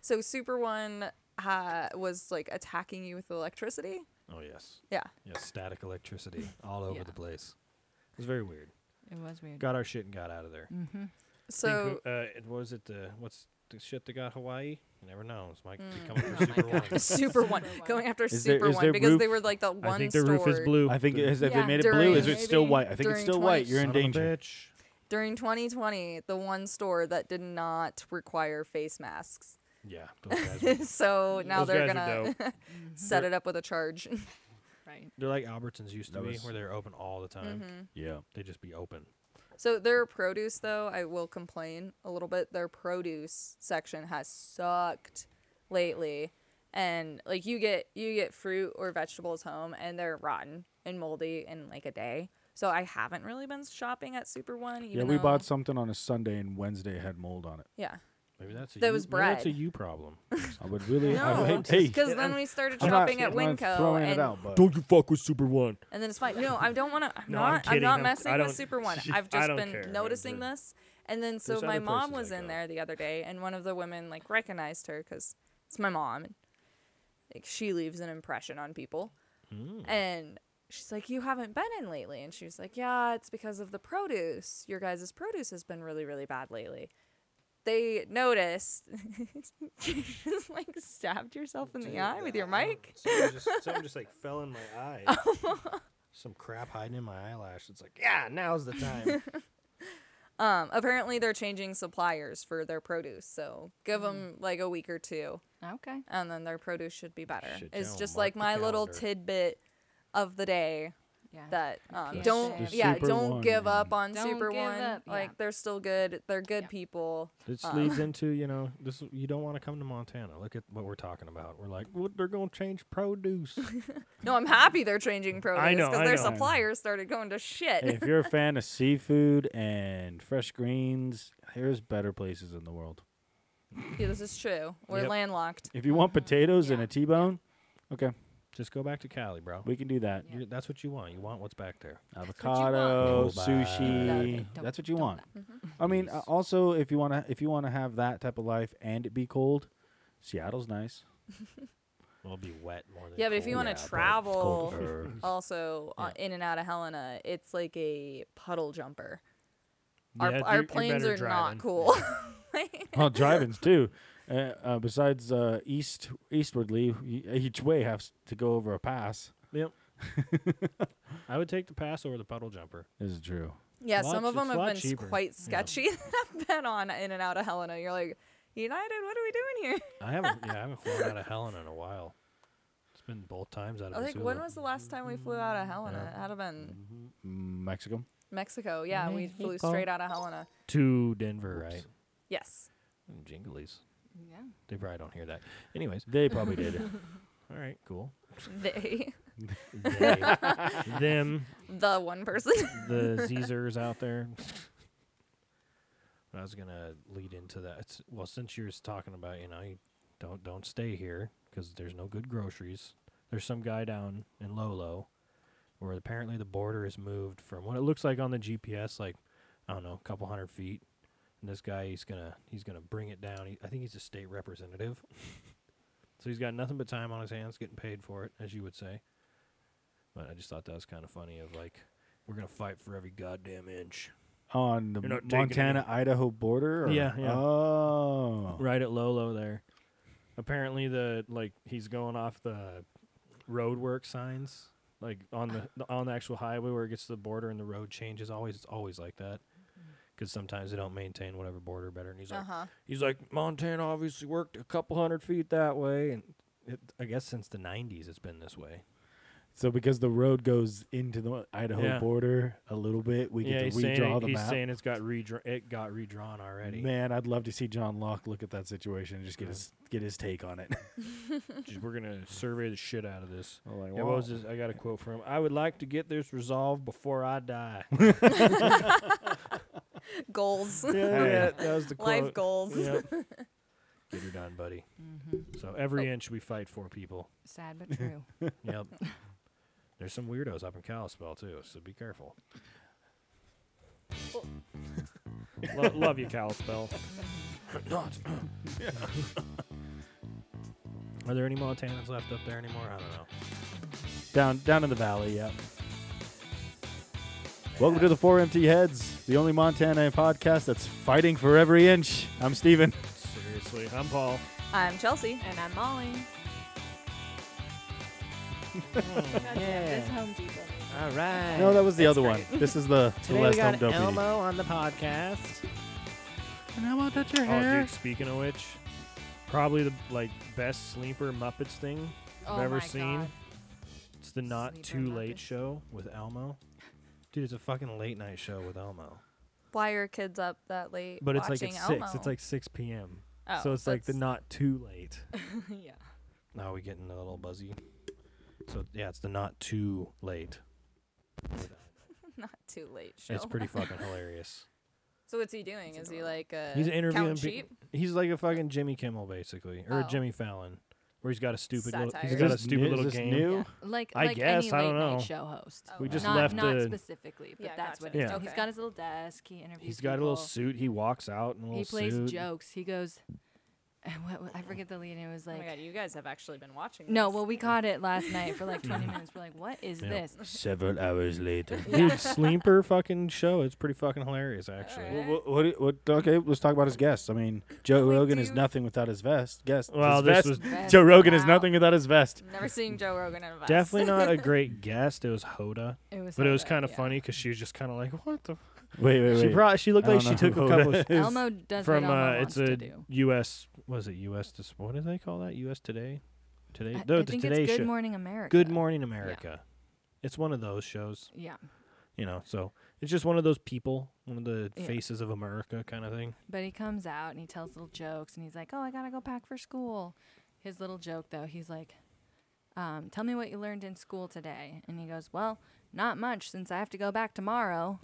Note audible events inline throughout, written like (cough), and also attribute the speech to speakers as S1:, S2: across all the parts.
S1: So Super One uh, was like attacking you with electricity.
S2: Oh yes.
S1: Yeah.
S2: Yes. Static (laughs) electricity all over
S3: Yeah.
S2: the place. It was very weird.
S3: It was weird.
S2: Got our shit and got out of there.
S3: Mm-hmm.
S1: So
S2: Think, uh, it- what was it? The what's the shit that got Hawaii? You never know. It's Mike
S1: Mm. (laughs)
S2: coming
S3: Oh
S2: for
S3: my
S2: Super
S3: God.
S2: One.
S1: Super One
S3: Super One.
S1: going after
S4: Is there-
S1: Super
S4: is
S1: One
S4: their
S1: because they
S4: roof-
S1: were like the one
S2: I think the roof is
S1: store-
S2: blue.
S4: I think it is, if they
S1: Yeah,
S4: made it blue, is
S1: during-
S4: it still
S3: Maybe
S4: white? I think it's
S1: during
S4: still white. You're
S2: Son
S4: in
S2: of a
S4: danger.
S2: bitch.
S1: During 2020, the one store that did not require face masks. (laughs)
S2: Yeah. Those guys were-
S1: so (laughs) now
S2: Those
S1: they're
S2: guys are
S1: gonna (laughs) set it up with a charge. (laughs)
S3: Right.
S2: they're like Albertsons used to
S4: That
S2: be,
S4: was-
S2: where they're open all the time.
S1: Mm-hmm.
S4: Yeah.
S2: They just be open.
S1: So their produce, though, I will complain a little bit. Their produce section has sucked lately, and like you get you get fruit or vegetables home, and they're rotten and moldy in like a day. So I haven't really been shopping at Super One. Even
S4: Yeah, we
S1: though-
S4: bought something on a Sunday and Wednesday had mold on it.
S1: Yeah,
S2: Maybe that's a
S1: That
S2: you,
S1: was
S2: maybe that's a
S1: bread.
S2: you problem.
S4: I would really. I
S1: No,
S4: would, (laughs) hey,
S1: because then we started
S4: I'm not-
S1: shopping at
S4: I'm not
S1: Winco,
S4: throwing
S1: and,
S4: it out, but
S2: Don't you fuck with Super One.
S1: and then it's fine. No, I don't want to. I'm
S2: No, I'm
S1: not. I'm,
S2: kidding.
S1: not
S2: I'm-
S1: messing
S2: I
S1: with
S2: don't-
S1: Super
S2: (laughs)
S1: One.
S2: I
S1: I've just
S2: don't
S1: been
S2: care. I'm
S1: noticing this,
S2: just-
S1: and then so
S2: There's
S1: my
S2: other
S1: mom was
S2: places I
S1: in
S2: go.
S1: there the other day, and one of the women like recognized her because it's my mom, and like she leaves an impression on people,
S2: Mm.
S1: and. She's like, you haven't been in lately, and she was like, yeah, it's because of the produce. Your guys' produce has been really, really bad lately. They noticed. (laughs) you just like stabbed yourself in the eye with your mic.
S2: (laughs) Something just, something just like fell in my eye.
S1: (laughs)
S2: Some crap hiding in my eyelash. It's like, yeah, now's the time.
S1: Um, apparently they're changing suppliers for their produce, so give
S3: Mm-hmm.
S1: them like a week or two,
S3: Okay.
S1: and then their produce should be better.
S2: Shit,
S1: it's
S2: yeah,
S1: just
S2: mark
S1: like
S2: the
S1: my little
S2: calendar.
S1: tidbit of the day
S3: Yeah.
S1: that um,
S3: PSA.
S1: don't
S3: The
S1: yeah
S4: Super
S1: don't
S4: One,
S1: give
S4: man.
S1: up on
S3: Don't
S1: Super
S3: give
S1: One.
S3: up, yeah.
S1: Like they're still good. They're good
S3: Yeah.
S1: people.
S2: This
S1: Uh.
S2: leads into you know this. You don't want to come to Montana. Look at what we're talking about. We're like, what they're gonna change
S1: (laughs)
S2: produce.
S1: No, I'm happy they're changing produce
S2: know,
S1: because
S2: I
S1: their
S2: know.
S1: suppliers started going to shit.
S4: hey, if you're a fan of seafood and fresh greens, there's better places in the world.
S1: yeah, (laughs) this is true. We're
S2: Yep.
S1: landlocked.
S4: If you want potatoes and
S3: Yeah.
S4: a T-bone, okay,
S2: Just go back to Cali, bro.
S4: we can do that.
S3: Yeah.
S2: You're, that's what you want. You want what's back there.
S4: Avocado,
S2: want. Nobody.
S4: sushi.
S3: No, they don't-
S4: That's what you
S3: don't
S4: want.
S3: that.
S4: I mean,
S2: Yes.
S4: uh, also if you want to if you want to have that type of life and it be cold, Seattle's nice.
S2: Well, it'll be wet more than.
S1: Yeah, but if you
S2: cold.
S1: wanna
S2: Yeah, but it's
S1: travel-
S2: (laughs) colder.
S1: Also, uh, in and out of Helena, it's like a puddle jumper. Our,
S2: Yeah, you're-
S1: our
S2: you're
S1: planes
S2: better
S1: are
S2: driving.
S1: not cool.
S2: (laughs)
S4: well, driving's too. Uh, uh, besides uh, east eastwardly, y- each way has to go over a pass.
S2: Yep.
S1: Oh.
S2: I (laughs) would take the pass over the puddle jumper.
S4: This is true.
S1: Yeah,
S2: lot
S1: some of
S2: ch-
S1: them
S2: it's a
S1: have
S2: lot
S1: been s-
S2: cheaper,
S1: quite
S2: you know.
S1: sketchy (laughs) that I've been on in and out of Helena. You're like, United, what are we doing here?
S2: I haven't. Yeah, I haven't flown out of Helen in a while. It's been both times out of.
S1: I was (laughs) like,
S2: Missoula.
S1: when was the last time we flew out of Helena? It had to been
S4: Mm, Mexico.
S1: Mexico. Yeah, we flew
S2: Mm-hmm. Mexico.
S1: straight out of Helena.
S2: to Denver, right? (laughs)
S1: Yes.
S2: Mm, Jinglies.
S3: Yeah.
S2: They probably don't hear that. Anyways,
S4: They
S1: (laughs)
S4: probably did.
S2: (laughs) all right, cool.
S1: They,
S2: They, them,
S1: (laughs) the one person.
S2: the Zers out (laughs) there. I was gonna lead into that. It's, well, since you're talking about, you know, you don't don't stay here because there's no good groceries. There's some guy down in Lolo, where apparently the border is moved from what it looks like on the GPS, like I don't know, a couple hundred feet. And this guy, he's gonna he's gonna bring it down. He, I think he's a state representative, (laughs) so he's got nothing but time on his hands, getting paid for it, as you would say. But I just thought that was kind of funny. Of like, we're gonna fight for every goddamn inch.
S4: On the
S2: You're not taking
S4: Montana Idaho border. Or?
S2: Yeah, yeah.
S4: Oh.
S2: right at Lolo there. Apparently the like he's going off the road work signs like on the, the on the actual highway where it gets to the border and the road changes always it's always like that
S4: Mm-hmm.
S2: because sometimes they don't maintain whatever border better and he's
S1: uh
S2: like
S4: Uh-huh.
S1: huh.
S2: he's like Montana obviously worked a couple hundred feet that way and it, I guess since the 90s it's been this way
S4: So because the road goes into the Idaho
S2: Yeah.
S4: border a little bit, we
S2: yeah
S4: get
S2: he's
S4: to
S2: saying,
S4: redraw
S2: it,
S4: the
S2: he's
S4: map.
S2: saying it's got redrawn it got redrawn already
S4: Man, I'd love to see John Locke look at that situation and just get
S2: Yeah.
S4: his get his take on it.
S2: Just- we're gonna survey the shit out of this
S4: like,
S2: Yeah, what
S4: (laughs)
S2: was this? I got a quote from him. I would like to get this resolved before I
S5: (laughs)
S2: die.
S1: Goals.
S4: yeah,
S2: that was the
S1: Life goals.
S5: (laughs)
S2: Get her done, buddy. So every inch we fight for, people.
S3: Mm-hmm. Sad
S1: (laughs)
S3: but true.
S5: (laughs)
S2: Yep. There's some weirdos up in Kalispell too, so be careful. (laughs)
S5: (laughs)
S2: Lo- love you, Kalispell. Not. Are there any Montanans left up there anymore? I don't know.
S4: Down down in the valley, yeah. Welcome to the Four Empty Heads, the only Montana podcast that's fighting for every inch. I'm Steven.
S2: Seriously, I'm Paul.
S1: I'm Chelsea.
S3: And I'm Molly.
S1: (laughs)
S6: This Home Depot.
S5: All right.
S4: No, that was the
S1: That's
S4: other
S1: right.
S4: one. This is the, the
S5: Today
S4: last
S5: we got
S4: home dope meeting.
S5: Elmo on the podcast.
S4: And how about that your
S2: Oh, dude, speaking of which, probably the like best sleeper Muppets thing
S3: Oh
S2: I've ever
S3: my
S2: seen.
S3: God.
S2: It's the Not
S3: Sleeper
S2: Too Late
S3: Muppets.
S2: show with Elmo. Dude, it's a fucking late night show with Elmo.
S1: Why are kids up that late?
S2: But it's like
S1: watching
S2: at
S1: Elmo?
S2: six. It's like six p.m.
S1: oh,
S2: so it's like the
S1: that's-
S2: Not Too Late.
S1: (laughs) yeah.
S2: Now we getting a little buzzy. So yeah, it's the Not Too Late.
S1: Not too late. Show.
S2: It's pretty fucking hilarious.
S1: So what's he doing? Is he like uh
S2: He's interviewing
S1: count
S2: pe-
S1: sheep?
S2: He's like a fucking Jimmy Kimmel basically, or a
S1: Oh.
S2: Jimmy Fallon, where he's got a stupid little,
S1: Satire.
S2: he's
S1: Is
S2: got a
S4: this
S2: stupid
S4: new- is
S2: little
S4: this
S2: game.
S4: new?
S3: Yeah. Like,
S2: I
S3: like
S2: guess,
S3: any
S2: I don't
S3: late
S2: know.
S3: night show host.
S1: Oh,
S2: We just
S3: not,
S2: left
S3: not
S2: the-
S3: specifically, but
S1: Yeah,
S3: that's
S1: gotcha.
S3: what it's
S2: Yeah.
S3: doing. He's got his little desk. He interviews.
S2: He's got a little
S3: people.
S2: suit. He walks out in a little
S3: He plays
S2: suit.
S3: jokes. He goes, uh, what, what- I forget the lead. and It was
S1: oh my
S3: like,
S1: god, you guys have actually been watching.
S3: no,
S1: this.
S3: well, we caught it last night for
S2: (laughs)
S3: like 20 minutes. We're like, what is
S2: Yeah.
S3: this?
S4: (laughs) Several hours later.
S3: (laughs)
S2: Dude, sleeper fucking show. It's pretty fucking hilarious, actually.
S1: Alright.
S4: What, what, what, okay, let's talk about his guests. I mean, Joe
S1: We
S4: Rogan is
S1: do-
S4: nothing without his vest. Guest.
S2: Well,
S4: his
S2: this
S4: vest.
S2: was
S3: Best.
S4: Joe Rogan is
S1: Wow.
S4: nothing without his vest.
S1: never seen Joe Rogan in a vest.
S2: definitely not
S3: (laughs)
S2: a great guest. It was Hoda,
S3: It was
S2: but it was
S3: Hoda,
S2: kind of
S3: yeah.
S2: funny because she was just kind of like, "What the?" F-?
S4: (laughs) Wait, wait, wait.
S2: She probably she looked
S4: I
S2: like
S4: don't
S2: she
S4: know
S2: took
S4: who
S2: a couple
S4: (laughs) Hoda
S2: of
S4: is.
S3: Elmo does
S2: from
S3: what Elmo
S2: uh,
S3: wants
S2: it's
S3: to
S2: a
S3: do.
S2: U.S. Was it U.S. This what do they call that? U.S. Today, today.
S3: I,
S2: no,
S3: I
S2: the
S3: think
S2: Today
S3: it's Good
S2: Show.
S3: Morning America.
S2: Good Morning America. It's one of those shows,
S3: Yeah,
S2: you know. So it's just one of those people, one of the
S3: Yeah.
S2: faces of America kind of thing.
S3: but he comes out and he tells little jokes and he's like, "Oh, I gotta go pack for school." His little joke though, he's like, um, "Tell me what you learned in school today," and he goes, "Well, not much since I have to go
S1: (laughs)
S3: back tomorrow."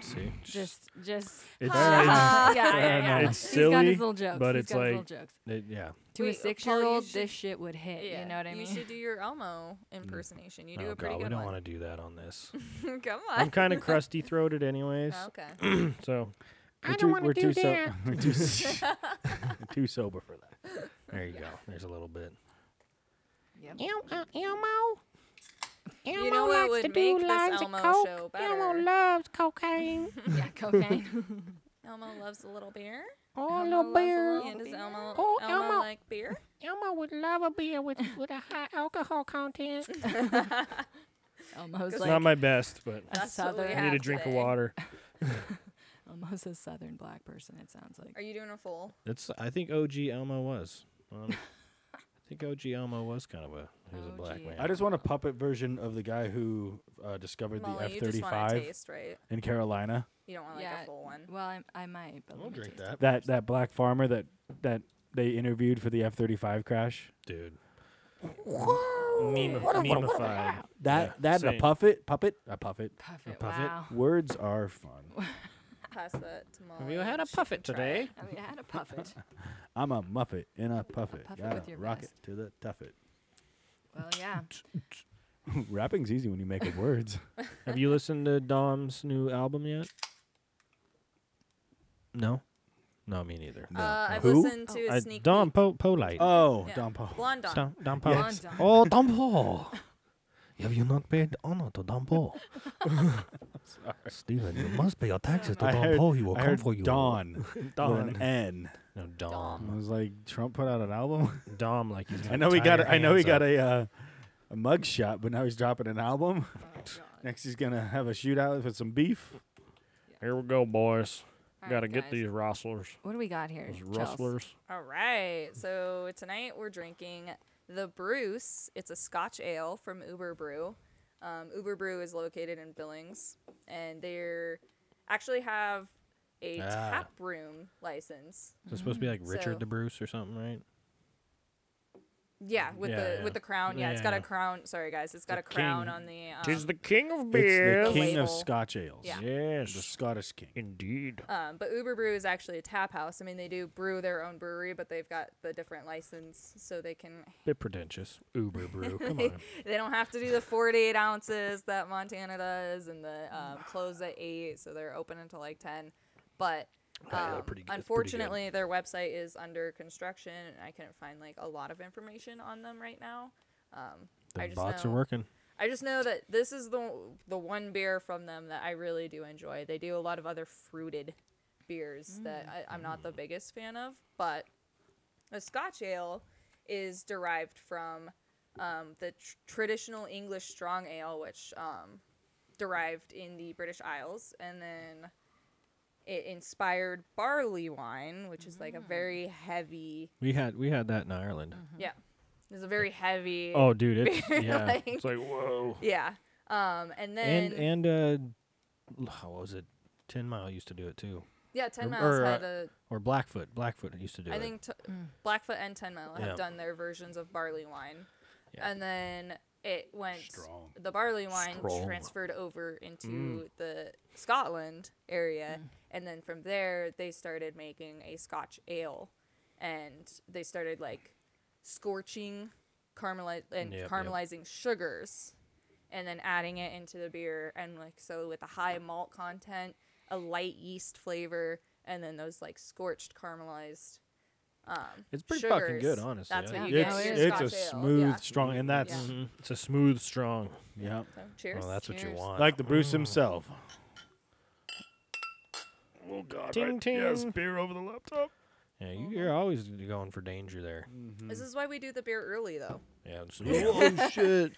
S2: See,
S3: just, just
S2: it's,
S1: Ah, yeah,
S3: Fair
S1: yeah, yeah.
S2: it's, it's
S3: he's got
S2: silly,
S3: his little jokes,
S2: but
S3: He's
S2: it's
S3: got his
S2: like-
S3: little jokes.
S2: (laughs) it- yeah.
S3: To
S1: Wait,
S3: a
S1: uh, Paul, you
S3: six-year-old,
S1: should-
S3: this shit would
S1: (laughs)
S3: hit.
S1: Yeah.
S3: You know what I mean? (laughs)
S1: You should do your Elmo impersonation. You do
S2: oh
S1: a pretty
S2: God,
S1: good
S2: we don't
S1: one.
S2: want to do that on
S1: (laughs)
S2: this.
S1: Come on. (laughs)
S2: I'm kind of crusty throated, anyways.
S1: Okay.
S3: (laughs)
S2: So
S4: I don't want to do too that.
S2: (laughs)
S4: we're
S1: (laughs)
S4: too, s- we're too sober for that.
S2: there you go. There's a little bit.
S3: Yep.
S5: Elmo. Elmo
S1: You know what would make this Elmo show better?
S5: loves cocaine.
S3: yeah, (laughs) cocaine.
S1: Elmo loves a little beer.
S5: Oh,
S3: Elmo loves a little
S1: And does Elmo,
S5: Oh,
S1: Elmo,
S5: Elmo.
S1: like
S3: (laughs)
S1: beer? (laughs)
S5: Elmo would love a beer with, with a high alcohol content.
S3: Elmo's
S1: It's
S2: It's
S3: like
S2: not my best, but
S3: a
S1: That's what we
S3: southern.
S2: I need a
S1: have
S2: drink of
S1: today.
S2: water.
S3: Elmo's a southern black person. It sounds like.
S1: Are you doing a full?
S2: It's I think OG Elmo was. Um, I think OG Elmo was kind of a he was a black
S3: OG.
S2: man.
S4: I just want a puppet version of the guy who uh, discovered
S1: Molly,
S4: the
S1: you
S4: F
S1: just
S4: thirty
S1: want to
S4: five
S1: taste, right?
S4: in Carolina.
S1: You don't want like
S3: Yeah.
S1: a full one.
S3: Well, I, I might. But
S2: I'll
S3: let me
S2: drink
S3: taste
S2: that.
S3: it.
S4: That that black farmer that that they interviewed for the F thirty five crash.
S2: dude.
S5: Meme- What a- what a- what a-
S2: Memeified.
S4: That
S2: Yeah,
S4: that and
S2: same.
S4: a puppet puppet a puppet.
S3: Puff
S2: A
S3: it.
S2: puff it?
S3: Wow.
S4: Words are fun.
S1: Pass that to Molly.
S5: Have you had a
S1: She can
S5: puffet
S1: try
S5: today?
S3: I mean, I had a puffet.
S4: I'm a muffet in a puffet.
S3: puffet
S4: Gotta
S3: with your
S4: rock
S3: vest.
S4: it to the tuffet.
S3: well, yeah.
S4: (laughs) Rapping's easy when you make up (laughs) words.
S2: Have you listened to Dom's new album yet? No, no, me neither.
S1: it. Uh, I've
S4: Who?
S1: listened to
S2: I-
S1: a sneak
S2: Dom
S1: peek.
S2: po- Polite.
S4: Oh,
S1: Yeah.
S4: Don Paul.
S1: Blonde Dom.
S2: Dom, Dom Paul.
S3: Yes. Blonde
S1: (laughs)
S3: Dom.
S2: Oh, Dom Paul. Have you not paid honor to
S1: (laughs)
S2: Dom Paul? Stephen, you must pay your taxes to
S4: I
S2: Dom
S4: heard-
S2: Paul. He will
S4: I
S2: come
S4: heard
S2: for you.
S4: Don.
S2: (laughs)
S4: Don.
S2: Don.
S4: With an N.
S2: No,
S4: I
S2: Dom.
S4: was like, Trump put out an album. (laughs)
S2: Dom, like he's.
S4: I
S2: gonna
S4: know he
S2: tie
S4: got.
S2: your
S4: A, I know he
S2: hands
S4: got
S2: up.
S4: a uh, a mug shot, but now he's dropping an album. (laughs) Next, he's gonna have a shootout with some beef.
S2: Here we go, boys.
S3: All
S2: Gotta
S3: right,
S2: get
S3: guys.
S2: these rustlers.
S3: What do we got here?
S2: Those
S3: Chels?
S2: rustlers.
S1: All right. So tonight we're drinking the Bruce. It's a Scotch ale from Uber Brew. Um, Uber Brew is located in Billings, and they actually have a
S2: Ah.
S1: tap room license.
S2: Is it supposed to be like Richard
S1: So-
S2: the Bruce or something, right?
S1: Yeah, with
S2: Yeah,
S1: the
S2: yeah.
S1: with the crown. Yeah, it's got
S2: Yeah.
S1: a crown. Sorry guys, it's got
S2: The
S1: a crown
S2: king.
S1: on the. Um,
S2: Tis the king of
S4: It's
S2: beers.
S4: the king of
S1: Label.
S4: Scotch ales.
S1: Yeah.
S2: Yes,
S4: The Scottish king.
S2: indeed.
S3: Uh,
S1: Um, but Uber Brew is actually a tap house. I mean, they do brew their own brewery, but they've got the different license, so they can
S2: Bit pretentious.
S1: (laughs)
S2: Uber brew. Come on.
S1: they don't have to do the 48 ounces that Montana does and the um, close at eight, so they're open until like 10. But
S2: Yeah,
S1: Um,
S2: they're pretty good- that's pretty good.
S1: unfortunately, their website is under construction, and I couldn't find like a lot of information on them right now. Um,
S2: The
S1: I just
S2: bots
S1: know-
S2: are working.
S1: I just know that this is the the one beer from them that I really do enjoy. They do a lot of other fruited beers that I, I'm not the biggest fan of, but a Scotch ale is derived from um, the tr- traditional English strong ale, which um, derived in the British Isles, and then it inspired barley wine, which is like a very heavy,
S2: We had we had that in Ireland.
S1: yeah, it's a very heavy.
S2: Oh, dude,
S1: (laughs)
S2: it's yeah,
S1: like-
S2: it's like whoa.
S1: Yeah. Um, and then
S2: And and uh, how was it? Ten Mile used to do it too,
S1: yeah, Ten
S2: or-
S1: Miles
S2: or, uh,
S1: had a
S2: or Blackfoot. Blackfoot used to do
S1: I
S2: it.
S1: think t- Blackfoot and Ten Mile have
S2: Yeah.
S1: done their versions of barley wine,
S2: Yeah.
S1: and then it went
S7: Strong.
S1: the barley wine
S2: Strong. Mm.
S1: transferred over into the Scotland area, and then from there they started making a Scotch ale, and they started like scorching caramelize and
S2: Yep, yep.
S1: caramelizing sugars and then adding it into the beer and like so with a high malt content a light yeast flavor and then those like scorched caramelized um
S2: It's pretty fucking
S1: sugars.
S2: good, honestly,
S1: that's
S2: yeah.
S1: what you
S4: It's
S1: get with
S4: it's a
S1: Scotch ale,
S4: smooth,
S1: yeah.
S4: strong, and that's
S1: Yeah.
S2: Mhm. It's a smooth, strong.
S7: Mm-hmm.
S4: yeah,
S1: so, cheers
S2: Well, that's what you
S3: Cheers.
S2: want.
S4: like the Bruce himself.
S7: Oh God!
S2: Ting,
S7: right. Yes,
S2: ting.
S7: beer over the laptop.
S2: yeah, you, you're always going for danger there.
S1: this is why we do the beer early though
S2: Mm. Yeah, it's-
S7: (laughs) oh shit!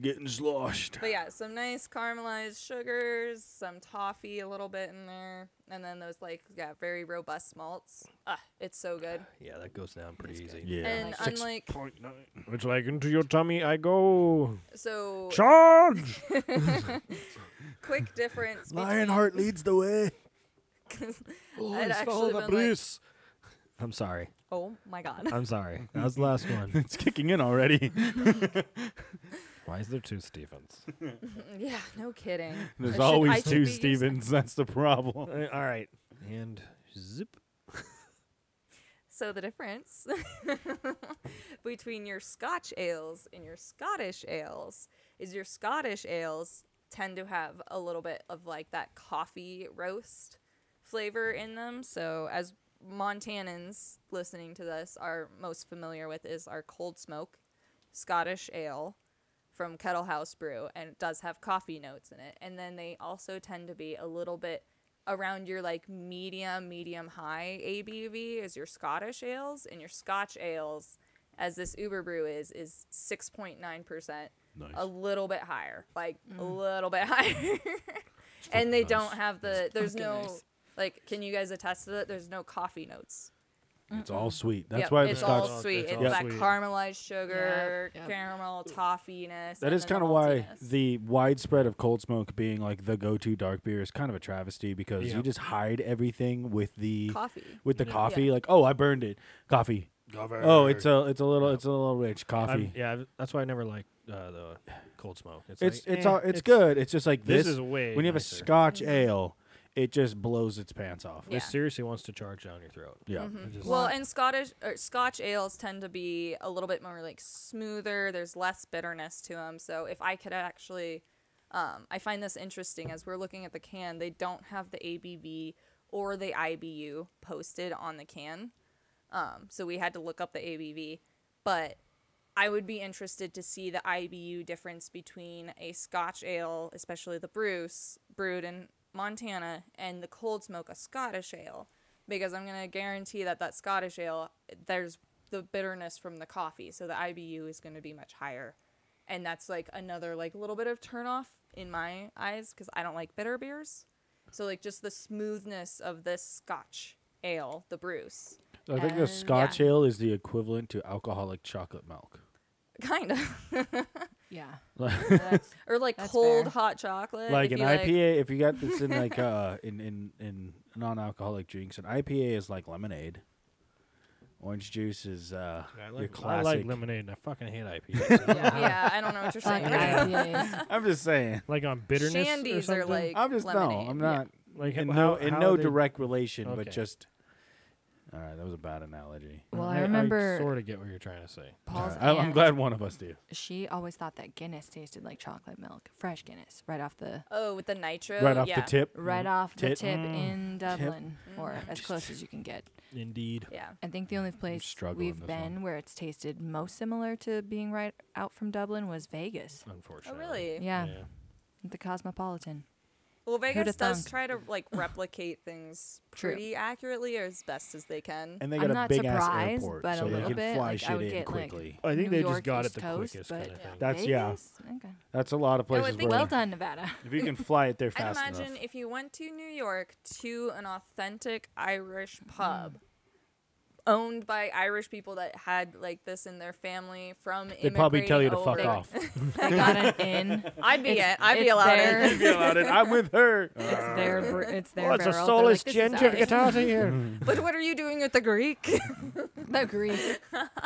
S7: Getting sloshed.
S1: but yeah some nice caramelized sugars some toffee a little bit in there and then those like yeah very robust malts ah it's so good
S2: yeah, that goes down pretty easy.
S4: Yeah,
S1: and unlike
S7: Point nine.
S4: it's like into your tummy I go.
S1: so
S4: Charge!
S1: (laughs) quick difference
S7: Lionheart leads
S4: (laughs)
S7: the way.
S2: Oh,
S1: I'd
S7: Let's follow
S1: actually
S7: the
S1: been like-
S7: Bruce.
S2: (laughs) I'm sorry.
S1: (laughs) oh my god (laughs)
S2: I'm sorry. That was the
S7: (laughs)
S2: last one.
S4: it's kicking in already.
S2: Why is there two Stevens?
S1: yeah no kidding I
S4: (laughs) There's
S1: should- I
S4: always
S1: should
S4: two
S1: be used-
S4: Stevens. That's the problem.
S2: All right. And zip.
S1: So the difference (laughs) between your Scotch ales and your Scottish ales is your Scottish ales tend to have a little bit of like that coffee roast flavor in them. So as Montanans listening to this are most familiar with is our cold smoke Scottish ale from Kettle House Brew and it does have coffee notes in it. And then they also tend to be a little bit around your like medium, medium high ABV is your Scottish ales and your Scotch ales as this Uber brew is is 6.9%,
S7: Nice.
S1: a little bit higher, like a little bit (laughs) higher. and they don't have the there's no
S3: nice.
S1: like can you guys attest to that there's no coffee notes.
S4: It's all sweet. That's
S1: Yep,
S4: why the
S1: it's
S4: Scotch.
S1: all
S2: It's
S1: sweet. It's,
S2: all
S1: that
S2: sweet.
S1: caramelized sugar,
S3: Yep, yep.
S1: caramel, toffiness.
S4: That
S1: and
S4: is
S1: then the
S4: kind of why
S1: maltiness.
S4: the widespread of cold smoke being like the go-to dark beer is kind of a travesty because
S2: Yeah.
S4: you just hide everything with the
S1: coffee.
S4: with the
S2: Yeah.
S4: coffee. Like, oh, I burned it. Coffee. Oh, it's a it's a little it's a little rich coffee.
S2: I'm- yeah, I've- that's why I never liked uh, the cold smoke. It's
S4: it's
S2: like,
S4: it's
S2: eh,
S4: all, it's, good. It's just like this.
S2: This, is way
S4: when you have a
S2: nicer. Mm-hmm.
S4: Scotch ale, it just blows its pants off.
S1: Yeah.
S2: It seriously wants to charge down your throat.
S4: Yeah.
S2: It just-
S1: Well, and Scottish or Scotch ales tend to be a little bit more like smoother. There's less bitterness to them. So if I could actually, um, I find this interesting as we're looking at the can. They don't have the ABV or the IBU posted on the can, um, so we had to look up the ABV. But I would be interested to see the IBU difference between a Scotch ale, especially the Bruce brewed in Montana, and the cold smoke, a Scottish ale, because I'm gonna guarantee that that Scottish ale, there's the bitterness from the coffee, so the IBU is gonna be much higher, and that's like another like little bit of turnoff in my eyes because I don't like bitter beers, so like just the smoothness of this Scotch ale, the Bruce, (laughs)
S4: I think the
S1: And-
S4: Scotch ale is the equivalent to alcoholic chocolate milk.
S1: kind of.
S3: Yeah.
S4: Like
S3: That's
S1: or like
S3: That's
S1: cold
S3: fair.
S1: hot chocolate. if
S4: an
S1: you
S4: IPA, if you got this
S2: (laughs)
S4: in like uh in in in non-alcoholic drinks, an IPA is like lemonade. Orange juice is uh
S2: (laughs) I
S4: your
S2: like, I
S4: classic.
S2: like lemonade and I fucking hate IPAs.
S3: yeah.
S1: yeah, I don't know what you're
S3: Fuck
S1: saying.
S3: (laughs) IPAs.
S4: I'm just saying.
S2: like on bitterness or
S1: Shandies are
S2: something?
S1: like
S4: I'm just
S1: lemonade.
S4: no. I'm
S1: yeah.
S4: not
S2: like
S4: in
S2: how,
S4: no in
S2: how
S4: no
S2: they-
S4: direct relation, but
S2: Okay.
S4: just All right, that was a bad analogy.
S3: Well, I remember
S2: sort of get what you're trying to say.
S4: All
S3: Paul's
S4: right, I, am
S3: aunt,
S4: glad one of us did.
S3: she always thought that Guinness tasted like chocolate milk, fresh Guinness, right off the
S1: Oh, with the nitro.
S4: right off
S1: yeah.
S4: the tip.
S3: right off the
S4: Tit.
S3: tip
S4: Mm.
S3: in Dublin
S1: Mm.
S3: or as close as you can get.
S2: Indeed.
S1: Yeah.
S3: I think the only place
S4: struggling
S3: we've
S4: this one.
S3: been where it's tasted most similar to being right out from Dublin was Vegas.
S1: Oh,
S2: Unfortunately.
S1: really?
S3: Yeah, the Cosmopolitan.
S1: Well, Vegas
S3: Who'da
S1: does
S3: thunk?
S1: try to like replicate things
S3: (laughs) True.
S1: pretty accurately or as best as they can.
S4: And they
S3: I'm
S4: got a
S3: not
S4: big ass
S3: surprised,
S4: airport,
S3: but a
S4: so they
S3: little
S4: can
S3: bit,
S4: fly
S3: like, I
S4: shit
S3: would
S4: in
S3: get, like-
S4: quickly.
S2: I think
S3: New
S2: they
S3: York,
S2: just got
S3: East
S2: it the
S3: Coast,
S2: quickest
S3: but-
S2: kind of thing.
S4: That's yeah.
S3: Vegas? Okay.
S4: That's a lot of
S1: I would
S4: places
S1: think-
S4: where
S3: Oh, Well done, (laughs) Nevada.
S4: if you can fly it there
S1: I'd
S4: fast
S1: imagine
S4: enough.
S1: if you went to New York to an authentic Irish
S3: Mm-hmm.
S1: pub owned by Irish people that had like this in their family from
S4: They'd probably tell you to
S1: immigrating
S4: fuck
S1: over.
S3: (laughs)
S4: off.
S3: They got an inn.
S1: I'd be
S3: It's-
S1: it. I'd be
S3: it's
S1: allowed
S3: their-
S2: (laughs)
S1: in.
S4: Be allowed in. I'm with her.
S3: It's their. br- It's their.
S4: What's a
S3: barrel. They're
S4: soulless
S3: like, "This is
S4: ginger?
S3: ours." (laughs)
S4: Get out of here.
S1: (laughs) But what are you doing at the
S4: (laughs)
S1: Greek?
S2: (laughs)
S3: The Greek.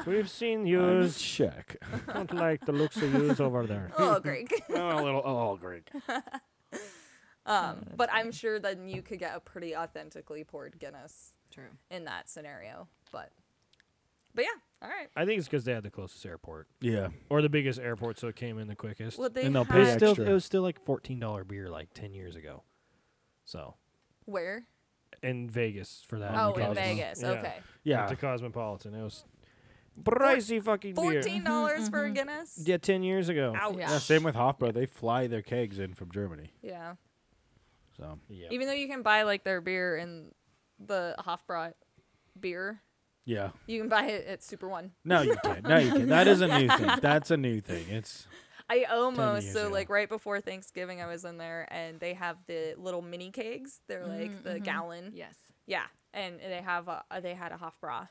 S2: We've seen
S4: I'm a
S2: yous.
S4: check.
S2: Don't like the looks
S4: (laughs)
S2: of yous over there.
S1: oh, Greek.
S4: oh, a little. Oh, Greek.
S1: Um, but I'm sure then you could get a pretty authentically poured Guinness
S3: True.
S1: in that scenario. But, but yeah, all right.
S2: I think it's because they had the closest airport
S4: Yeah.
S2: or the biggest airport, so it came in the quickest.
S1: Well, they
S4: And they'll
S2: It
S4: pay
S2: was
S1: had-
S2: still
S4: extra.
S2: it was still like fourteen dollar beer like ten years ago. So
S1: where?
S2: in Vegas for that.
S1: Oh, in
S2: Cosmo-
S1: Vegas.
S2: yeah,
S1: Okay,
S2: At
S4: Yeah.
S2: the Cosmopolitan, it was pricey fucking beer.
S1: fourteen dollars for a Guinness.
S2: Mm-hmm, Yeah, ten years ago.
S1: Ouch.
S3: Yeah.
S4: yeah. Same with Hofbräu. They fly their kegs in from Germany.
S1: Yeah.
S4: So
S2: Yeah.
S1: Even though you can buy like their beer in the Hofbräu beer,
S4: yeah.
S1: you can buy it at Super One.
S4: No, you can't. No, you can't. That is a new thing. That's a new thing. It's
S1: I almost
S4: years
S1: so
S4: ago.
S1: like right before Thanksgiving, I was in there and they have the little mini kegs. They're like the gallon.
S3: Yes.
S1: Yeah, and they have a they had a Hofbräu.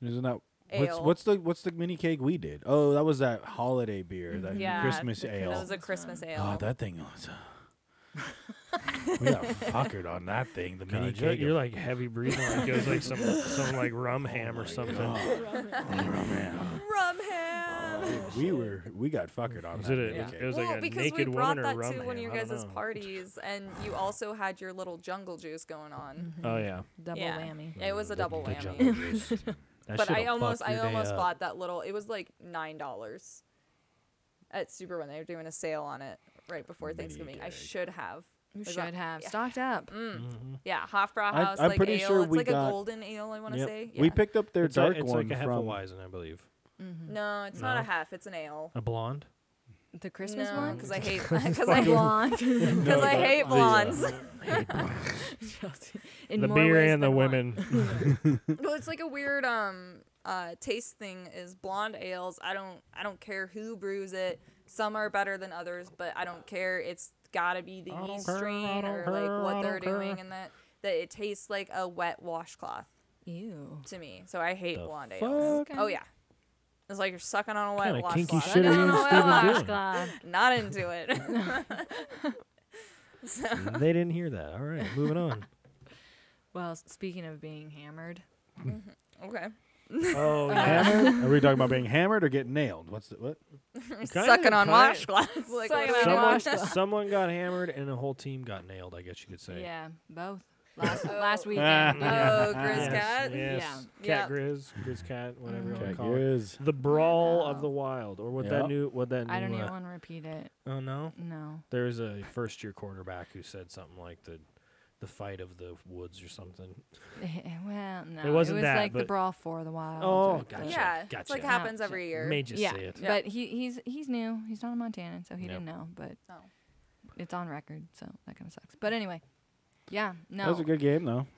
S4: isn't that. What's,
S1: Ale.
S4: what's the what's the mini keg we did? Oh, that was that holiday beer,
S3: Mm-hmm.
S4: that
S1: Yeah,
S4: Christmas
S1: the-
S4: ale.
S1: That was a
S2: Ah,
S1: Christmas ale.
S4: Oh, that thing was. uh, we got fuckered on that thing. The
S2: God,
S4: mini
S2: you're,
S4: keg.
S2: you're
S4: of-
S2: like heavy breathing. Like goes like some some like
S4: (laughs)
S2: rum
S4: Oh
S2: ham or something.
S1: Rum ham.
S4: we were we got fuckered on.
S2: Was
S4: that
S2: it a-
S4: mini
S2: Ah, it
S4: keg.
S2: was like
S1: well,
S2: a
S1: because we
S2: naked
S1: brought
S2: woman or
S1: that
S2: rum
S1: to one of
S2: ham,
S1: your
S2: I don't
S1: guys'
S2: know.
S1: parties, and you also had your little jungle juice going on.
S2: Oh yeah.
S3: Double
S1: Yeah.
S3: whammy.
S1: It was a double whammy. (laughs) but
S2: That
S1: I
S2: shit'll
S1: almost
S2: fuck
S1: I
S2: your day
S1: almost
S2: up.
S1: bought that little it was like nine dollars at Super when they were doing a sale on it right before
S4: Mini
S1: Thanksgiving. I
S4: gag.
S1: should have.
S3: You
S1: Is
S3: should
S1: that-
S3: have
S1: yeah.
S3: stocked up.
S2: Mm. Mm-hmm.
S1: Yeah, Hofbrauhaus
S4: I-
S1: House
S4: I'm
S1: like
S4: pretty
S1: ale.
S4: sure
S1: it's
S4: we
S1: like
S4: got-
S1: a golden ale, I want to
S2: Yep.
S1: say.
S4: We
S1: Yeah.
S4: picked up their
S2: It's,
S4: dark
S2: a, it's
S4: one
S2: like a half
S4: from.
S2: Weizen, I believe.
S1: No, it's not a
S2: No.
S1: half, it's an ale.
S2: A blonde.
S3: The Christmas
S1: no,
S3: one.
S1: cuz
S3: (laughs)
S1: I
S2: (laughs)
S1: hate (laughs) cuz I
S3: Like
S1: hate
S3: (laughs) blonde.
S1: cuz I hate blondes. (laughs)
S3: In
S2: the
S3: more
S2: beer
S3: ways
S2: and the
S3: than one.
S2: women.
S3: (laughs)
S4: (laughs)
S1: well, it's like a weird um uh taste thing is blonde ales. I don't I don't care who brews it. Some are better than others, but I don't care. It's got to be the
S2: I don't
S1: yeast
S2: care, I
S1: strain
S2: don't
S1: or
S2: care,
S1: like
S2: I
S1: what they're
S2: don't care.
S1: doing and that that it tastes like a wet washcloth
S3: Ew.
S1: to me. So I hate
S2: The
S1: blonde ales. Oh yeah. It's like you're sucking on a wet
S2: Kinda kinky
S1: washcloth.
S2: shit are you
S1: Sucking on a
S2: and
S1: wet
S2: Steven
S1: wash-
S2: doing?
S1: Not into
S2: (laughs)
S1: it. (laughs)
S2: they didn't hear that. All right, moving on.
S3: Well, s- speaking of being hammered,
S1: okay.
S2: Oh,
S4: Hammered? Are we talking about being hammered or getting nailed? What's the, what?
S1: sucking on
S2: (laughs)
S1: washcloths. like,
S3: Sucking
S1: what
S3: on
S1: do you-
S2: someone,
S3: Someone-
S2: someone got hammered and the whole team got nailed. I guess you could say. Ah,
S3: yeah, both (laughs)
S2: (laughs)
S3: last last weekend.
S1: Oh, Grizz
S2: Yes,
S1: Cat.
S2: yes.
S3: Yeah.
S2: Cat
S1: Yep.
S2: Grizz, Grizz Cat, whatever you want to
S4: Cat
S2: call it.
S4: Grizz.
S2: The Brawl of the Wild, or what
S4: Yeah.
S2: that new, what that new.
S3: I don't even
S2: uh,
S3: want to repeat it.
S2: Oh no,
S3: No. (laughs)
S2: there was a first year quarterback who said something like the, the fight of the woods or something.
S3: Well, no.
S2: wasn't
S3: was
S2: that,
S3: like the
S2: but-
S3: brawl for the wild.
S2: Oh,
S3: or
S2: gotcha.
S3: the-
S1: Yeah, it's
S2: Gotcha.
S1: like happens every year.
S2: May just
S3: yeah,
S2: say it.
S3: but he he's he's new. He's not a Montanan, so he
S2: Yep.
S3: didn't know. But
S1: Oh.
S3: it's on record, so that kind of sucks. But anyway, yeah, no.
S4: That was a good game though.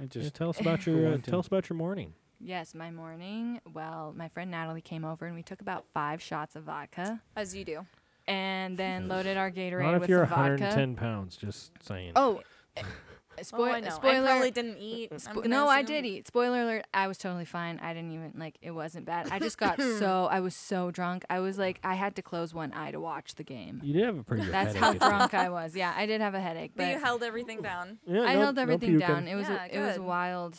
S4: It
S2: Yeah,
S4: just
S2: tell us (laughs) about
S4: for
S2: your uh,
S4: one thing.
S2: tell us about your morning.
S3: yes, my morning. Well, my friend Natalie came over and we took about five shots of vodka
S1: As you do.
S3: and then loaded our Gatorade
S2: Not if
S3: with
S2: you're
S3: some vodka.
S2: 110 pounds. Just saying.
S3: Oh,
S2: (laughs)
S3: eh,
S1: Oh, I
S3: spoil-
S1: know. I
S3: spoiler.
S1: probably didn't eat. I'm
S3: Spo-
S1: gonna
S3: no, I
S1: assume-
S3: did eat. Spoiler alert, I was totally fine. I didn't even like it wasn't bad. I
S1: (laughs)
S3: just got so I was so drunk. I was like I had to close one eye to watch the game.
S2: you did have a pretty good
S3: That's
S2: headache,
S3: how
S2: didn't you?
S3: drunk I was. Yeah, I did have a headache,
S1: But
S3: but
S1: you held everything down.
S2: Yeah,
S3: I
S2: no-
S3: held
S2: no
S3: everything
S2: puking.
S3: down. It was
S1: Yeah,
S3: a, it was a
S1: good.
S3: wild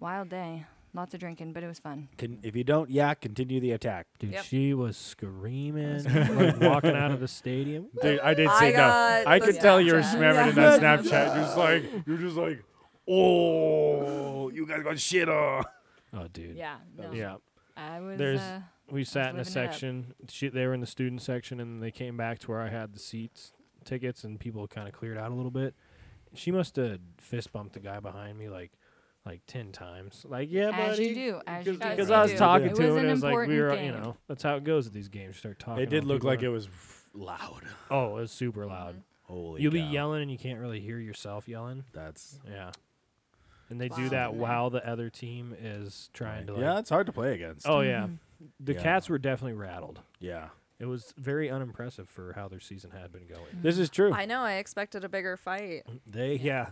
S3: wild day. Lots of drinking, but it was fun.
S4: can, if you don't yak, continue the attack.
S2: Dude,
S1: Yep.
S2: she was screaming, like walking out of
S3: (laughs)
S2: the stadium.
S4: Dude, I did
S1: I uh, got the Snapchat.
S3: (laughs)
S4: smamming in that Snapchat. You're just like you're just like
S7: Oh, you guys got shit on.
S2: Oh, dude.
S3: Yeah.
S4: That
S3: No.
S4: was-
S2: Yeah.
S3: I was.
S2: There's-
S3: uh,
S2: We sat in a
S3: living it up.
S2: section. She, they were in the student section, and they came back to where I had the seats, tickets, and people kind of cleared out a little bit. She must have fist bumped the guy behind me like, like ten times. Like, yeah,
S3: as
S2: buddy.
S3: you do. As you
S2: Because
S3: do.
S2: because
S1: you
S2: I was
S1: do.
S2: talking
S3: It
S2: to
S3: was
S2: him, and
S3: an
S2: it was like we
S3: important
S2: were, you
S3: game.
S2: know, that's how it goes at these games. You start talking.
S4: It did
S2: while
S4: look
S2: people
S4: like
S2: are-
S4: it was.
S7: Loud.
S2: Oh, it was super loud.
S3: Mm-hmm.
S7: Holy.
S2: You'll be
S7: cow.
S2: yelling, and you can't really hear yourself yelling.
S7: That's
S2: Yeah. And they
S3: Wow.
S2: do that
S3: Something.
S2: while the other team is trying to like.
S4: Yeah, it's hard to play against.
S2: Oh yeah.
S3: Mm.
S2: The
S7: Yeah.
S2: cats were definitely rattled.
S7: yeah.
S2: It was very unimpressive for how their season had been going. Mm.
S4: This is true.
S1: (laughs) I know. I expected a bigger fight.
S2: They yeah.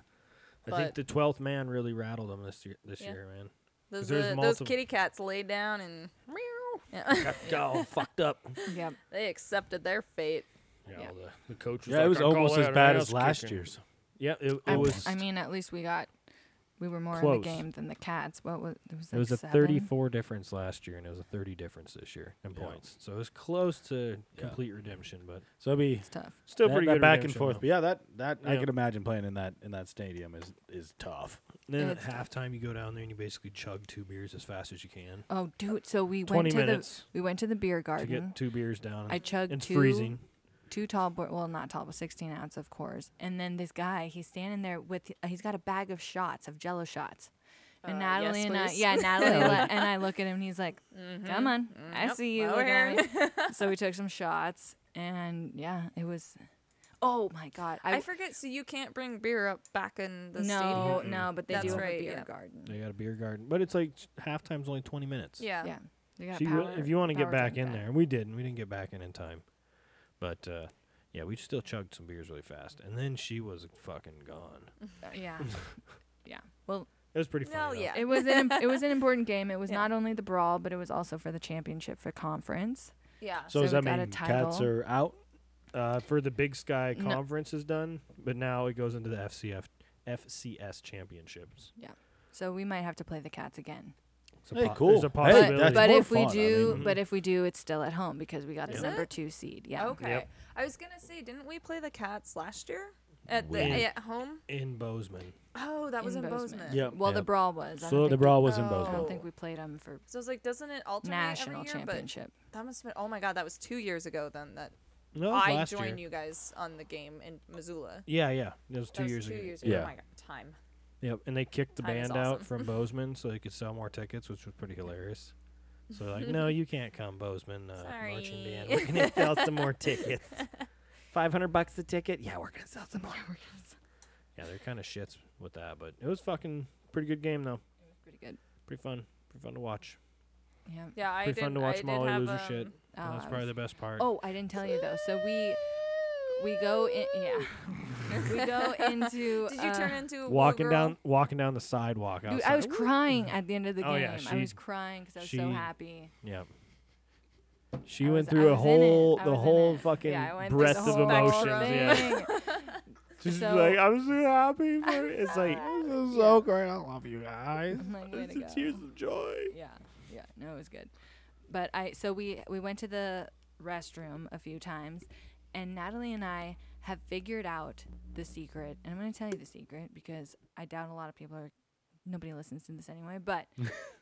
S2: I think
S1: But-
S2: the twelfth man really rattled them this year. This
S1: Yeah.
S2: year, man.
S1: Those,
S2: there's
S1: uh, those
S2: multiple-
S1: kitty cats laid down and meow. Yeah.
S2: Got all fucked up.
S3: Yep.
S1: they accepted their fate.
S2: Yeah,
S3: Yeah.
S2: all the, the coach. Was
S4: yeah,
S2: like,
S4: it was
S2: "I call
S4: almost
S2: that
S4: as
S2: an
S4: bad as
S2: ass
S4: last
S2: kicking."
S4: years.
S2: Yeah, it, it
S3: I,
S2: was.
S3: I mean, at least we got. We were more in
S2: Close.
S3: the game than the cats. What was? It was,
S2: it was
S3: like
S2: a
S3: seven?
S2: thirty-four difference last year, and it was a thirty difference this year in
S4: Yeah.
S2: points. So it was close to
S4: Yeah.
S2: complete redemption, but
S4: So it'd be
S3: It's tough.
S2: still
S4: that,
S2: pretty
S4: that
S2: good
S4: back and
S2: redemption,
S4: forth.
S2: though.
S4: But yeah, that that I
S2: Yeah.
S4: can imagine playing in that in that stadium is is tough.
S2: Then at
S3: It's tough.
S2: halftime, you go down there and you basically chug two beers as fast as you can.
S3: Oh, dude. So we went
S2: Twenty
S3: to
S2: minutes
S3: the we went to the beer
S2: to
S3: garden.
S2: get two beers down.
S3: I chugged
S2: it's
S3: two
S2: freezing.
S3: two tall boy well not tall but 16 ounce of course and then this guy he's standing there with he's got a bag of shots of jello shots and
S1: Uh,
S3: natalie
S1: yes,
S3: and i
S1: please. (laughs) Mm-hmm.
S3: yeah natalie
S2: (laughs)
S3: le- and i look at him and he's like come on i
S1: Yep,
S3: see you
S1: over
S3: again.
S1: here. (laughs)
S3: so we took some shots and yeah it was oh my god i,
S1: I, forget. So you can't bring beer up back in the
S3: no
S1: stadium.
S3: no but they
S2: Mm-hmm.
S1: That's
S3: do have
S1: right,
S3: a beer
S1: yeah.
S3: garden
S2: They got a beer garden, but it's like halftime's only twenty minutes.
S1: Yeah.
S3: yeah they got
S2: So
S3: a
S2: you will-
S3: power-
S2: if you want to get
S3: power
S2: back
S3: drink
S2: in
S3: back.
S2: there, and we didn't, we didn't get back in in time. But uh, yeah, we still chugged some beers really fast, and then she was fucking gone.
S3: Uh, yeah yeah well
S2: It was pretty
S1: No,
S2: funny. though.
S1: yeah.
S3: it was an it was
S1: (laughs)
S3: an important game it was
S1: Yeah.
S3: not only the brawl but it was also for the championship for conference
S1: Yeah.
S4: So,
S3: So
S4: does that
S3: we got a
S4: mean cats
S3: title.
S4: are out?
S2: Uh, for the Big Sky
S3: No.
S2: conference is done, but now it goes into the FCF FCS championships.
S3: So we might have to play the cats again.
S2: It's a
S4: Hey,
S2: po-
S4: cool.
S2: There's a
S4: Hey,
S2: possibility.
S4: that's
S3: but
S4: more
S3: if we
S4: fun, I
S3: do,
S4: mean.
S3: but
S2: mm-hmm.
S3: if we do, it's still at home because we got the
S1: Is
S3: number
S1: it?
S3: two seed. Yeah.
S1: Okay.
S2: Yep.
S1: I was gonna say, didn't we play the cats last year at the
S2: We-
S1: at home?
S2: in Bozeman.
S1: Oh, that was in, Bozeman.
S4: Yeah.
S3: Well, the
S2: Yep.
S3: brawl was. I
S4: So
S3: don't
S4: the
S3: think
S4: brawl was in
S1: Oh.
S3: We, I
S4: Bozeman.
S3: don't think we played them for
S1: So I was like, doesn't it alternate
S3: national
S1: every year?
S3: championship.
S1: But that must have been. Oh my god, that was two years ago then. That
S2: No, it was
S1: I
S2: last
S1: joined
S2: year.
S1: you guys on the game in Missoula.
S2: Yeah, yeah. It was
S1: That
S2: two
S1: was
S2: years
S1: two
S2: ago.
S1: years ago.
S4: Yeah.
S1: Oh my god, time.
S2: Yep, and they kicked the
S1: Time is
S2: band out
S1: awesome.
S3: (laughs)
S2: from Bozeman so they could sell more tickets, which was pretty hilarious. So they're like,
S3: (laughs)
S2: no, you can't come, Bozeman uh, marching band. We're gonna sell some more
S3: (laughs)
S2: tickets. Five hundred bucks a ticket. Yeah, we're gonna sell some more. (laughs) yeah, they're kind of shits with that, but it was fucking pretty good game though.
S3: Pretty good.
S2: Pretty fun. Pretty fun to watch.
S3: Yeah.
S1: Yeah, I did.
S2: Pretty fun to watch
S1: I did
S2: Molly
S1: have,
S2: lose her
S1: um,
S2: shit.
S3: Oh,
S2: That's
S3: I
S2: probably
S3: was-
S2: the best part.
S3: oh, I didn't tell you though. So we we go in. Yeah. (laughs) we go into.
S1: Did you
S3: uh,
S1: turn into a woo
S2: walking
S1: girl?
S2: down, walking down the sidewalk.
S3: Dude,
S2: outside.
S3: I was crying at the end of the game.
S2: Oh, yeah,
S3: I was
S2: she-
S3: crying because I was so
S2: she-
S3: happy.
S2: Yep. She
S3: I
S2: went
S3: was- I
S2: through a
S3: was in it.
S2: whole,
S3: I
S2: the
S3: was in
S2: whole
S3: it.
S2: fucking
S3: Yeah, I went through the
S2: breadth of
S3: whole
S2: emotions. Yeah.
S3: thing.
S2: She's
S3: So-
S2: like, I'm so
S3: (laughs)
S2: happy for it. It's like,
S3: Yeah.
S2: this is so great. I love you guys.
S3: (laughs) I'm like, way
S2: It's
S3: to go.
S2: the tears of joy.
S3: yeah yeah no it was good but i so we we went to the restroom a few times and natalie and i have figured out the secret and i'm going to tell you the secret because i doubt a lot of people are nobody listens to this anyway
S2: (laughs)
S3: but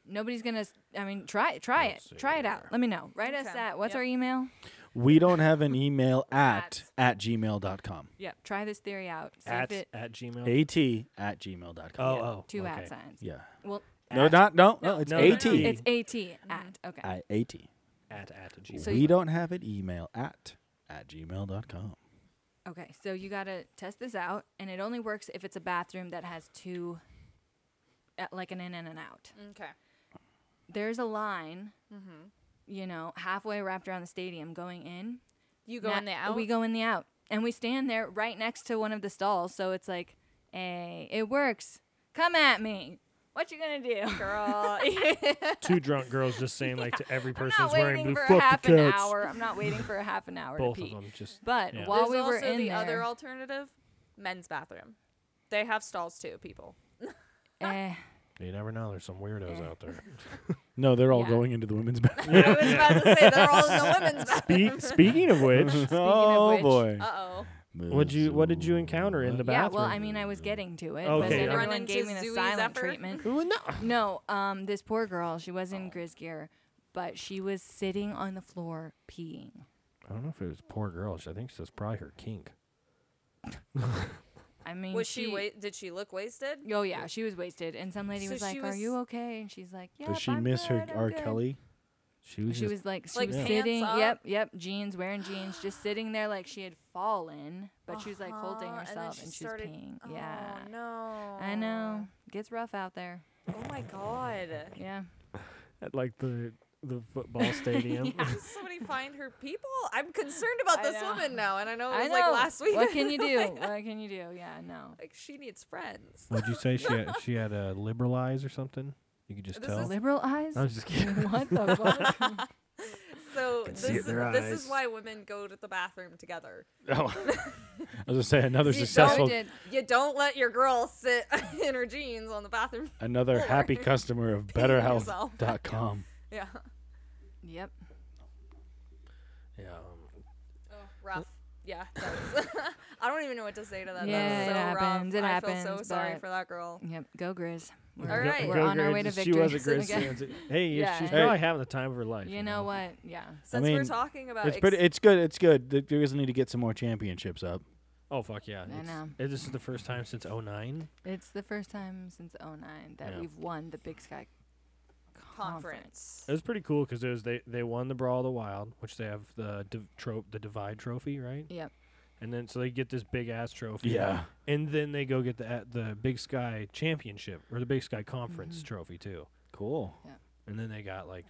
S3: nobody's going to i mean try try it
S2: Let's
S3: try it
S2: see
S3: out
S2: here.
S3: let me know write us
S1: Okay,
S3: at what's
S1: yep.
S3: our email
S4: We don't have an email
S3: (laughs)
S4: at at gmail.com.
S3: yep try this theory out see
S2: At,
S3: if it
S2: at Gmail.
S4: At at gmail.com.
S2: Oh, oh.
S3: two
S2: okay.
S3: at signs
S4: Yeah.
S3: well
S4: No, not no, no,
S1: No,
S4: it's
S2: no,
S4: AT.
S2: no, no.
S3: it's at at okay
S4: I- AT.
S2: At, at Gmail.
S3: So
S4: we
S3: you-
S4: don't have an email at at gmail.com.
S3: Okay, so you gotta test this out, and it only works if it's a bathroom that has two, uh, like an in and an out.
S1: Okay.
S3: There's a line,
S1: Mm-hmm.
S3: you know, halfway wrapped around the stadium going in.
S1: You go
S3: Na-
S1: in the out.
S3: We go in the out, and we stand there right next to one of the stalls. So it's like, hey, it works. Come at me. What you gonna do?
S1: Oh,
S3: (laughs)
S1: (laughs) girl.
S2: two drunk girls just saying, like, to every
S3: I'm
S2: person
S3: not
S2: that's wearing
S3: waiting
S2: blue
S3: for
S2: fuck
S3: a
S2: the
S3: half an
S2: cats.
S3: hour. I'm not waiting for a half an hour
S2: Both
S3: to
S2: of
S3: pee.
S2: them just.
S3: But
S2: yeah.
S1: There's
S3: while we were
S1: also
S3: in
S1: the
S3: there,
S1: other alternative, men's bathroom. They have stalls too, people. (laughs)
S3: eh,
S2: You never know. There's some weirdos out there.
S3: (laughs)
S4: No, they're all
S3: Yeah.
S4: going into the women's (laughs) bathroom.
S1: I
S2: (laughs)
S1: was about to say they're all in the women's bathroom.
S4: (laughs)
S2: Speaking of which,
S3: of
S2: (laughs)
S4: oh
S3: which-
S4: boy.
S1: Uh oh.
S2: What'd you What did you encounter in the
S3: Yeah,
S2: bathroom?
S3: well, I mean, I was getting to it,
S2: Okay.
S3: but then
S2: Did you
S1: run
S3: everyone
S1: into
S3: gave me the
S1: Zooey
S3: silent
S1: Zephyr?
S4: (laughs)
S3: treatment.
S2: Ooh, no.
S3: No, um, this poor girl, she was in Grizz gear, but she was sitting on the floor peeing.
S2: I don't know if it was poor girl. I think that's probably her kink.
S3: I mean,
S1: Was she, wa- did she look wasted?
S3: Oh yeah, she was wasted, and some lady
S1: So
S3: was
S1: she
S3: like, "Are
S1: was-
S3: you okay?" And she's like, "Yeah."
S4: Does she miss her R. Kelly?
S2: She was
S3: She
S2: just
S3: was like, she
S1: Like,
S3: was
S1: pants
S3: sitting.
S1: up?
S3: Yep, yep. Jeans, wearing jeans, just sitting there like she had fallen, but she was like holding
S1: Uh-huh, and then
S3: herself
S1: she
S3: and she,
S1: started-
S3: was peeing.
S1: Oh,
S3: yeah,
S1: no.
S3: I know. Gets rough out there.
S1: Oh my god.
S3: Yeah.
S2: at like the the football stadium.
S3: (laughs)
S1: Does somebody find her people? I'm concerned about
S3: I
S1: this
S3: know.
S1: woman now, and I know it was
S3: I know.
S1: like last week.
S3: What can you (laughs) do? what can you do? Yeah, no.
S1: (laughs) like she needs friends.
S2: Would you say she had,
S3: (laughs)
S2: she had a liberal eyes or something? You could just
S1: This
S2: tell.
S1: is-
S3: Liberal eyes.
S2: I'm just kidding.
S3: (laughs) what the fuck?
S1: So
S7: Can
S1: this,
S7: see it in their
S1: this is
S7: eyes.
S1: why women go to the bathroom together.
S4: Oh, I was gonna
S3: (laughs)
S4: say another
S1: See, don't
S4: successful,
S3: did.
S1: You don't let your girl sit (laughs) in her jeans on the bathroom. (laughs)
S4: (laughs) another
S3: (laughs)
S4: happy customer of BetterHealth.com.
S1: Yeah.
S3: Yep.
S2: Yeah.
S3: Oh,
S1: Rough. Yeah. that's- (laughs) I don't even know what to say to that.
S3: Yeah,
S1: That's
S3: it
S1: so
S3: happens,
S1: rough.
S3: it
S1: I feel so
S3: happens,
S1: sorry
S3: but-
S1: for that girl.
S3: Yep. Go Grizz. We're,
S1: All right.
S3: We're
S4: Go
S3: on our
S4: Grizz.
S3: way to
S4: She
S3: victory. (laughs)
S4: was a Grizz
S3: Again.
S4: fans.
S2: Hey,
S3: Yeah.
S2: she's
S3: Hey.
S2: probably having the time of her life.
S3: You know what? Yeah.
S1: Since we're
S4: mean,
S1: talking about
S4: It's
S1: ex-
S4: pretty. It's good. It's good. The Grizz need to get some more championships up.
S2: Oh fuck yeah!
S3: I
S2: It's-
S3: know.
S2: it- This is the first time since 09.
S3: It's the first time since 09 that
S2: Yeah.
S3: we've won the Big Sky
S1: conference.
S2: It was pretty cool because was they they won the Brawl of the Wild, which they have the div- tro- the Divide Trophy, right?
S3: Yep.
S2: And then so they get this big ass trophy.
S4: Yeah.
S2: And then they go get the at the Big Sky Championship or the Big Sky Conference
S3: Mm-hmm.
S2: Trophy too.
S4: Cool.
S2: And then they got like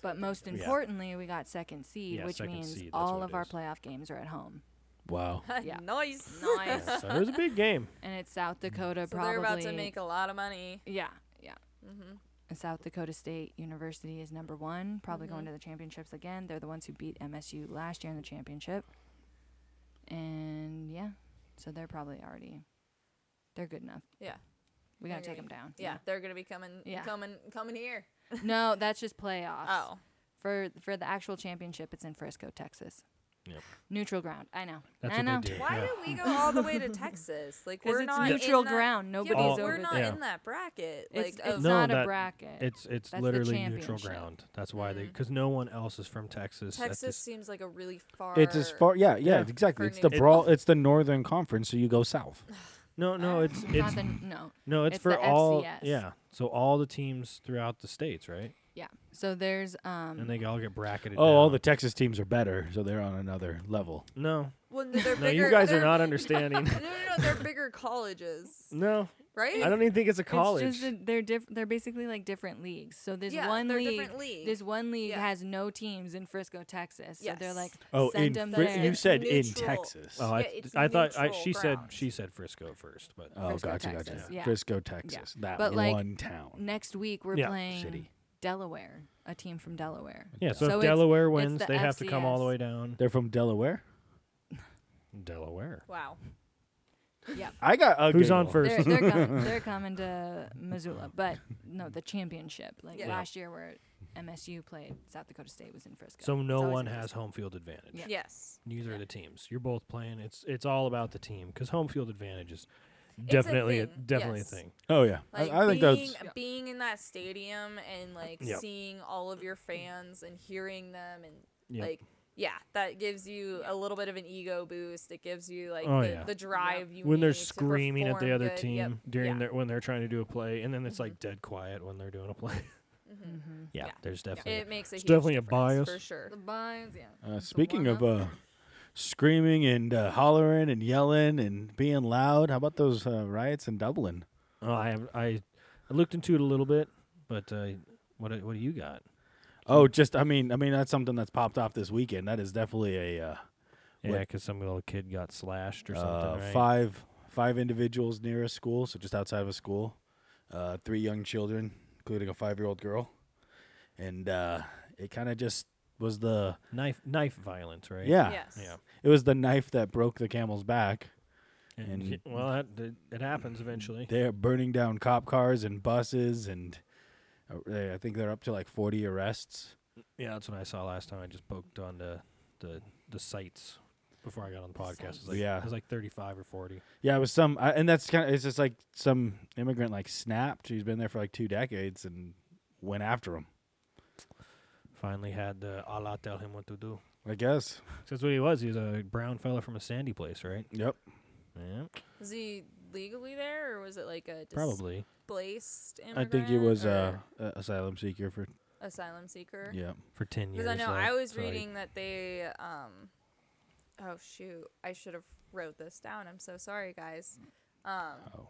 S3: But most importantly, we got second seed,
S2: Yeah,
S3: which
S2: second
S3: means
S2: seed, that's
S3: all
S2: what
S3: of
S2: it
S3: our
S2: is.
S3: playoff games are at home.
S4: Wow.
S3: Yeah.
S1: (laughs) nice.
S3: Nice.
S2: so it was a big game.
S3: (laughs) and it's South Dakota
S1: So
S3: probably.
S1: they're about to make a lot of money.
S3: yeah, yeah.
S1: Mm-hmm.
S3: And South Dakota State University is number one, probably going
S1: Mm-hmm.
S3: to the championships again. They're the ones who beat MSU last year in the championship. And yeah, so they're probably already, they're good enough.
S1: Yeah.
S3: We
S1: They're
S3: gotta take
S1: gonna
S3: them down.
S1: Yeah, they're gonna be coming,
S3: Yeah.
S1: coming, coming here.
S3: Yeah. no, that's just playoffs.
S1: Oh,
S3: For for the actual championship, it's in Frisco, Texas.
S2: Yep.
S3: Neutral ground. I know.
S2: That's
S3: I know.
S2: what they do.
S1: why
S2: yeah.
S1: do we
S3: (laughs)
S1: go all the way to Texas? Like
S3: Because
S1: we're
S3: it's
S1: not in
S3: neutral
S1: that-
S3: ground.
S1: Yeah, but
S3: Nobody's
S2: all-
S1: we're
S3: over
S1: not
S3: there.
S2: Yeah.
S1: in that bracket. Like um,
S3: It's,
S1: of-
S3: it's
S2: No,
S3: not
S2: that-
S3: a bracket.
S2: It's it's
S3: That's the
S2: literally neutral
S3: championship.
S2: ground. That's why they because no one else is from Texas. at
S1: Texas
S2: this-
S1: seems like a really far.
S4: It's as far. Yeah. Yeah.
S2: Yeah.
S4: Exactly.
S1: For
S4: It's the
S1: New-
S4: brawl. It's the Northern Conference, so you go south.
S2: No, no, it's
S3: Not
S2: it's
S3: the- no.
S2: no, it's,
S3: it's
S2: for
S3: the
S2: all.
S3: FCS.
S2: Yeah, so all the teams throughout the states, right?
S3: Yeah. So there's um
S2: And they all get bracketed.
S4: Oh, all the
S2: down.
S4: Texas teams are better, so they're on another level.
S2: no,
S1: Well, no,
S3: (laughs)
S1: they're
S2: no,
S1: bigger,
S2: you guys are
S1: they're-
S2: not understanding.
S1: No, no, no, they're bigger colleges,
S2: no,
S1: right?
S2: I don't even think it's a college.
S3: It's just that they're diff- they're basically like different leagues. So there's
S1: Yeah,
S3: one
S1: they're
S3: league,
S1: different league.
S3: This one league
S1: Yeah.
S3: has no teams in Frisco, Texas. So they're
S1: Yes.
S3: like
S4: Oh,
S3: send
S4: in
S3: them
S4: Fri-
S3: there.
S4: you said in
S1: Neutral.
S4: Texas.
S2: oh, I,
S1: Yeah, it's
S2: I thought I,
S1: neutral
S2: she
S1: ground.
S2: said she said Frisco first, but
S4: Oh,
S3: Frisco,
S4: gotcha,
S3: Texas,
S4: gotcha.
S3: yeah.
S4: Frisco, Texas. That
S3: But, like,
S4: one town.
S3: Next week we're
S2: Yeah.
S3: playing
S4: City.
S3: Delaware, a team
S2: (laughs)
S3: from Delaware.
S2: yeah. So,
S3: So
S2: if
S3: it's-
S2: Delaware
S3: it's
S2: wins,
S3: the
S2: they have to come all the
S3: FCS.
S2: way down
S4: They're from Delaware.
S2: Delaware.
S1: Wow.
S4: I got a
S2: Who's on
S4: giggle.
S2: first?
S3: They're,
S2: (laughs)
S3: they're, com- they're coming to Missoula, but no, the championship. Like
S1: Yeah.
S3: last year, where MSU played South Dakota State was in Frisco.
S2: So
S3: It's
S2: no
S3: always
S2: one
S3: in
S2: has
S3: Frisco.
S2: home field advantage.
S3: Yeah.
S1: Yes.
S2: Neither of the teams. You're both playing. It's it's all about the team because home field advantage is definitely a
S1: thing,
S2: definitely
S1: yes.
S2: a thing.
S4: Oh yeah,
S1: Like
S4: I, I think
S1: being,
S4: that's
S1: being in that stadium and like
S2: Yep.
S1: seeing all of your fans and hearing them and
S2: Yep.
S1: like yeah, that gives you a little bit of an ego boost. It gives you like
S2: Oh,
S1: the,
S2: yeah.
S1: the drive you
S2: when they're
S1: need to
S2: screaming at the
S1: perform
S2: other
S1: good.
S2: team
S1: Yep.
S2: during
S1: yeah.
S2: their when they're trying to do a play, and then it's like dead quiet when they're doing a play.
S1: Mm-hmm.
S2: yeah,
S1: Yeah.
S2: there's definitely.
S1: it makes a huge
S2: definitely a
S1: difference, for
S2: bias.
S1: sure.
S3: The binds, yeah.
S4: Uh, speaking of uh, screaming and uh, hollering and yelling and being loud, how about those uh, riots in Dublin?
S2: oh, I have I, I looked into it a little bit, but uh, what do- what do you got?
S4: Oh, just I mean, I mean that's something that's popped off this weekend. That is definitely a uh,
S2: Yeah,
S4: What-
S2: because some little kid got slashed or something.
S4: uh,
S2: right?
S4: five five individuals near a school, so just outside of a school. Uh, three young children, including a five year old girl, and uh, it kind of just was the
S2: knife knife violence, right?
S4: yeah,
S1: Yes.
S2: Yeah.
S4: it was the knife that broke the camel's back.
S2: And,
S4: And-
S2: well, that, it, it happens
S4: (laughs)
S2: eventually.
S4: They're burning down cop cars and buses, and uh, they- I think they're up to like 40 arrests.
S2: Yeah, that's what I saw last time. I just poked on the the the sites. before I got on the podcast. It was
S3: sounds-
S2: like,
S4: Yeah.
S2: it was like 35 or 40.
S4: Yeah, it was some, I, and that's kind of it's just like some immigrant like snapped. She's been there for like two decades and went after him.
S2: Finally had uh, Allah tell him what to do.
S4: I guess.
S2: 'Cause That's what he was. He was a brown fella from a sandy place, right?
S4: Yep.
S2: Yeah,
S1: Is he legally there, or was it like a
S2: probably.
S1: displaced
S4: I
S1: immigrant?
S4: think it was uh,
S1: or
S4: a asylum seeker for
S1: asylum seeker.
S4: yeah.
S2: For 10 years.
S1: Because I know
S2: though,
S1: I was
S2: so
S1: reading that they um oh shoot, I should have wrote this down. I'm so sorry guys. Um
S4: Oh,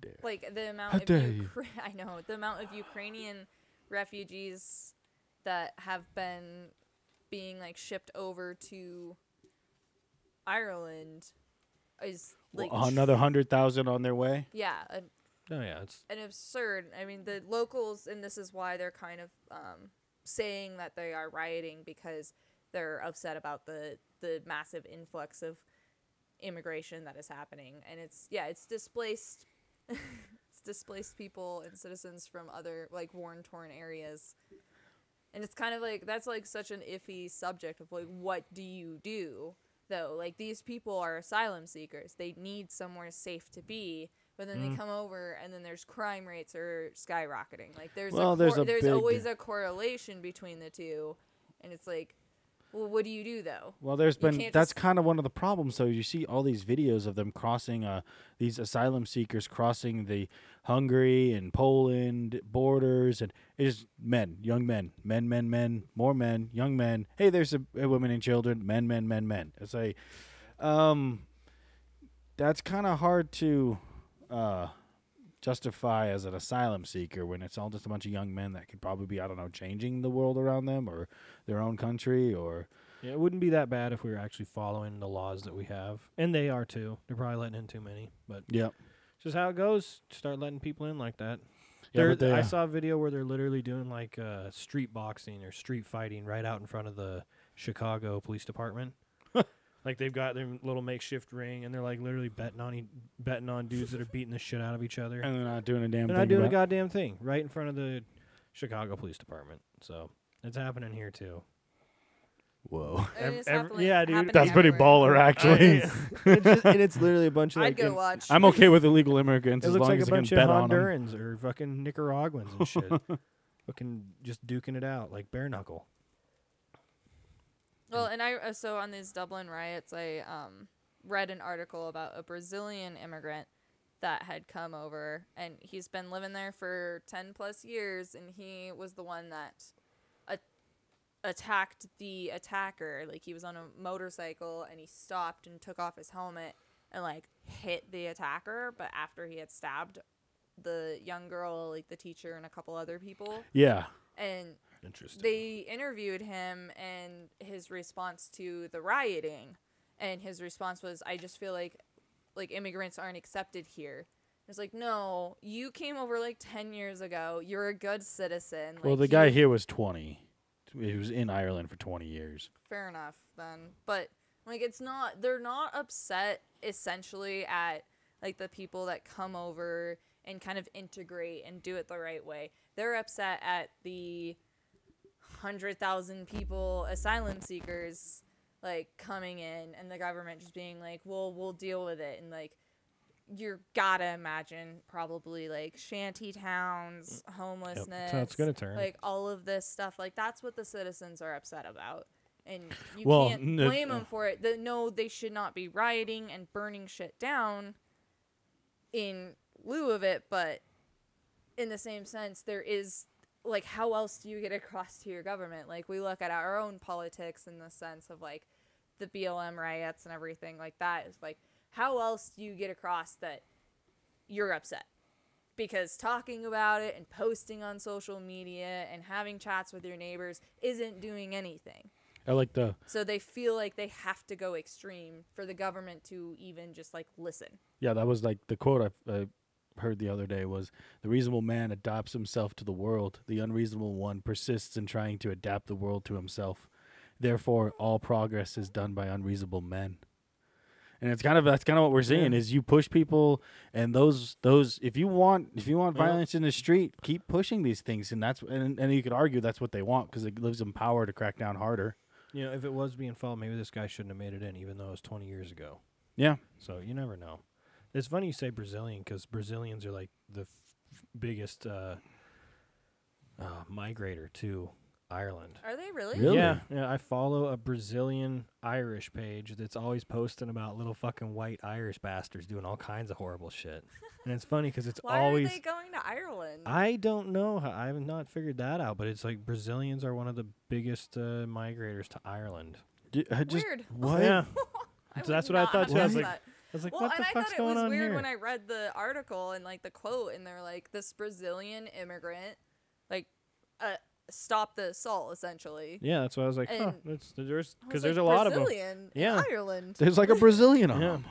S4: dare.
S1: like the
S4: How
S1: amount
S4: dare
S1: of
S4: you.
S1: Ukra- (laughs) I know the amount of Ukrainian refugees that have been being like shipped over to Ireland is like
S4: Well, another hundred thousand on their way.
S1: yeah, an
S2: oh, yeah. It's,
S1: an absurd. I mean, the locals, and this is why they're kind of um, saying that they are rioting because they're upset about the the massive influx of immigration that is happening, and it's yeah, it's displaced. (laughs) it's displaced people and citizens from other like war torn areas and it's kind of like that's like such an iffy subject of like what do you do though like these people are asylum seekers they need somewhere safe to be but then
S4: Mm-hmm.
S1: they come over and then there's crime rates are skyrocketing like there's
S4: Well,
S1: a
S4: there's
S1: cor-
S4: a
S1: there's
S4: big-
S1: always a correlation between the two and it's like well what do you do though
S4: Well, there's
S1: You
S4: been
S1: can't
S4: that's
S1: just-
S4: kind of one of the problems. So you see all these videos of them crossing, uh, these asylum seekers crossing the Hungary and Poland borders, and it's men, young men, men, men, men, more men, young men. Hey, there's a, a women and children, men, men, men, men. It's like, um, that's kind of hard to, uh, justify as an asylum seeker when it's all just a bunch of young men that could probably be I don't know changing the world around them or their own country or
S2: yeah, it wouldn't be that bad if we were actually following the laws that we have. And they are too. They're probably letting in too many. But
S4: yeah.
S2: it's just how it goes. Start letting people in like that.
S4: Yeah,
S2: They're-
S4: but they,
S2: I
S4: uh,
S2: saw a video where they're literally doing like uh, street boxing or street fighting right out in front of the Chicago Police Department.
S4: (laughs)
S2: like they've got their little makeshift ring, and they're like literally betting on e- betting on dudes that are beating the shit out of each other.
S4: And they're not doing a damn
S2: They're
S4: thing.
S2: not doing a
S4: about
S2: goddamn thing right in front of the Chicago Police Department. So it's happening here too.
S4: Whoa.
S1: I mean,
S2: Ev-
S1: it's
S2: ev-
S1: happening-
S2: yeah, dude.
S1: happening
S4: That's pretty
S1: everywhere.
S2: (laughs)
S4: baller, actually.
S2: it's just, and it's literally a bunch of.
S1: i'd
S2: Like,
S1: go
S2: in-
S1: watch
S4: (laughs) I'm okay with illegal immigrants
S2: it
S4: as
S2: looks
S4: long
S2: like
S4: as
S2: a
S4: I
S2: bunch
S4: can
S2: of
S4: bet on 'em.
S2: Hondurans or fucking Nicaraguans and (laughs) shit, fucking just duking it out like bare knuckle.
S1: Well, and I uh, so on these Dublin riots, I um, read an article about a Brazilian immigrant that had come over, and he's been living there for ten plus years, and he was the one that a- attacked the attacker. Like he was on a motorcycle, and he stopped and took off his helmet and like hit the attacker, but after he had stabbed the young girl, like the teacher, and a couple other people,
S4: Yeah.
S1: and
S2: Interesting.
S1: they interviewed him and his response to the rioting and his response was i just feel like like immigrants aren't accepted here it's like no you came over like 10 years ago you're a good citizen
S4: Well,
S1: Like,
S4: the
S1: you-
S4: guy here was 20. He was in Ireland for 20 years.
S1: fair enough then but like it's not they're not upset essentially at like the people that come over and kind of integrate and do it the right way they're upset at the 100,000 people asylum seekers like coming in and the government just being like well we'll deal with it and like you're gotta imagine probably like shanty towns homelessness
S2: gonna turn.
S1: like all of this stuff like that's what the citizens are upset about and you
S4: Well,
S1: can't
S4: n- uh,
S1: blame them for it the, no they should not be rioting and burning shit down in lieu of it but in the same sense there is like how else do you get (laughs) across to your government like we look at our own politics in the sense of like the BLM riots and everything like that is like how else do you get across that you're upset because talking about it and posting on social media and having chats with your neighbors isn't doing anything
S4: I like the
S1: so they feel like they have to go extreme for the government to even just like listen
S4: Yeah, that was like the quote I, I heard the other day was the reasonable man adopts himself to the world. The unreasonable one persists in trying to adapt the world to himself. Therefore, all progress is done by unreasonable men. And it's kind of that's kind of what we're seeing is you push people and those those if you want if you want
S2: Yeah.
S4: violence in the street, keep pushing these things and that's and, and you could argue that's what they want because it gives them power to crack down harder.
S2: You know, if it was being followed, maybe this guy shouldn't have made it in, even though it was 20 years ago.
S4: Yeah.
S2: So you never know. It's funny you say Brazilian because Brazilians are like the f- biggest uh, uh, migrator to Ireland.
S1: Are they really?
S4: Really?
S2: Yeah, yeah. I follow a Brazilian Irish page that's always posting about little fucking white Irish bastards doing all kinds of horrible shit, and it's funny because it's
S1: (laughs) Why
S2: always Ah,
S1: are they going to Ireland?
S2: I don't know. how- I have not figured that out, but it's like Brazilians are one of the biggest uh, migrators to Ireland.
S4: D-
S2: uh,
S4: I just,
S1: Weird. (laughs)
S4: What?
S2: Yeah.
S1: I
S2: So that's
S1: would
S2: what I
S1: not
S2: thought
S1: have
S2: too. I was
S1: guessed
S2: like,
S1: that.
S2: I was like,
S1: well,
S2: what
S1: and
S2: the
S1: I
S2: fuck's
S1: thought it
S2: going
S1: was
S2: on
S1: weird
S2: here?
S1: when I read the article and like the quote, and they're like, "This Brazilian immigrant, like, uh, stopped the assault essentially."
S2: yeah, that's why I was like, huh,
S1: And-
S2: that's, there's
S1: I was
S2: because there's a
S1: like,
S2: lot of them.
S1: Brazilian in
S2: Yeah.
S1: Ireland.
S4: There's like a Brazilian on
S2: Yeah.
S4: 'em.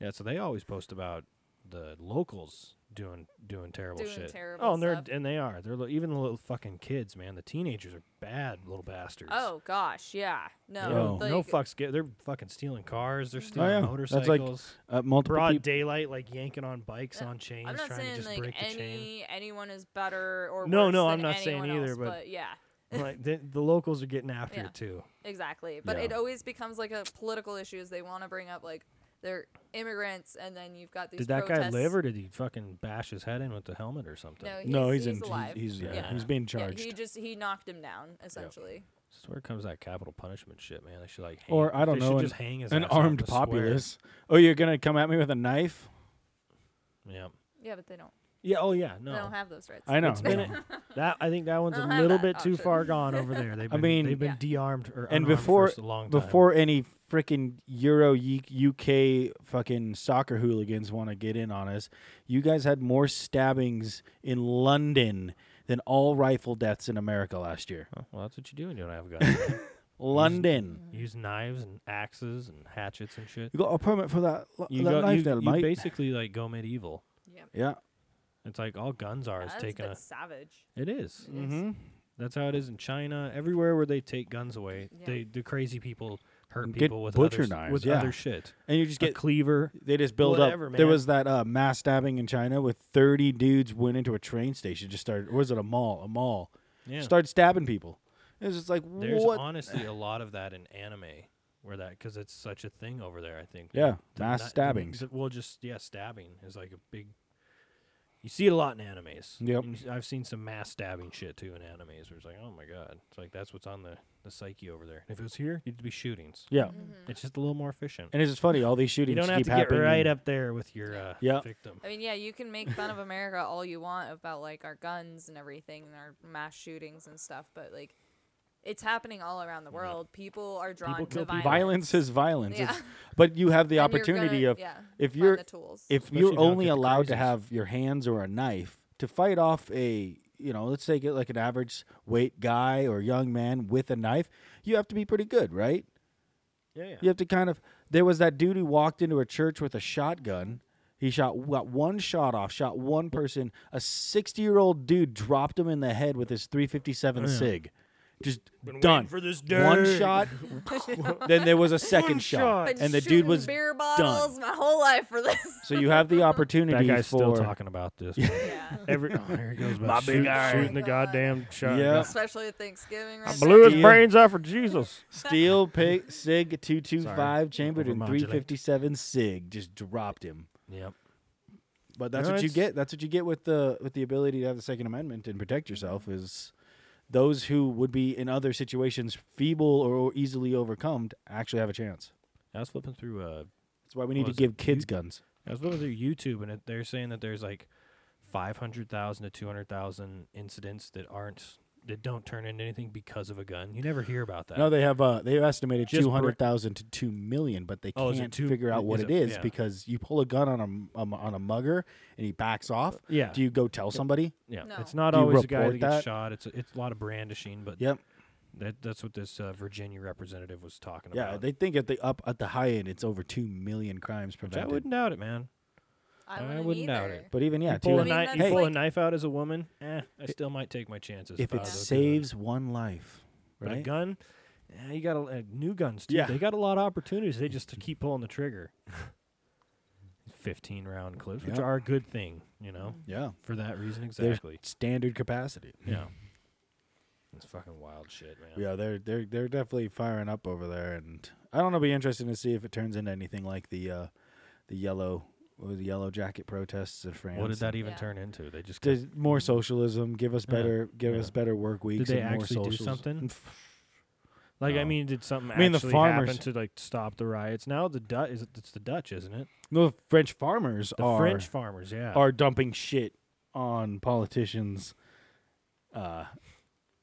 S2: Yeah, so they always post about the locals doing doing terrible
S1: Doing
S2: shit.
S1: terrible
S2: oh, and they're
S1: stuff.
S2: and they are. They're li- even the little fucking kids, man. The teenagers are bad little bastards.
S1: Oh gosh, yeah,
S2: You
S1: no,
S2: know,
S1: like, Mm-hmm.
S2: no fucks. Get, they're fucking stealing cars. They're stealing
S4: Oh, yeah. That's like
S2: motorcycles.
S4: Uh, multiple
S2: broad
S4: peop-
S2: daylight, like yanking on bikes
S1: Yeah,
S2: on chains,
S1: Uh, I'm not
S2: trying to
S1: saying
S2: just
S1: like
S2: break the
S1: (laughs)
S2: chain.
S1: any anyone is better or
S2: No,
S1: worse
S2: no,
S1: than
S2: I'm not saying
S1: anyone
S2: either,
S1: else,
S2: but-
S1: yeah,
S2: like the, the locals are getting after
S1: Yeah.
S2: it too.
S1: exactly. But
S4: Yeah.
S1: it always becomes like a political issue. Is they want to bring up like they're immigrants, and then you've got these.
S2: did that guy
S1: protests.
S2: live or did he fucking bash his head in with the helmet or something?
S1: No, he's,
S4: No, he's, in.
S1: alive.
S4: He's, he's, yeah,
S1: yeah.
S4: he's being
S1: Yeah,
S4: charged.
S1: he just he knocked him down essentially.
S2: This is where it comes that capital punishment shit, man. They should like hang,
S4: or I don't
S2: they
S4: know,
S2: should
S4: an,
S2: just hang his
S4: an
S2: ass out in
S4: armed
S2: the square.
S4: populace. Oh, you're gonna come at me with a knife?
S2: Yeah.
S1: Yeah, but they don't.
S2: Yeah. Oh yeah.
S1: They
S2: No.
S1: don't have those rights.
S4: I know.
S2: It's been
S4: no.
S2: a- that I think that one's a
S1: don't have
S2: little
S1: that
S2: bit too
S1: option.
S2: far
S1: (laughs)
S2: gone over there. They've been,
S4: mean-
S2: they've been
S1: Yeah.
S2: de-armed or
S4: And
S2: unarmed
S4: before-
S2: for s- a long time.
S4: (laughs) Before any freaking Euro Ye- UK fucking soccer hooligans want to get in on us, you guys had more stabbings in London than all rifle deaths in America last year.
S2: Oh, well, that's what you do when you don't have guns. (laughs) right?
S4: London.
S2: You Use knives and axes and hatchets and shit.
S4: You got a permit for that, lo-
S2: You
S4: that
S2: go-
S4: knife
S2: you-
S4: there,
S2: you
S4: mate?
S2: basically like go medieval.
S4: yeah.
S2: It's like all guns are is
S1: That's
S2: taking
S1: a
S2: a.
S1: bit savage.
S2: It is.
S4: Mm-hmm.
S2: That's how it is in China. Everywhere where they take guns away,
S3: Yeah.
S2: they the crazy people hurt
S4: Get
S2: people with
S4: butcher
S2: other,
S4: knives,
S2: with
S4: yeah.
S2: other shit.
S4: And you just
S2: Get
S4: get
S2: cleaver.
S4: They just build
S2: Whatever,
S4: up. There
S2: man.
S4: was that uh, mass stabbing in China with 30 dudes went into a train station, just started, or was it a mall? A mall.
S2: Yeah.
S4: Started stabbing people. It was just like,
S2: There's
S4: what?
S2: honestly a lot of that in anime where that because it's such a thing over there. I think.
S4: Yeah,
S2: The
S4: mass
S2: ni-
S4: stabbings.
S2: the- Well, just yeah, stabbing is like a big. You see it a lot in animes.
S4: Yep.
S2: And I've seen some mass stabbing shit too in animes where it's like, oh my god, it's like that's what's on the the psyche over there. And if it was here, it'd be shootings.
S4: yeah.
S2: It's just a little more efficient.
S4: And it's just funny. All these shootings
S2: You don't have
S4: keep
S2: to get
S4: happening.
S2: right
S4: and-
S2: up there with your uh,
S4: Yeah.
S2: victim.
S1: I mean, yeah, you can make fun of America all you want about like our guns and everything and our mass shootings and stuff, but like it's happening all around the world. People are drawn
S2: People
S1: to
S2: kill people.
S1: violence.
S4: Violence is violence.
S1: Yeah.
S4: It's- but you have the
S1: And you're
S4: opportunity
S1: gonna-
S4: of
S1: yeah,
S4: if
S1: find
S4: you're-
S1: the tools.
S4: if
S2: Especially
S4: you're
S2: down
S4: only
S2: at the
S4: allowed to
S2: crazies.
S4: have your hands or a knife to fight off a you know let's take it like an average weight guy or young man with a knife you have to be pretty good right
S2: Yeah, yeah.
S4: You have to kind of. There was that dude who walked into a church with a shotgun. He shot got one shot off, shot one person. A sixty-year-old dude dropped him in the head with his three fifty-seven
S2: Oh,
S4: sig. Just done
S2: for this
S4: One
S2: (laughs)
S4: shot. then there was a second shot,
S1: Been
S4: and the dude
S1: shooting
S4: was.
S1: beer bottles my whole life for this. (laughs)
S4: So you have the
S2: That
S4: opportunity
S2: guy's
S4: for.
S2: still talking about
S4: (laughs)
S2: this.
S1: yeah.
S2: Every oh, here he goes about
S7: My big
S2: shoot-
S7: eye.
S2: shooting the goddamn shot.
S4: Yeah.
S1: Especially at Thanksgiving right
S2: I
S1: now.
S2: blew his
S4: Steel.
S2: brains out for Jesus.
S4: Steel pig, sig two two five chambered in
S2: Overmodulate.
S4: three fifty-seven sig. Just dropped him.
S2: Yep.
S4: But that's
S2: No,
S4: what you
S2: it's-
S4: get. That's what you get with the with the ability to have the Second Amendment and protect yourself is those who would be in other situations feeble or easily overcome actually have a chance.
S2: I was flipping through uh
S4: That's why we need
S2: What
S4: to
S2: is it?
S4: give kids
S2: You-
S4: guns.
S2: I was looking through YouTube and it, they're saying that there's like 500,000 to 200,000 incidents that aren't that don't turn into anything because of a gun. You never hear about that.
S4: No, they have uh they've estimated
S2: Just
S4: two
S2: br-
S4: hundred thousand to two million, but they
S2: Oh, is it
S4: can't
S2: two-
S4: figure out what
S2: is
S4: it
S2: it-
S4: is
S2: yeah.
S4: because you pull a gun on a m- um, on a mugger and he backs off.
S2: yeah.
S4: Do you go tell somebody?
S2: yeah.
S1: No.
S2: It's not
S4: Do you
S2: always a guy
S4: report
S2: that gets
S4: that?
S2: shot. It's a, it's a lot of brandishing, but
S4: Yep.
S2: that that's what this uh, Virginia representative was talking
S4: Yeah,
S2: about.
S4: they think at the up at the high end it's over two million crimes
S2: Which I
S4: prevented.
S2: wouldn't doubt it, man. I
S1: I wouldn't,
S2: wouldn't doubt
S1: either.
S2: it.
S4: but even yeah,
S2: you pull,
S4: two,
S2: a,
S1: I mean,
S2: knife, you
S1: that's
S2: pull a
S1: like-
S2: knife out as a woman, eh, I still might take my chances.
S4: if
S2: I
S4: it
S2: was a gun.
S4: saves one life,
S2: But
S4: right?
S2: a gun, eh, you got a, uh, new guns too.
S4: Yeah.
S2: They got a lot of opportunities. They
S4: (laughs)
S2: just keep pulling the trigger. Fifteen round clips, which
S4: Yep.
S2: are a good thing, you know,
S4: Yeah. (laughs)
S2: for that reason
S4: Their
S2: exactly.
S4: standard capacity.
S2: yeah. It's fucking wild shit, man.
S4: Yeah, they're they're they're definitely firing up over there, and I don't know. Be interesting to see if it turns into anything like the uh, the yellow what was the yellow jacket protests in France.
S2: What did that even
S6: Yeah.
S2: turn into? They just kept,
S4: There's more socialism. Give us
S2: Yeah,
S4: better. give
S2: yeah.
S4: us better work weeks.
S2: they
S4: and more
S2: actually do
S4: socials-
S2: something? like I
S4: No.
S2: mean, did something
S4: I mean, the
S2: actually
S4: farmers-
S2: happen to like stop the riots? Now the Dutch is it's the Dutch, isn't it?
S4: No, French farmers
S2: The
S4: are
S2: French farmers, yeah.
S4: are dumping shit on politicians' uh,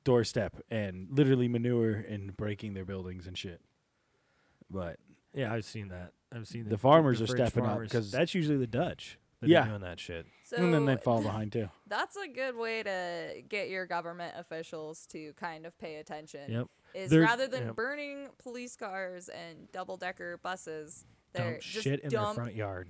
S4: doorstep and literally manure and breaking their buildings and shit. But
S2: yeah, I've seen that. I've seen
S4: The
S2: that.
S4: farmers
S2: the
S4: are
S2: French
S4: stepping up
S2: farmers-
S4: 'cause-
S2: that's usually the Dutch. That
S4: Yeah.
S2: are doing that shit.
S1: So
S4: and then they fall behind too.
S1: that's a good way to get your government officials to kind of pay attention.
S2: Yep.
S1: Is
S2: They're-
S1: rather than
S2: yep.
S1: burning police cars and double decker buses, they're
S2: Dump
S1: just
S2: shit in
S1: dump
S2: their front yard.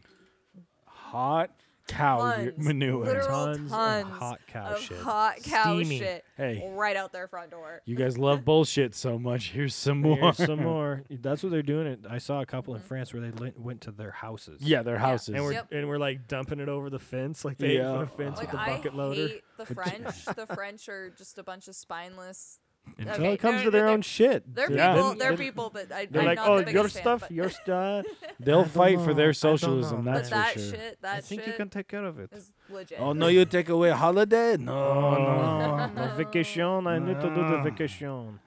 S4: Hot cow y-
S1: Tons.
S4: manure.
S1: Literal
S2: Tons,
S1: tons
S2: of hot cow
S1: of
S2: shit.
S1: hot cow
S2: Steamy.
S1: shit
S4: Hey.
S1: right out their front door.
S4: You
S1: (laughs)
S4: guys love bullshit so much. Here's some
S2: (laughs)
S4: more.
S2: Here's some (laughs) more. That's what they're doing. It. I saw a couple in
S1: Mm-hmm.
S2: France where they li- went to their houses.
S4: (laughs) Yeah, their houses.
S2: And we're
S1: Yep.
S2: and we're like dumping it over the fence, like they
S4: Yeah.
S2: put a fence
S1: Like
S2: with the bucket
S1: I
S2: loader.
S1: hate the French. the French are just a bunch of spineless.
S2: Until
S1: okay,
S2: it
S1: no,
S2: comes to
S1: no,
S2: their
S1: they're-
S2: own shit.
S1: They're
S2: dude.
S4: Yeah.
S1: people.
S2: Then-
S1: They're
S2: then
S1: people, but I,
S2: They're
S1: I'm
S2: like,
S1: not
S2: oh,
S1: the biggest
S2: your
S1: fan,
S2: stuff,
S1: but, (laughs)
S4: (laughs)
S2: your stuff.
S4: They'll
S2: don't
S4: fight
S2: know.
S4: for
S2: I
S4: their
S2: don't
S4: socialism.
S2: know.
S1: but
S4: That's for
S1: that
S4: sure.
S1: shit, that
S2: I think
S1: shit
S2: you can take care of it.
S1: is legit.
S4: Oh no, you take away holiday? No,
S2: Oh,
S4: no.
S2: no, vacation. I need to do the
S4: No.
S2: vacation.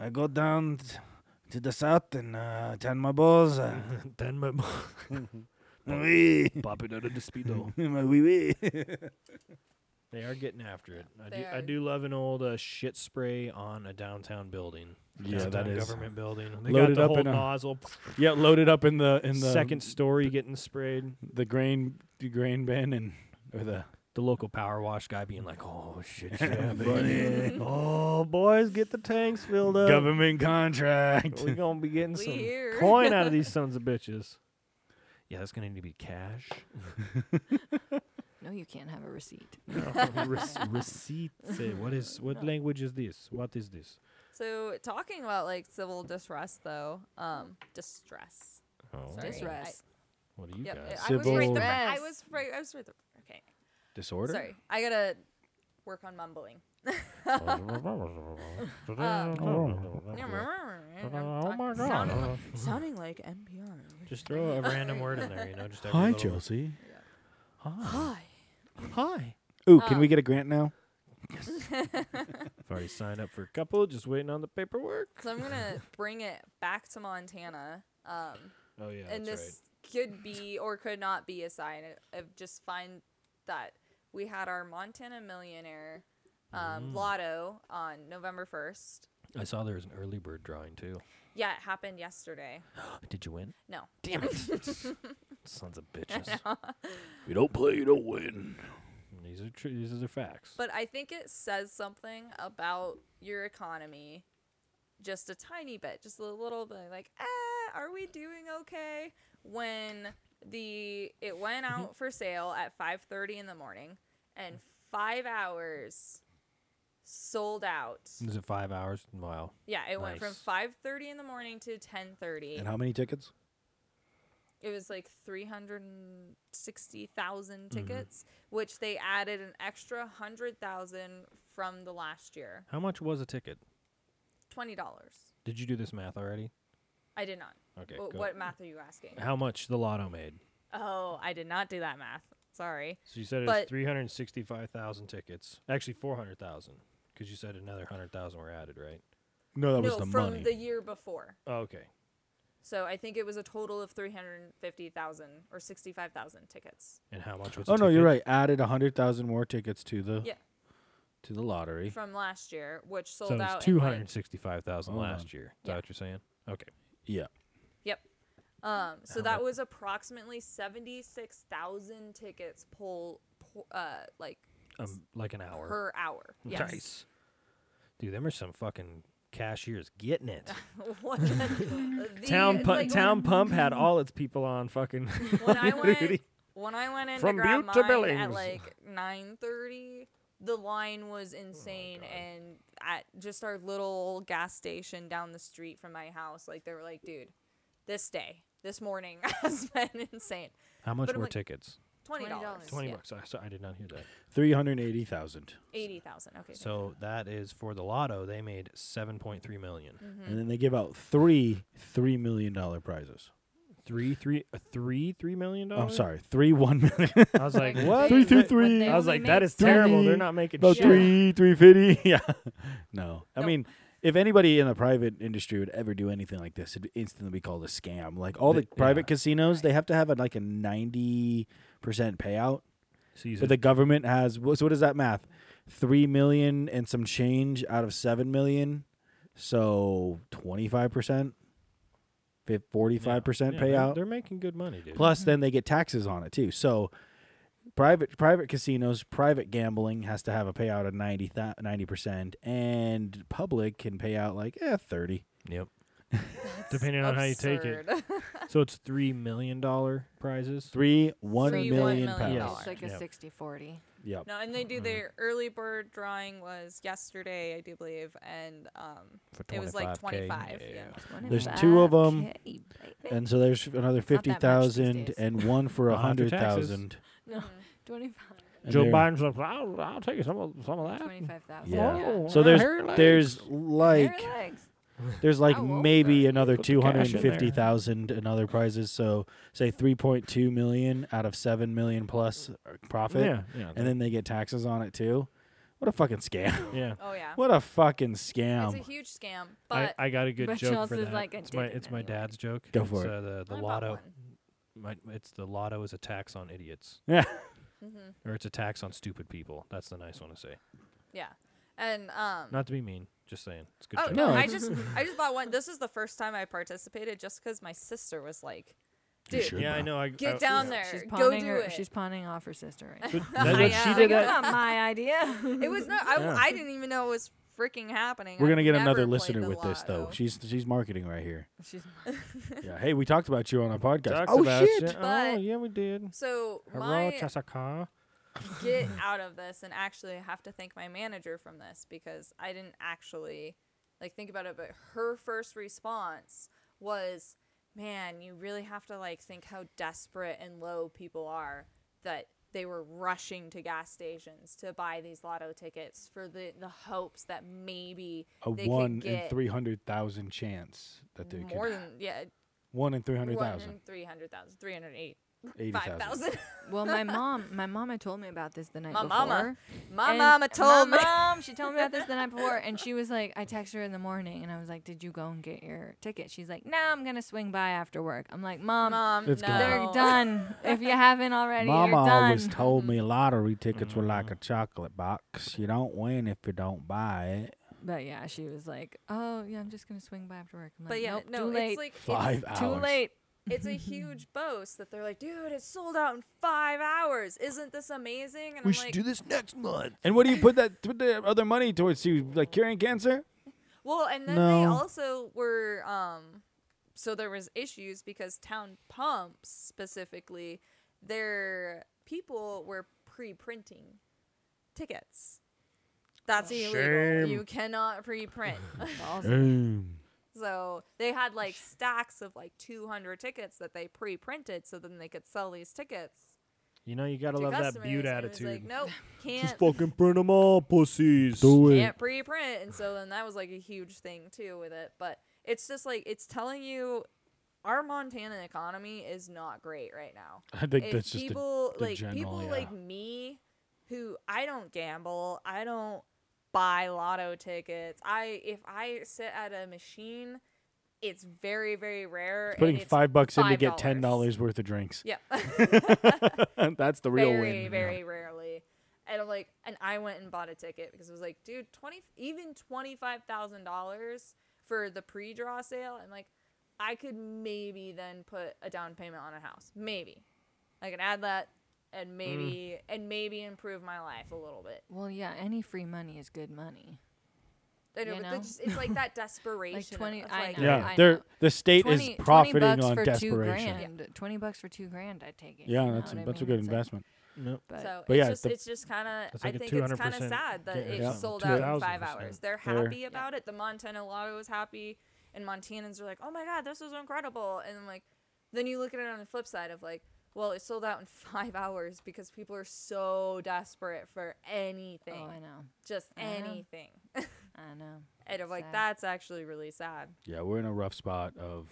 S4: I go down t- to the south and uh, tan my balls. uh,
S2: (laughs) then my
S4: (laughs) Oui.
S2: pop it out of the speedo.
S4: (laughs) My wee wee.
S2: (laughs) They are getting after it. I
S1: They
S2: do, I
S1: are.
S2: do love an old uh, shit spray on a downtown building.
S4: Yeah, that
S2: Downtown
S4: is-
S2: government building. They got
S4: Loaded
S2: the
S4: up
S2: whole
S4: in a-
S2: nozzle.
S4: Yeah, loaded up in the in the
S2: second story getting sprayed.
S4: the grain the grain bin and or the
S2: the local power wash guy being like, "Oh shit, yeah, buddy. oh boys, get the tanks filled up.
S4: government
S2: (laughs)
S4: contract.
S2: We're gonna be getting
S1: We
S2: some
S1: here."
S2: coin out
S1: (laughs)
S2: of these sons of bitches." Yeah, that's gonna need to be cash.
S3: No, you can't have a receipt.
S1: (laughs)
S2: Rece- Oh, receipts. eh, What is what language is this? What is this?
S1: So talking about like civil distress though, um, distress.
S2: Oh,
S1: Sorry.
S3: Distress.
S2: What do you
S1: Yep,
S2: guys?
S1: I was right.
S4: Civil-
S1: The, fr- I
S3: Distress.
S1: was right. I was right. The, okay,
S4: Disorder.
S1: sorry. I gotta work on mumbling. uh,
S2: (laughs) Oh my
S1: Sound-
S2: god!
S1: sounding like NPR.
S2: Just throw a random word in there, you know. Just every
S4: Hi,
S2: little-
S4: Chelsea.
S2: Hi.
S1: Hi. Um,
S2: Hi.
S4: Ooh, can we get a grant now?
S2: I've already signed up for a couple, just waiting on the paperwork.
S1: So I'm
S2: (laughs)
S1: gonna bring it back to Montana. Um,
S2: Oh yeah,
S1: and this could be or could not be a sign of- of just find that we had our Montana millionaire um,
S2: Mm.
S1: lotto on November 1st.
S2: I saw there was an early bird drawing too.
S1: Yeah, it happened yesterday.
S2: Did you win?
S1: No.
S2: Damn it! (laughs) Sons of
S1: (laughs)
S2: bitches.
S7: You don't play, you don't win.
S2: These are true. These are facts.
S1: But I think it says something about your economy just a tiny bit, just a little bit like, eh, are we doing okay? When the it went
S4: Mm-hmm.
S1: out for sale at 5:30 in the morning and 5 hours sold out.
S2: Is it five hours? Wow.
S1: Yeah, it went from
S2: Nice.
S1: 5:30 in the morning to 10:30.
S4: And how many tickets?
S1: it was like 360,000
S4: Mm-hmm.
S1: tickets, which they added an extra 100,000 from the last year.
S2: How much was a ticket?
S1: $20.
S2: Did you do this math already?
S1: I did not.
S2: Okay.
S1: Wh-
S2: go.
S1: what math are you asking?
S2: How much the lotto made?
S1: Oh, I did not do that math. Sorry.
S2: So you said
S1: But-
S2: it's three hundred sixty-five thousand tickets. Actually, four hundred thousand, because you said another hundred thousand were added, right?
S4: No, that
S1: no,
S4: was the
S1: from
S4: money.
S1: the year before.
S2: Okay.
S1: So I think it was a total of 350,000 or 65,000 tickets
S2: And how much was?
S4: oh
S2: a
S4: no, you're
S2: ticket?
S4: right. Added hundred thousand more tickets to the
S1: Yeah.
S4: to the lottery.
S1: from last year, which sold
S2: So it
S1: out.
S2: was
S1: in,
S2: two
S1: like-
S2: hundred sixty-five thousand
S4: Hold
S2: last
S4: on.
S2: year. Is
S1: Yeah.
S2: that what you're saying? Okay.
S4: Yeah.
S1: Yep. Um, so
S2: How
S1: that
S2: mu-
S1: was approximately seventy-six thousand tickets pull, pu- uh, like
S2: Um, like an hour.
S1: per
S2: (laughs)
S1: hour. Yes.
S2: Nice. Dude, them are some fucking cashiers
S1: (laughs)
S2: getting it.
S1: (laughs) What
S2: (laughs)
S1: the- the-
S2: town pu-
S1: like,
S2: town pump
S1: (laughs)
S2: had all its people on fucking
S1: When
S2: (laughs)
S1: I went,
S2: duty.
S1: when I went in
S2: From
S1: to grab
S2: Butte to
S1: mine at
S2: Billings.
S1: like nine thirty, the line
S2: Oh
S1: was insane, and at just our little gas station down the street from my house, like they were like, "Dude, this day, this morning (laughs) has been insane."
S2: How much
S1: But I'm
S2: were
S1: like-
S2: tickets?
S1: Twenty dollars.
S3: $20.
S2: Twenty
S3: Yeah.
S2: bucks. I, so I did not hear that.
S4: 380,000.
S1: Eighty thousand. Okay. thank
S2: So that is for the lotto. They made seven point three million.
S1: Mm-hmm. Hmm.
S4: And then they give out three $3 million dollar prizes.
S2: Three three uh, three three million
S4: I'm
S2: dollars.
S4: sorry, three one million.
S2: I was like,
S3: Like,
S2: what?
S4: Three,
S3: they-
S4: three,
S3: what
S4: three.
S3: they
S2: I was
S3: only
S2: like, that
S3: made
S2: is terrible.
S4: three,
S2: They're not making
S4: About
S2: shit.
S4: three, three fifty. (laughs) Yeah. No. I
S1: Nope.
S4: mean, if anybody in the private industry would ever do anything like this, it'd instantly be called a scam. Like all the
S2: The-
S4: private
S2: yeah.
S4: casinos, they have to have a, like a ninety percent payout.
S2: So you
S4: But
S2: said
S4: the government has wha- so what is that math? Three million and some change out of seven million. So twenty five percent. Forty
S2: Yeah.
S4: five percent
S2: Yeah, they're-
S4: payout.
S2: They're making good money, dude.
S4: Plus, then they get taxes on it too. So, private private casinos, private gambling has to have a payout of 90 percent, and public can pay out like eh, thirty.
S2: Yep.
S1: That's
S2: Depending on how you take it.
S1: absurd. (laughs)
S2: So it's three million dollar prizes.
S4: Three one
S1: Three
S4: million
S1: one
S4: pounds.
S1: million
S2: Yes.
S3: It's like a
S2: Yeah.
S3: 60 40.
S4: Yep.
S1: no, and they do
S2: Mhm.
S1: their early bird drawing was yesterday, I do believe, and um,
S2: for
S1: it was like
S2: 25K.
S1: 25, yeah.
S4: There's two of 'em. And so there's another
S3: that much
S4: fifty
S3: these
S4: thousand
S3: days.
S4: and one for a
S2: Not after
S4: hundred
S2: taxes.
S4: thousand.
S1: Mm-hmm.
S3: 25.
S4: And
S2: Joe
S4: they're-
S2: Biden's like, I'll, I'll take some of some of that.
S3: 25,000.
S4: Yeah.
S2: Oh,
S4: So
S2: I
S4: there's
S2: hear legs.
S4: there's like there's like
S3: How old
S4: maybe
S3: are
S4: another
S2: Put the
S4: two hundred
S2: cash in
S4: and
S2: there.
S4: fifty thousand and other prizes. So say three point two million out of seven million plus uh, profit.
S2: yeah, yeah,
S4: and then they get taxes on it too. What a fucking scam! (laughs)
S2: yeah.
S1: oh yeah,
S4: What a fucking
S1: it's a
S4: scam!
S1: huge scam.
S2: um, I,
S1: But
S2: I got a good
S3: but
S2: joke
S3: Charles
S2: for
S3: is
S2: that.
S3: like, I
S2: it's my
S3: did it
S2: it's my
S3: anyway.
S2: dad's joke.
S4: Go
S2: It's,
S4: for it.
S2: uh, the the
S1: I bought
S2: lotto.
S1: one.
S2: My, it's the lotto is a tax on idiots,
S4: (laughs) Yeah,
S1: Mhm.
S2: or it's a tax on stupid people. That's the nice one to say.
S1: Yeah, and um,
S2: Not to be mean, just saying. It's a good.
S1: Oh
S2: joke.
S1: no!
S4: No,
S1: I
S4: it's- (laughs)
S1: just I just bought one. This is the first time I participated, just because my sister was like,
S4: You
S1: "Dude,
S4: should.
S2: Yeah, I
S4: Goodbye.
S2: know. I
S1: get
S2: I-
S1: down
S2: yeah.
S1: there,
S3: She's
S1: go
S3: pawning
S1: do
S3: her.
S1: it."
S3: She's pawning off her sister right
S2: So
S3: now.
S1: (laughs)
S2: that's what
S1: Yeah.
S2: she did.
S1: Like,
S2: That,
S3: not my idea. (laughs)
S1: it was no, I,
S2: Yeah.
S1: I didn't even know it was freaking happening.
S4: we're
S1: I've
S4: gonna get
S1: never
S4: another
S1: played
S4: listener
S1: the
S4: with this though.
S1: lotto.
S4: She's she's marketing
S1: (laughs)
S4: right here.
S3: She's
S4: yeah. Hey, we talked about you on our podcast.
S2: talked
S4: oh
S2: about
S4: shit!
S2: ya. Oh
S1: But-
S2: yeah, we did.
S1: So
S2: Hurrah,
S1: my
S2: Chasaka.
S4: (laughs)
S1: get out of this, and actually I have to thank my manager from this because I didn't actually like think about it, but her first response was, "Man, you really have to like think how desperate and low people are that." They were rushing to gas stations to buy these lotto tickets for the, the hopes that maybe
S4: A
S1: they
S4: one
S1: could
S4: in
S1: get
S4: three hundred thousand chance that they
S1: more
S4: could.
S1: than yeah
S4: One in three hundred
S1: one
S4: thousand.
S1: in three hundred thousand three hundred eight (laughs)
S4: Eighty
S1: five
S4: thousand.
S1: thousand.
S3: well, my mom, my mama told me about this the night
S1: My
S3: before.
S1: mama. My
S3: and
S1: mama told
S3: my
S1: me.
S3: mom, she told me about this the night before, and she was like, I texted her in the morning, and I was like, Did you go and get your ticket? She's like, No, I'm gonna swing by after work. I'm like, Mom,
S1: Mom,
S4: It's
S1: no.
S4: gone.
S3: they're done. if you haven't already,
S4: Mama
S3: you're done.
S4: always told me lottery tickets were like a chocolate box. You don't win if you don't buy it.
S3: But yeah, she was like, "Oh yeah, I'm just gonna swing by after work." I'm like,
S1: But yeah,
S3: nope,
S1: no,
S3: too
S1: it's
S3: late.
S1: like
S4: Five
S3: too
S4: hours.
S3: late.
S1: It's, it's
S2: (laughs)
S1: a huge boast that they're like, dude, it's sold out in five hours. Isn't this amazing? And I'm like,
S7: this next month.
S4: And what do you put that put the other money towards? You like curing cancer?
S1: well, and then they
S4: No.
S1: also were, um, so there was issues because town pumps specifically, their people were pre-printing tickets. That's illegal. You cannot
S2: (laughs)
S1: pre-print. (laughs)
S4: Mm.
S1: So they had like stacks of like 200 tickets that they pre-printed, so then they could sell these tickets
S2: You know, you gotta
S1: to
S2: love
S1: customers.
S2: that butte
S1: and it was
S2: attitude.
S1: Like,
S2: (laughs)
S1: nope, can't
S7: fucking print them all, pussies.
S1: can't pre-print, and so then that was like a huge thing too with it. But it's just like it's telling you our Montana economy is not great right now.
S4: I think
S1: If
S4: that's just a
S1: people
S4: the
S1: like
S4: general,
S1: people
S4: yeah.
S1: like me, who I don't gamble, I don't buy lotto tickets. I if I sit at a machine, it's very very rare. and
S4: putting
S1: it's
S4: five bucks in to
S1: $5.
S4: get ten dollars worth of drinks.
S1: Yeah. (laughs)
S4: (laughs) That's the real
S1: very
S4: win.
S1: very rarely. And I'm like, and I went and bought a ticket because it was like, dude, twenty even twenty five thousand dollars for the pre draw sale. I'm like, I could maybe then put a down payment on a house, maybe. I can add that,
S4: Mm.
S1: and maybe and maybe improve my life a little bit.
S3: Well, yeah, any free money is good money.
S1: I know,
S3: You
S1: but
S3: know?
S1: it's just- it's like that desperation.
S3: (laughs) Like
S1: of-
S3: twenty,
S1: of
S3: I
S1: like-
S3: know,
S4: Yeah,
S3: I
S4: they're
S3: know.
S4: the state
S3: 20,
S4: is profiting
S3: 20 bucks
S4: on
S3: for Two
S4: desperation.
S3: grand. Twenty bucks for two grand, I'd take it.
S4: Yeah,
S3: you know
S4: that's a,
S3: what I
S4: that's a
S3: mean?
S4: good
S3: It's like-
S4: investment.
S2: Nope.
S1: So
S4: But
S1: it's
S4: yeah,
S1: just
S4: the-
S1: it's just kind of
S2: That's
S1: I
S2: like a
S1: think it's kind of
S2: 200%
S1: sad that
S2: gain.
S1: it
S2: Yeah.
S1: sold out in
S2: 2000%.
S1: five hours. They're
S4: They're-
S1: happy about it. The Montana Lotto is happy, and Montanans are like, "Oh my god, this was incredible!" And I'm like, then you look at it on the flip side of like, Well, it sold out in (laughs) five hours because people are so desperate for anything,
S3: Oh, I know.
S1: just
S3: I know.
S1: anything.
S3: I know.
S1: and I'm like,
S3: Sad.
S1: that's actually really sad.
S4: Yeah, we're in a rough spot of.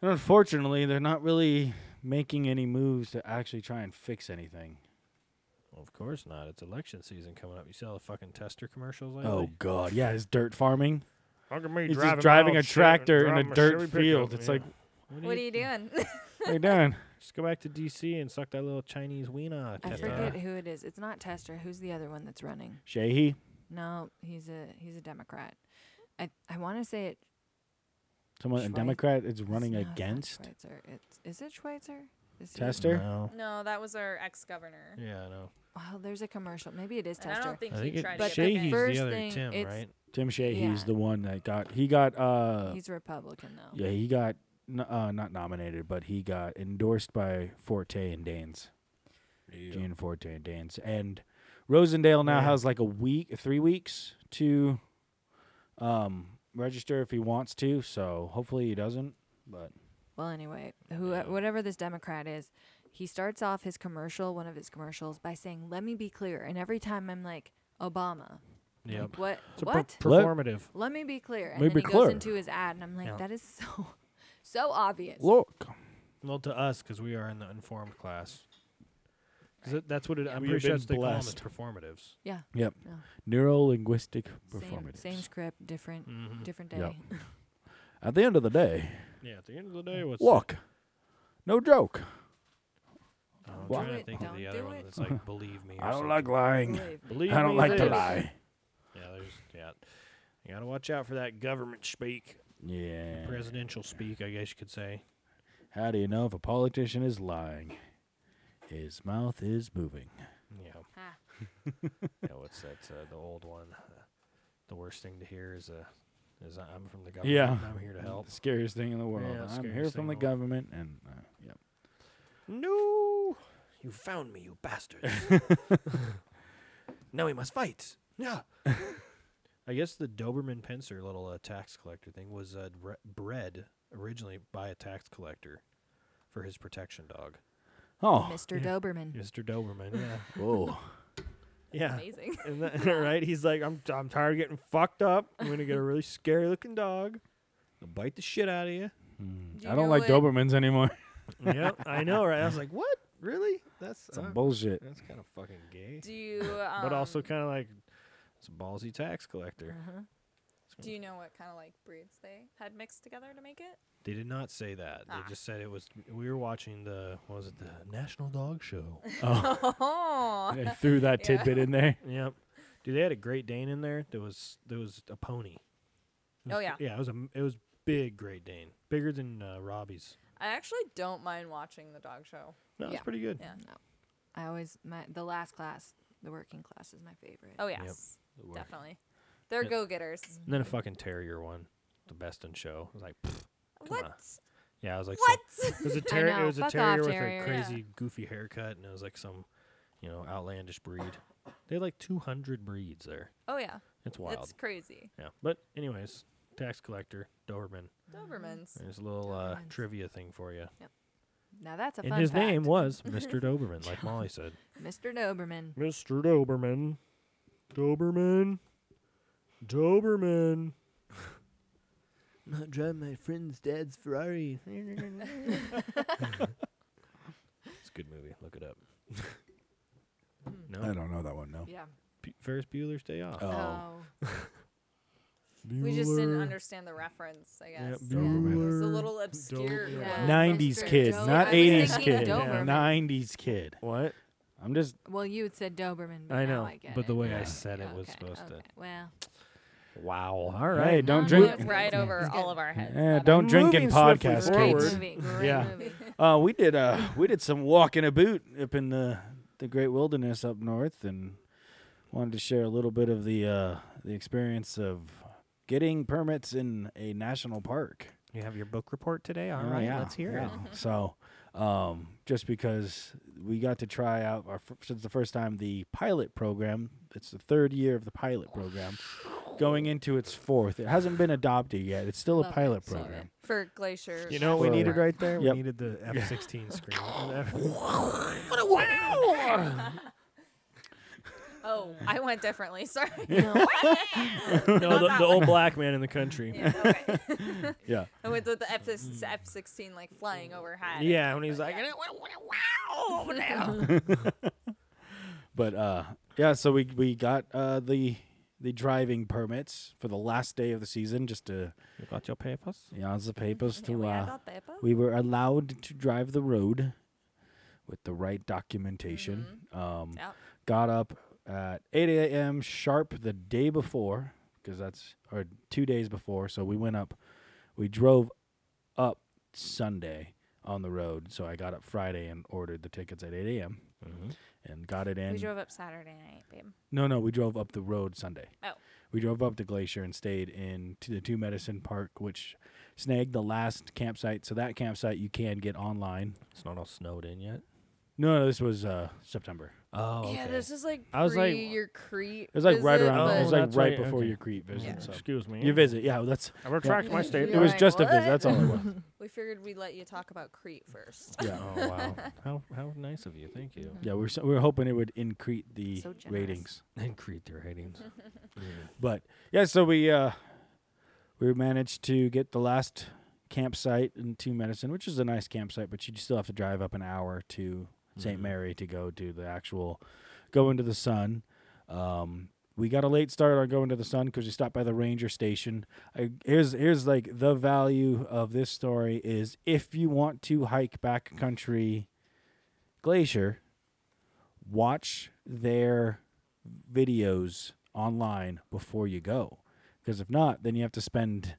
S4: And unfortunately, they're not really making any moves to actually try and fix anything.
S2: of course not. It's election season coming up. You see all the fucking tester commercials lately?
S4: Oh God, yeah, it's dirt farming.
S7: Look at me
S4: He's
S7: driving,
S4: just driving
S7: my
S4: a
S7: own shit
S4: tractor
S7: and
S4: in
S7: driving
S4: a
S7: my
S4: dirt
S7: Chevy pickup,
S4: field. It's
S7: yeah.
S4: like,
S2: What do
S1: What are you doing? (laughs)
S4: what are you doing? (laughs)
S2: Just go back to DC and suck that little Chinese wiener.
S3: I
S2: Tessa.
S3: forget who it is. It's not Tester. Who's the other one that's running?
S4: Shahi?
S3: No, he's a he's a Democrat. I I want to say it.
S4: Someone, a
S3: Schwei-
S4: Democrat is running
S3: no, it's not
S4: against
S3: Schweitzer. It's, is it Schweitzer? Is he-
S4: Tester?
S2: No.
S1: no, that was our ex governor.
S2: Yeah, I know.
S3: Well, there's a commercial. Maybe it is
S1: And I
S3: Tester.
S1: don't think
S2: I
S1: he
S2: think it,
S1: tried
S3: But
S1: to get
S2: Shahee's
S1: the
S3: Shahees-
S1: ban.
S2: the
S3: first
S2: other
S3: thing,
S2: Tim,
S3: it's-
S2: right?
S4: Tim Shahi's
S3: Yeah.
S4: the one that got. He got. Uh,
S3: he's Republican though.
S4: yeah, he got n- uh, not nominated, but he got endorsed by Forte and Danes. Gene Forte and Danes. And Rosendale now
S2: Yeah.
S4: has like a week, three weeks to um, register if he wants to. So hopefully he doesn't. But
S3: Well, anyway, who whatever this Democrat is, he starts off his commercial, one of his commercials, by saying, "Let me be clear." And every time I'm like, "Obama,
S2: Yep.
S3: like, what?
S2: It's a per-
S3: what?
S4: Let-
S2: performative.
S3: Let me be clear." And
S4: Me
S3: then
S4: be
S3: he
S4: clear.
S3: goes into his ad, and I'm like,
S2: Yeah.
S3: "That is so, (laughs) so obvious."
S4: look,
S2: Well, to us, because we are in the informed class. 'Cause that- That's what it. I'm
S4: We
S2: pretty
S4: have
S2: sure
S4: been
S2: that's what they call 'em is
S4: blessed.
S2: performatives.
S3: Yeah,
S4: yep,
S3: No.
S4: neuro linguistic
S3: same,
S4: performance.
S3: same script, different,
S4: Mm-hmm.
S2: Mhm.
S3: different day. (laughs)
S4: Yep. At the end of the day,
S2: Yeah. At the end of the day, what's
S4: look, no joke.
S2: Oh, I'm
S4: Wha-
S2: trying
S3: Do
S2: to think
S3: it,
S2: of the
S3: don't
S2: other
S3: do
S2: one
S3: it.
S2: that's like believe me. Or
S4: (laughs) I don't
S2: something.
S4: like lying.
S3: Believe
S4: (laughs)
S3: me.
S2: Believe
S4: I don't
S2: me
S4: like to
S2: this.
S4: lie.
S2: Yeah. There's yeah. You gotta watch out for that government speak,
S4: Yeah.
S2: presidential speak. I guess you could say.
S4: How do you know if a politician is lying? His mouth is moving.
S2: Yeah.
S3: Ha.
S2: yeah. What's that? Uh, the old one. Uh, the worst thing to hear is uh, is I'm from the government.
S4: Yeah.
S2: and I'm here to help.
S4: Scariest thing in the world.
S2: Yeah,
S4: I'm here
S2: scariest thing
S4: from the
S2: in the
S4: government, and uh,
S1: (laughs)
S4: yep.
S2: No! You found me, you bastards. (laughs) now we must fight. Yeah. I guess the Doberman Pinscher little uh, tax collector thing was uh, bre- bred originally by a tax collector for his protection dog.
S4: Oh,
S3: Mr.
S2: yeah.
S3: Doberman.
S2: Mr. Doberman, yeah.
S1: (laughs)
S4: whoa.
S2: (laughs) yeah.
S1: Amazing. (laughs)
S2: And that, (laughs) right? He's like, I'm, I'm tired of getting fucked up. I'm going to get a really scary looking dog. It'll bite the shit out of you.
S1: Do you
S4: Hmm. I don't
S1: know
S4: like
S1: what- (laughs)
S4: Dobermans anymore.
S2: yep, I know, right? I was like, what? Really? That's
S4: Some
S2: uh,
S1: (laughs)
S4: bullshit.
S2: that's kind of fucking gay.
S1: Do you? Um,
S2: but also kind of like it's a ballsy tax collector.
S3: Uh-huh.
S1: do you know what kind of like breeds they had mixed together to make
S4: (laughs)
S1: it?
S2: They did not say that.
S1: Ah.
S2: They just said it was. We were watching the what was it the National Dog Show?
S4: Oh,
S1: Oh,
S4: they threw that
S1: Yeah.
S4: tidbit in there.
S2: yep. Dude, they had a Great Dane in there. There was there was a pony. It
S1: Oh,
S2: was-
S1: yeah.
S2: Yeah, it was a m- it was big Great Dane, bigger than uh, Robbie's.
S1: I actually don't mind watching the dog show.
S2: No, it's
S3: Yeah.
S2: pretty good.
S1: Yeah.
S3: I always my the last class, the working class, is my favorite.
S1: Oh yes, definitely. They're
S2: Yeah.
S1: go getters.
S2: And then a fucking terrier one, the best in show. I was like, pfft, come
S1: What?
S2: on. yeah, I was like, so-
S1: What?
S2: It was a terrier. It
S3: know,
S2: was a
S3: fuck off,
S2: terrier with
S3: terrier.
S2: a crazy goofy haircut, and it was like some, you know, outlandish breed. They had like 200 breeds there.
S1: (laughs) oh yeah,
S2: It's wild.
S1: it's crazy.
S2: yeah. But anyways, tax collector Doberman.
S1: Dobermans.
S2: There's a little uh,
S3: Dobermans.
S2: trivia thing for you.
S3: Now that's a
S2: And
S3: fun
S2: his
S3: fact.
S2: name was Mr. Doberman, like Molly said.
S3: Mr.
S2: (laughs)
S3: Doberman.
S7: Mr. Doberman. Doberman. Doberman. Not drive my friend's dad's Ferrari.
S2: It's a good movie. Look it up.
S4: I
S2: no,
S4: don't know that one. No.
S3: Yeah.
S2: P- Ferris Bueller's Day Off.
S4: Oh,
S1: We just didn't understand the reference, I guess. Yeah, it was a
S7: Bueller.
S1: little obscure.
S7: Doberman.
S1: Yeah.
S3: Yeah.
S4: nineties
S3: Mr.
S4: kid,
S3: Doberman.
S4: not
S1: I was
S4: eighties
S1: thinking
S4: kid.
S3: Doberman.
S4: Nineties kid.
S7: What?
S4: I'm just.
S3: Well, you had said Doberman, but
S2: I
S3: now
S2: know,
S3: I get
S2: but the
S3: it.
S2: way I
S4: Yeah.
S2: said it was
S3: Okay,
S2: supposed
S3: okay. Well,
S2: to. Wow. All right.
S4: Hey, don't
S3: No, no,
S4: drink.
S1: Went right over
S3: It's good.
S1: all of our heads.
S4: Eh,
S1: but-
S4: don't drink in
S7: Moving swiftly
S4: podcast,
S3: great
S7: forward.
S4: kids.
S3: movie. Great
S4: Yeah.
S3: movie.
S4: Uh, we did. Uh, we did some walk in a boot up in the the great wilderness up north, and wanted to share a little bit of the uh, the experience of getting permits in a national park.
S2: You have your book report today? All
S4: Oh,
S2: right,
S4: yeah,
S2: let's hear it.
S4: yeah. So, um, just because we got to try out our, fir- since the first time the pilot program, it's the third year of the pilot program, going into its fourth. It hasn't been adopted yet. It's still
S3: Love
S4: a
S3: it,
S4: pilot
S3: love it.
S4: program.
S1: for Glacier.
S2: You know what we
S4: Well,
S2: needed right there?
S4: yep.
S2: We needed (laughs) the F-16 screen.
S1: Oh, I went differently. (laughs) Sorry.
S2: no, the, the old black man in the country.
S1: Yeah, okay.
S4: Yeah.
S1: And with, with the F F sixteen like flying overhead.
S2: Mm-hmm. Yeah, when he's like,
S1: Oh,
S2: (laughs)
S4: But uh, yeah, so we we got uh, the the driving permits for the last day of the season, just to
S2: "You got your papers?"
S4: yeah, the papers
S1: Yeah,
S4: to
S1: we
S4: uh,
S1: had that paper.
S4: we were allowed to drive the road with the right documentation. Um,
S1: Mm-hmm. Yep.
S4: Got up at 8 a.m. sharp the day before, because that's, or two days before. So we went up, we drove up Sunday on the road. So I got up Friday and ordered the tickets at 8 a.m.
S2: Mm-hmm.
S4: and got it in.
S1: We drove up Saturday night, babe.
S4: no, no, we drove up the road Sunday.
S1: Oh.
S4: We drove up the glacier and stayed in to the Two Medicine Park, which snagged the last campsite. So that campsite you can get online.
S2: It's not all snowed in yet.
S4: No, no, this was uh, September.
S2: Oh,
S1: Yeah, this is like
S2: I was like-
S1: pre your Crete.
S4: It was like right
S1: visit,
S4: around.
S2: Oh,
S4: it was
S1: but-
S4: like
S2: that's
S4: right
S2: right,
S4: before
S2: okay.
S4: your Crete visit.
S1: Yeah.
S4: So
S2: Excuse me.
S4: your visit, yeah. That's
S2: I retract my
S4: it.
S2: statement.
S4: Was
S1: Right,
S4: just a visit.
S1: what?
S4: That's all it was.
S1: We figured we'd let you talk about Crete first.
S4: Yeah,
S2: (laughs) Oh wow! How how nice of you. Thank you.
S4: yeah. We're so, we're hoping it would increase the
S3: So generous.
S4: ratings,
S2: And create their ratings.
S4: but yeah. So we uh, we managed to get the last campsite in Two Medicine, which is a nice campsite, but you still have to drive up an hour to saint Mary to go do the actual go into the sun. Um, we got a late start on going to the sun because we stopped by the ranger station. I, here's here's like the value of this story is if you want to hike backcountry glacier, watch their videos online before you go, because if not, then you have to spend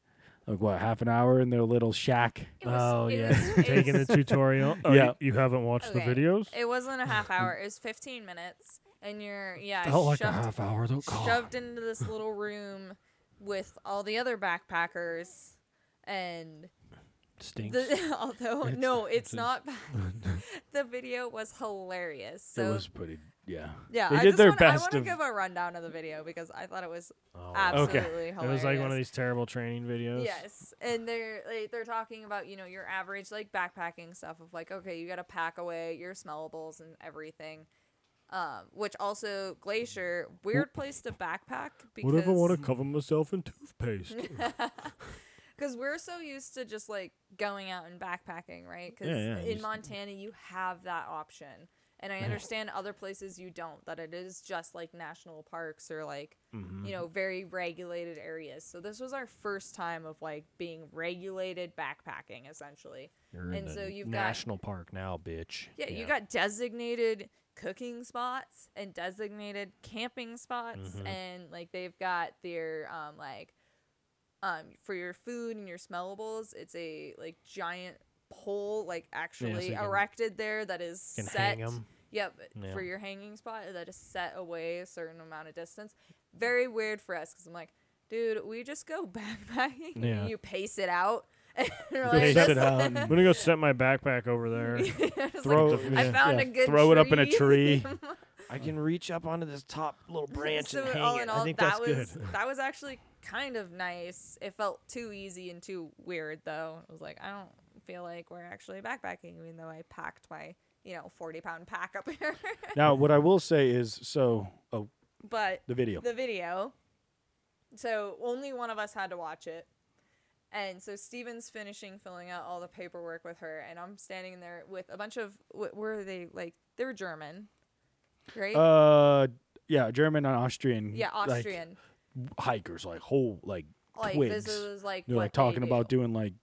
S4: like what half an hour in their little shack.
S1: It was-
S2: oh
S1: it
S2: yeah,
S1: was- it
S2: taking (laughs)
S1: was-
S2: the tutorial. Oh,
S4: Yeah.
S2: yeah, you, haven't watched
S1: Okay.
S2: the videos.
S1: It wasn't a half hour. It was 15 minutes, and you're yeah
S2: Felt like a
S1: shoved,
S2: half hour though.
S1: shoved into this little room with all the other backpackers, and (laughs)
S2: Stinks.
S1: the, although
S2: It's-
S1: no, it's,
S2: it's a-
S1: not bad.
S4: (laughs)
S1: the video was hilarious. So
S4: it was pretty, yeah.
S1: yeah,
S4: they
S1: I
S4: did
S1: just
S4: their
S1: wanna,
S4: best
S1: I want
S4: of-
S1: to give a rundown of the video because I thought it was
S2: Oh,
S1: absolutely
S2: It
S1: hilarious.
S2: was like one of these terrible training videos.
S1: Yes, and they're like, they're talking about you know your average like backpacking stuff of like okay you got to pack away your smellables and everything, um, which also glacier weird place to backpack
S2: What if I want to
S1: because
S2: cover myself
S1: (laughs)
S2: in toothpaste?
S1: because we're so used to just like going out and backpacking right because
S2: Yeah, yeah,
S1: in
S2: just-
S1: Montana you have that option and I understand other places you don't that it is just like national parks or like
S2: Mhm.
S1: you know very regulated areas so this was our first time of like being regulated backpacking essentially
S2: You're in
S1: And
S2: the
S1: so you've got-
S2: national park now, bitch.
S1: yeah, you got designated cooking spots and designated camping spots
S2: Mm-hmm.
S1: and like they've got their um like um for your food and your smellables it's a like giant pole like actually
S2: you can-
S1: erected there that is
S2: can
S1: set
S2: hang 'em.
S1: yep
S2: Yeah.
S1: for your hanging spot that is set away a certain amount of distance very weird for us because i'm like dude we just go (laughs) backpacking
S2: Yeah.
S1: and you pace it out (laughs) and we're
S2: Go
S1: like, (laughs)
S2: set
S1: "This-
S2: it out. I'm gonna go set my backpack
S1: (laughs)
S2: over there.
S1: it's like,
S4: Throw-
S1: I
S2: yeah,
S1: found a
S4: yeah,
S1: good
S4: throw it up in
S1: (laughs)
S4: a tree.
S2: I can reach up onto this top little branch
S1: so
S2: and hang
S1: all
S2: it.
S1: in all,
S2: I think
S1: that
S2: that's
S1: was
S2: good.
S1: that was actually kind of nice. It felt too easy and too weird though. I was like, I don't feel like we're actually backpacking, even though I packed my you know forty pound pack up (laughs) here.
S4: Now, what I will say is, so oh,
S1: but
S4: the video.
S1: the video. So only one of us had to watch it. And so Steven's finishing filling out all the paperwork with her, and I'm standing there with a bunch of what were they like? They were German, right?
S4: uh, yeah, German and Austrian.
S1: yeah,
S4: like,
S1: Austrian.
S4: hikers, like whole like
S1: like
S4: twigs.
S1: this is like
S4: They're
S1: what
S4: like
S1: they
S4: talking
S1: do.
S4: about doing like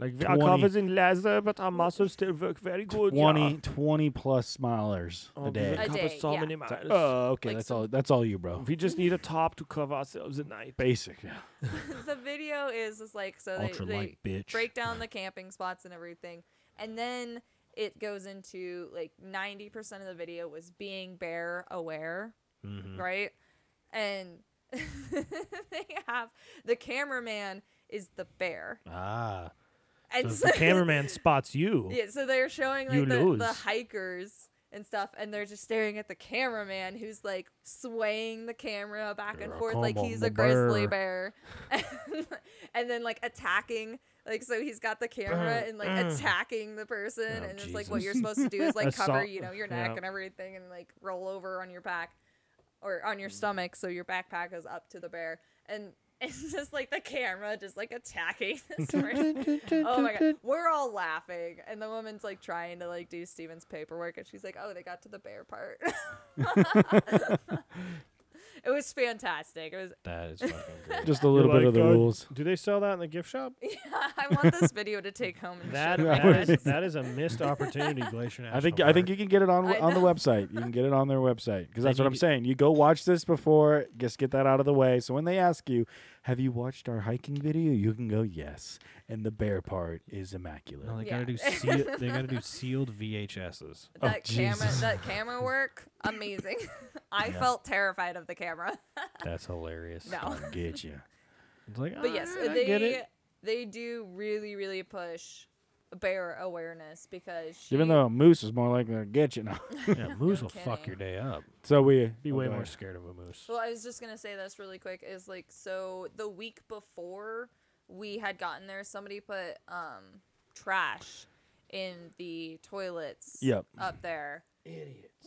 S2: Like
S4: 20.
S2: in leather, but our muscles still work very good.
S4: 20, 20 plus milers
S2: Oh,
S4: a
S2: we
S4: day.
S1: A
S2: cover
S1: day,
S2: so
S1: yeah.
S2: many miles.
S4: Oh, okay,
S1: Like
S4: that's
S1: some-
S4: all. That's all you, bro.
S2: (laughs) we just need a top to cover ourselves at night.
S4: Basic. Yeah.
S1: the video is is like so they,
S2: Ultralight,
S1: they
S2: bitch.
S1: break down the camping spots and everything, and then it goes into like ninety percent of the video was being bear aware,
S2: Mm-hmm.
S1: right? And (laughs) they have the cameraman is the bear,
S2: (laughs) Ah,
S1: and (laughs)
S2: so if the cameraman spots you.
S1: Yeah, so they're showing
S2: You
S1: like the, the
S2: lose.
S1: hikers and stuff, and they're just staring at the cameraman who's like swaying the camera back and
S2: You're a
S1: forth like (laughs)
S2: como
S1: he's a grizzly bear, and then like attacking Like so he's got the camera and like attacking the person
S2: Mm. Oh,
S1: and it's like what you're
S2: Jesus.
S1: supposed to do
S2: (laughs)
S1: is like
S2: Assault-
S1: cover, you know, your neck
S2: yeah.
S1: and everything and like roll over on your back or on your stomach so your backpack is up to the bear. And (laughs) it's just like the camera just like attacking
S2: (laughs)
S1: this person. Oh my god, we're all laughing, and the woman's like trying to like do Steven's paperwork, and she's like, "Oh, they got to the bear part." (laughs) it was fantastic. It was. (laughs)
S2: That is fucking great.
S4: Just a little bit of the rules.
S2: Do they sell that in the gift shop?
S1: I want this video to take home and
S2: That,
S1: show
S4: Yeah.
S1: my
S2: that,
S4: (laughs)
S2: is,
S1: friends.
S2: that is a missed opportunity, Glacier National
S4: I think I think
S2: Park.
S4: you can get it on
S1: I
S4: on the
S1: know.
S4: website. You can get it on their website because that's
S2: They
S4: what I'm
S2: need-
S4: saying. You go watch this before, just get that out of the way. So when they ask you, "Have you watched our hiking video?" you can go, "Yes," and the bear part is immaculate.
S2: No, they
S1: Yeah. (laughs)
S2: gotta do seal, they gotta do sealed VHSs.
S4: Oh,
S1: That camera,
S4: Jesus.
S1: that camera work, amazing. (laughs) I
S2: Yeah.
S1: felt terrified of the camera. (laughs)
S2: That's hilarious.
S1: No,
S4: I'll get
S2: (laughs)
S4: you.
S2: It's like,
S1: but yes,
S2: "Alright, I get
S1: they (laughs)
S2: it.
S1: they do really really push bear awareness because she,
S4: Even though a moose is more likely to get you. Now. (laughs)
S2: Yeah, moose will
S1: kidding.
S2: fuck your day up.
S4: So we
S2: Be
S4: oh,
S2: way
S4: go
S2: more
S4: ahead.
S2: scared of a moose.
S1: Well, I was just gonna say this really quick is like so the week before we had gotten there, somebody put um trash in the toilets
S4: Yep.
S1: up there.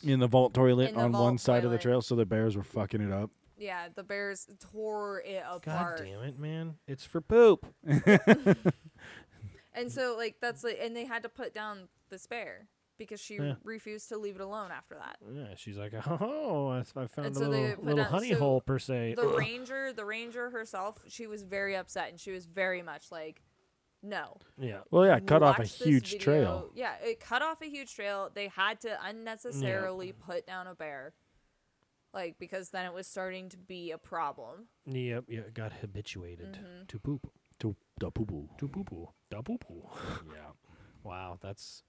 S4: in the vault toilet
S1: In the
S4: on one
S1: vault
S4: side of the
S1: toilet.
S4: trail, so the bears were fucking it up.
S1: Yeah, the bears tore it
S2: God
S1: apart.
S2: damn it, man! It's for poop.
S1: And so like that's like and they had to put down this bear because she
S2: Yeah.
S1: refused to leave it alone after that.
S2: Yeah, she's like, (laughs) oh, I, I found
S1: And
S2: a
S1: so they
S2: little,
S1: put
S2: little
S1: out-
S2: honey
S1: uh, so
S2: hole per se.
S1: The ranger, the ranger herself, she was very upset and she was very much like no.
S2: yeah,
S4: Well, yeah, cut off a
S1: watch this
S4: huge
S1: video-
S4: trail.
S1: Yeah, it cut off a huge trail. They had to unnecessarily put down a bear, like because then it was starting to be a problem.
S2: yep, yeah. Got habituated
S1: Mm-hmm.
S2: to poop,
S4: To the poo poo.
S2: to poo poo, da poo poo.
S4: Yeah.
S2: Wow, that's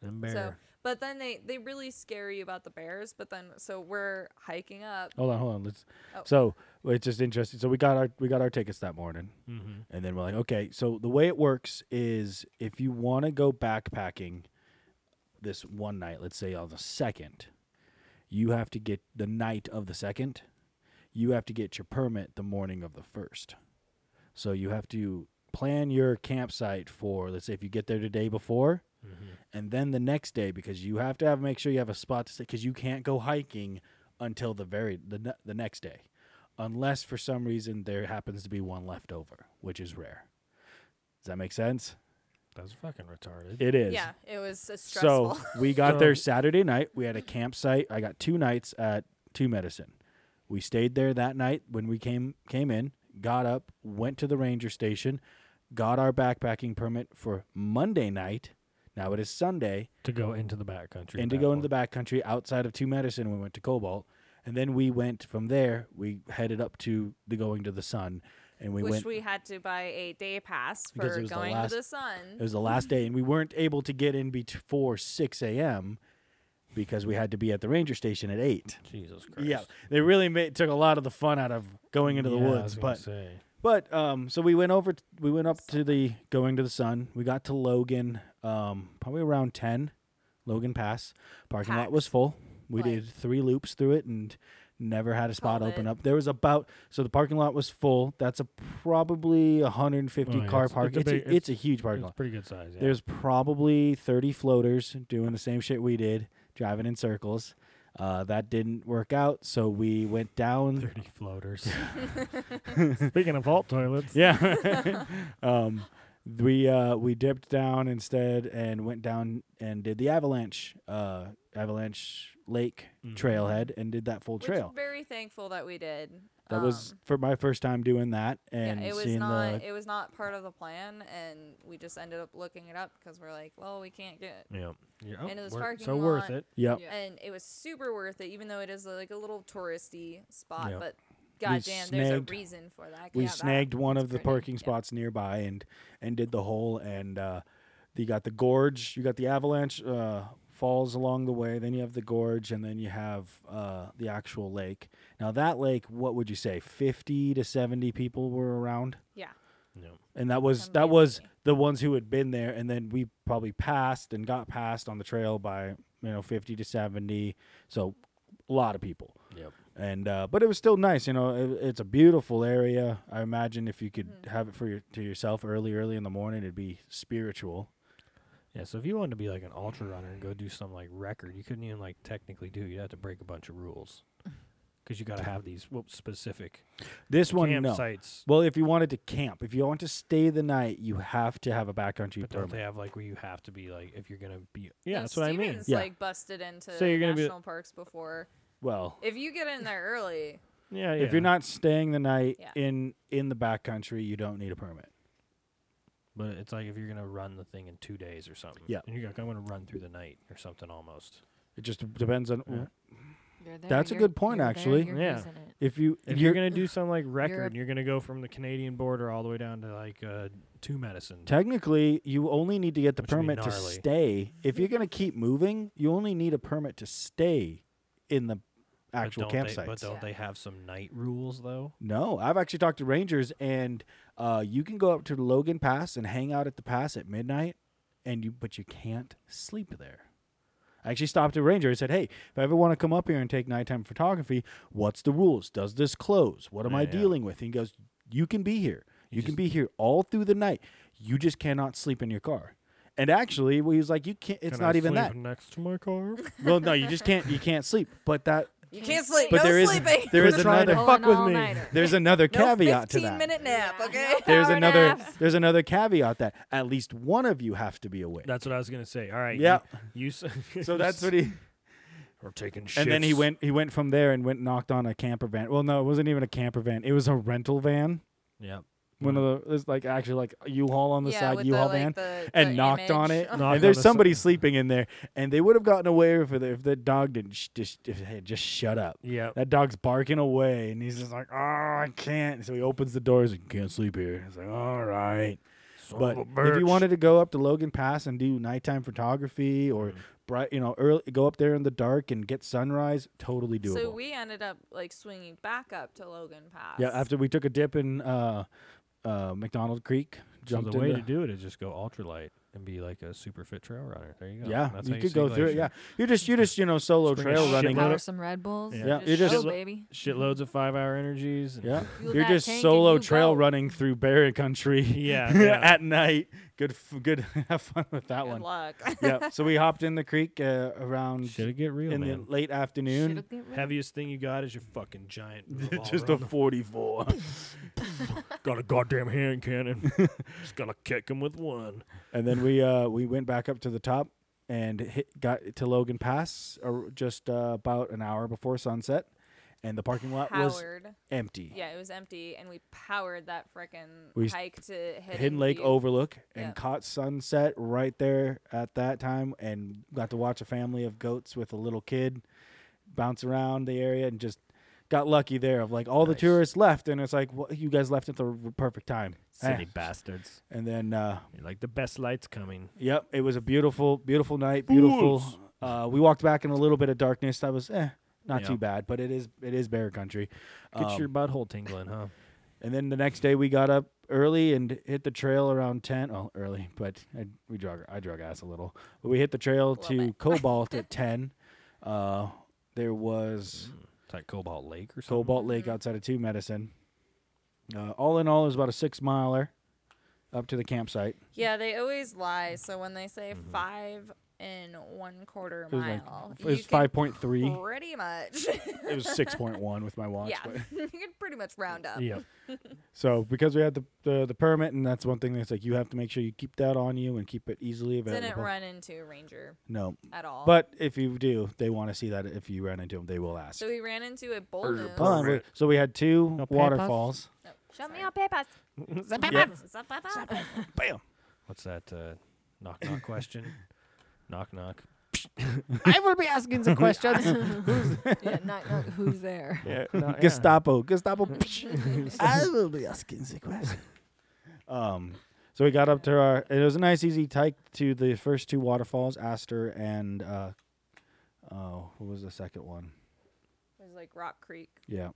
S2: them bear.
S1: So, but then they they really scare you about the bears. But then so we're hiking up.
S4: Hold on, hold on. Let's.
S1: Oh.
S4: So well, it's just interesting. So we got our we got our tickets that morning,
S2: Mhm.
S4: and then we're like, okay. So the way it works is if you want to go backpacking, this one night, let's say on the second, you have to get the night of the second. You have to get your permit the morning of the first. So you have to plan your campsite for let's say if you get there the day before and then the next day because you have to have make sure you have a spot to stay because you can't go hiking until the very the, ne- the next day unless for some reason there happens to be one left over which is rare does that make sense
S2: That's fucking retarded.
S4: it is
S1: Yeah, it was uh, stressful.
S4: so we got there
S2: So-
S4: saturday night we had a campsite i got two nights at two medicine we stayed there that night when we came came in got up went to the ranger station got our backpacking permit for monday night now it is sunday
S2: to go into the back country.
S4: and to go into the backcountry outside of Two Medicine, we went to Cobalt, and then we went from there. We headed up to the going to the sun, and
S1: (laughs)
S4: we
S1: Which
S4: went.
S1: we had to buy a day pass
S4: Because
S1: for
S4: it was the
S1: going
S4: last-
S1: to the
S4: it
S1: sun.
S4: was the last day, and we weren't able to get in before six a.m. because we had to be at the ranger station at eight.
S2: Jesus Christ.
S4: Yeah, they really made, took a lot of the fun out of going into the
S2: Yeah, I was
S4: woods,
S2: gonna
S4: but
S2: say.
S4: But um, so we went over. T- we went up to the going to the sun. We got to Logan, um, probably around ten. Logan Pass parking lot
S1: Packed.
S4: was full. We
S1: Like-
S4: did three loops through it and never had a spot
S1: Called
S4: open
S1: it.
S4: up. There was about so the parking lot was full. That's a probably 150
S2: Oh, yeah, it's-
S4: car
S2: it's
S4: parking.
S2: a
S4: It's,
S2: big-
S4: a- it's a huge parking
S2: It's
S4: lot.
S2: pretty good size. Yeah.
S4: There's probably 30 floaters doing the same shit we did, driving in circles. Uh, that didn't work out, so we went down.
S2: 30
S4: (laughs)
S2: floaters. (laughs) Speaking of
S1: (laughs)
S2: vault toilets.
S4: Yeah. um, we uh, we dipped down instead and went down and did the avalanche uh, avalanche lake
S2: Mhm.
S4: trailhead and did that full
S1: Which
S4: trail.
S1: very thankful that we did.
S4: That was
S1: Um,
S4: for my first time doing that and
S1: yeah, it was
S4: seeing
S1: not
S4: the.
S1: it was not part of the plan, and we just ended up looking it up because we're like, well, we can't get
S2: Yeah. yeah. oh,
S1: Into this
S2: wor-
S1: parking
S2: so worth
S1: lot.
S2: it.
S4: Yep.
S6: Yeah.
S1: and it was super worth it, even though it is like a little touristy spot.
S2: Yeah.
S1: But goddamn, there's a
S4: snagged-
S1: reason for that.
S4: We
S1: Yeah, that-
S4: snagged one
S1: it's
S4: of the
S1: pretty,
S4: parking
S1: yeah.
S4: spots nearby and and did the whole and uh, you got the gorge, you got the avalanche uh, falls along the way, then you have the gorge, and then you have uh, the actual lake. Now that lake, what would you say, fifty to seventy people were around?
S1: Yeah,
S2: Yeah.
S4: and that was that was
S1: Amazing.
S4: the ones who had been there and then we probably passed and got passed on the trail by you know 50 to 70 so a lot of people
S2: Yep.
S4: and uh, but it was still nice. You know, it, it's a beautiful area. I imagine if you could
S1: Mm-hmm.
S4: have it for your, to yourself early, early in the morning, it'd be spiritual.
S2: Yeah, so if you wanted to be like an ultra runner and go do some like record, you couldn't even like technically do. it. You'd have to break a bunch of
S4: (sighs)
S2: rules because you got to have these whoop, specific
S4: This one, no.
S2: campsites.
S4: Well, if you wanted to camp, if you want to stay the night, you have to have a backcountry
S2: But don't they
S4: permit.
S2: have like where you have to be like if you're gonna be? Yeah,
S1: No,
S2: that's what I mean.
S1: Steven's,
S4: Yeah.
S1: like busted into
S2: So you're gonna be-
S1: national parks before.
S4: Well,
S1: If you get in there early,
S2: Yeah,
S4: if you're not staying the night
S1: Yeah.
S4: in in the backcountry, you don't need a permit.
S2: but it's like if you're gonna run the thing in two days or something.
S4: Yeah.
S2: and you're like, I'm gonna run through the night or something almost.
S4: It just depends on
S2: Yeah.
S6: You're there,
S4: That's a
S6: you're-
S4: good point,
S6: you're there,
S4: actually.
S6: you're
S2: Yeah.
S6: using
S4: (laughs)
S6: it.
S4: if you
S2: If you're, gonna do some like
S3: Europe.
S2: record, and you're gonna go from the Canadian border all the way down to like uh, two medicine.
S4: technically you only need to get the
S2: Which would be
S4: permit to
S2: gnarly.
S4: stay. If you're gonna keep moving, you only need a permit to stay in the actual
S2: but don't
S4: campsites.
S2: They, but don't
S6: Yeah.
S2: they have some night rules though?
S4: No, I've actually talked to rangers, and uh, you can go up to Logan Pass and hang out at the pass at midnight, and you but you can't sleep there. I actually stopped a ranger and said, "Hey, if I ever want to come up here and take nighttime photography, what's the rules? Does this close? What am I
S2: Yeah, yeah.
S4: dealing with?" And he goes, "You can be here. You, can
S2: just-
S4: be here all through the night. You just cannot sleep in your car." And actually, well, he was like, "You can't. It's
S2: Can I
S4: not even
S2: sleep
S4: that.
S2: Next to my
S1: (laughs)
S2: car.
S4: well, no, you just can't. You can't sleep. But that,
S1: you can't sleep.
S4: but
S1: no
S4: there is
S1: sleeping. (laughs)
S4: there is
S2: We're trying to
S4: another
S2: fuck with me.
S4: there's another
S1: no
S4: caveat to
S1: 15
S4: that
S1: minute nap,
S6: Yeah.
S1: okay?
S4: there's
S3: Power
S4: another
S1: (laughs)
S3: naps.
S4: there's another caveat that at least one of you have to be awake.
S2: That's what I was gonna say. All right.
S4: Yeah.
S2: You, you s- (laughs)
S4: so that's what he
S2: We're taking shifts.
S4: and then he went he went from there and went and knocked on a camper van. Well, no, it wasn't even a camper van. It was a rental van.
S2: Yep.
S4: One of the it's like actually like a U-Haul on the
S1: yeah,
S4: side
S1: with
S4: U-Haul
S1: the,
S4: van
S1: like, the,
S4: and
S1: the
S4: knocked
S1: (laughs)
S4: on
S1: image.
S4: it.
S2: Knocked on
S4: and there's
S2: the
S4: somebody
S2: side.
S4: sleeping in there and they would have gotten away if the, if the dog didn't sh- just if, hey, just shut up.
S2: Yeah.
S4: That dog's barking away, and he's just like, "Oh, I can't." So he opens the doors and can't sleep here. He's like, "All right." But if you wanted to go up to Logan Pass and do nighttime photography
S2: Mm.
S4: or bright, you know, early, go up there in the dark and get sunrise, totally doable.
S1: So we ended up like swinging back up to Logan Pass.
S4: yeah, after we took a dip in uh, uh, McDonald Creek,
S2: so
S4: jumped
S2: the way
S4: in
S2: to do it is just go ultralight and be like a super fit trail runner. There you go.
S4: yeah,
S2: That's
S4: you
S2: how
S4: could go
S2: see
S4: through it. Yeah,
S2: glacier.
S4: you're just you're just you know solo
S2: Bring a
S4: trail
S2: shitload
S4: running.
S2: of-
S3: Power
S2: up.
S3: some Red Bulls.
S2: Yeah.
S4: Yeah,
S3: Just
S4: you just-
S3: go,
S2: Shitlo-
S3: baby.
S2: Shitloads of five hour energies. and-
S4: Yeah,
S3: Fuel
S4: you're
S3: that
S4: just
S3: tank and
S4: solo
S3: you
S4: trail
S3: go.
S4: running through bear country. (laughs)
S2: Yeah, yeah.
S4: at night. Good, f- good. (laughs) have fun with that
S1: Good
S4: one.
S1: luck. (laughs)
S4: yeah. So we hopped in the creek uh, around
S2: (laughs) Shit'll get real,
S4: in
S2: man.
S4: the late afternoon.
S3: Shit'll get
S2: (laughs)
S3: rid-
S2: Heaviest thing you got is your fucking
S4: (laughs)
S2: giant. revolver
S4: just
S2: on
S4: a
S2: the-
S4: 44.
S2: got a goddamn hand
S4: (laughs)
S2: cannon. just gonna kick him with one.
S4: and then we uh we went back up to the top and hit, got to Logan Pass uh, just uh, about an hour before sunset and the parking lot was
S1: Powered.
S4: empty.
S1: Yeah, it was empty, and we powered that frickin'
S4: We s-
S1: hike to Hidden,
S4: Hidden Lake
S1: View.
S4: Overlook and
S1: Yeah.
S4: caught sunset right there at that time and got to watch a family of goats with a little kid bounce around the area and just got lucky there of like all the
S2: Nice.
S4: tourists left and it's like well, you guys left at the r- perfect time.
S2: Silly
S4: Eh.
S2: bastards.
S4: And then uh
S2: You're like the best lights coming.
S4: Yep, it was a beautiful, beautiful night. Beautiful.
S2: Fools.
S4: Uh, we walked back in a little bit of darkness. That was eh, not
S2: Yeah.
S4: too bad, but it is it is bear country.
S2: Gets your
S4: Um,
S2: butthole tingling, huh?
S4: and then the next day we got up early and hit the trail around ten. Well, early, but I, we drug I drug ass a little. But we hit the trail
S1: little (laughs)
S4: to
S1: bit.
S4: Cobalt at ten. Uh, there was
S2: It's like Cobalt Lake or something.
S4: Cobalt Lake outside of Two Medicine. Uh, all in all, it was about a six miler up to the campsite.
S1: Yeah, they always lie. So when they say five and one quarter
S4: Mm-hmm. It was like-
S1: mile,
S4: it was
S1: you can
S4: five point
S1: (laughs)
S4: three.
S1: Pretty much.
S4: It was six point one with my watch.
S1: yeah,
S4: but-
S1: you can pretty much round up.
S2: Yeah.
S4: So because we had the, the the permit, and that's one thing that's like you have to make sure you keep that on you and keep it easily available.
S1: Didn't run into a ranger
S4: No,
S1: at all.
S4: but if you do, they want to see that. If you run into them, they will ask.
S1: so we ran into a bull moose.
S4: Fun.
S2: Alright.
S4: So we had two
S2: No papers? (laughs)
S4: waterfalls.
S1: Oh,
S6: Show me
S1: sorry.
S6: your papers.
S4: Yep.
S1: Is that Papa?
S2: Oh,
S4: Bam.
S2: What's that uh, knock knock question? (laughs) knock knock.
S5: I will be
S3: (laughs)
S5: asking the questions.
S3: yeah, not, not who's there.
S2: Yeah,
S4: Gestapo. Gestapo.
S2: (laughs)
S4: (laughs)
S7: I will be asking the question.
S4: um. So we got up to our. It was a nice, easy hike to the first two waterfalls, Aster and uh, oh, who was the second one?
S1: It was like Rock Creek.
S4: Yeah.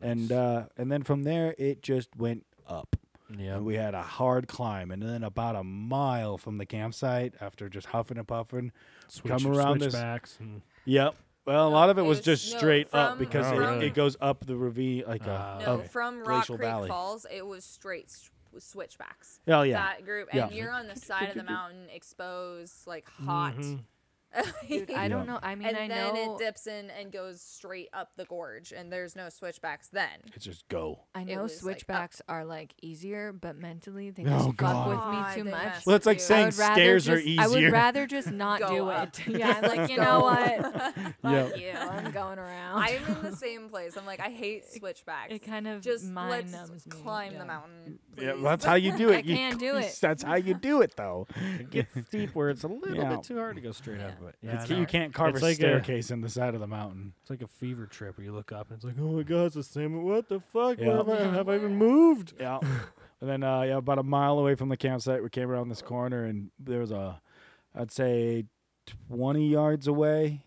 S4: And uh, and then from there, it just went up.
S2: yeah,
S4: And we had a hard climb, and then about a mile from the campsite, after just huffing and puffing,
S2: switch,
S4: come around this-
S2: switchbacks and
S4: yep, Well, a lot of it
S1: it
S4: was
S1: was-
S4: just
S1: no,
S4: straight up
S1: from-
S4: because
S2: Oh,
S4: it,
S2: really?
S4: it goes up the ravine like uh,
S2: Ah,
S4: a.
S1: No,
S2: okay.
S1: from Rock
S4: Glacial
S1: Creek
S4: Valley.
S1: Falls, it was straight s- switchbacks.
S4: Oh yeah.
S1: That group, and
S4: Yeah.
S1: you're on the side of the mountain, exposed, like hot.
S2: Mhm.
S4: Mm-hmm.
S1: (laughs)
S3: Dude, I don't know. I mean,
S1: and
S3: I
S1: then
S3: know.
S1: it dips in and goes straight up the gorge, and there's no switchbacks then.
S4: (laughs) It's just go.
S3: I
S1: It
S3: know
S1: was, like, up.
S3: switchbacks are like easier, but mentally they
S4: Oh,
S3: just fuck
S4: God.
S3: with me
S1: God,
S3: too
S1: they
S3: much.
S1: mess
S4: Well, it's like
S1: with you.
S3: I
S4: saying
S3: would rather
S4: stairs are
S3: just- I would
S4: easier.
S1: (laughs)
S3: rather just not
S1: Go
S3: do
S1: up.
S3: it. (laughs) Yeah, like you know what?
S4: (laughs) Yeah.
S3: Fuck you. (laughs) I'm going around.
S1: (laughs) I'm in the same place. I'm like, I hate switchbacks.
S3: it kind of
S1: just let's
S3: mind numbs me.
S1: climb
S3: Yeah.
S1: the mountain.
S4: Yeah,
S1: please.
S4: that's how you
S3: (laughs)
S4: do it.
S3: I
S4: you,
S3: can't do it.
S4: That's how you do it, (laughs) though.
S2: It gets steep where it's a little
S4: Yeah.
S2: bit too hard to go straight up.
S3: Yeah.
S2: But yeah,
S4: It's-
S2: I know.
S4: you can't carve
S2: It's
S4: a
S2: like a-
S4: staircase in the side of the mountain.
S2: It's like a fever trip where you look up and it's like, oh my god, it's the same. What the fuck?
S4: Yeah.
S2: Where am I, have I even moved? (laughs)
S4: Yeah. and then uh, yeah, about a mile away from the campsite, we came around this corner, and there was a, I'd say, twenty yards away,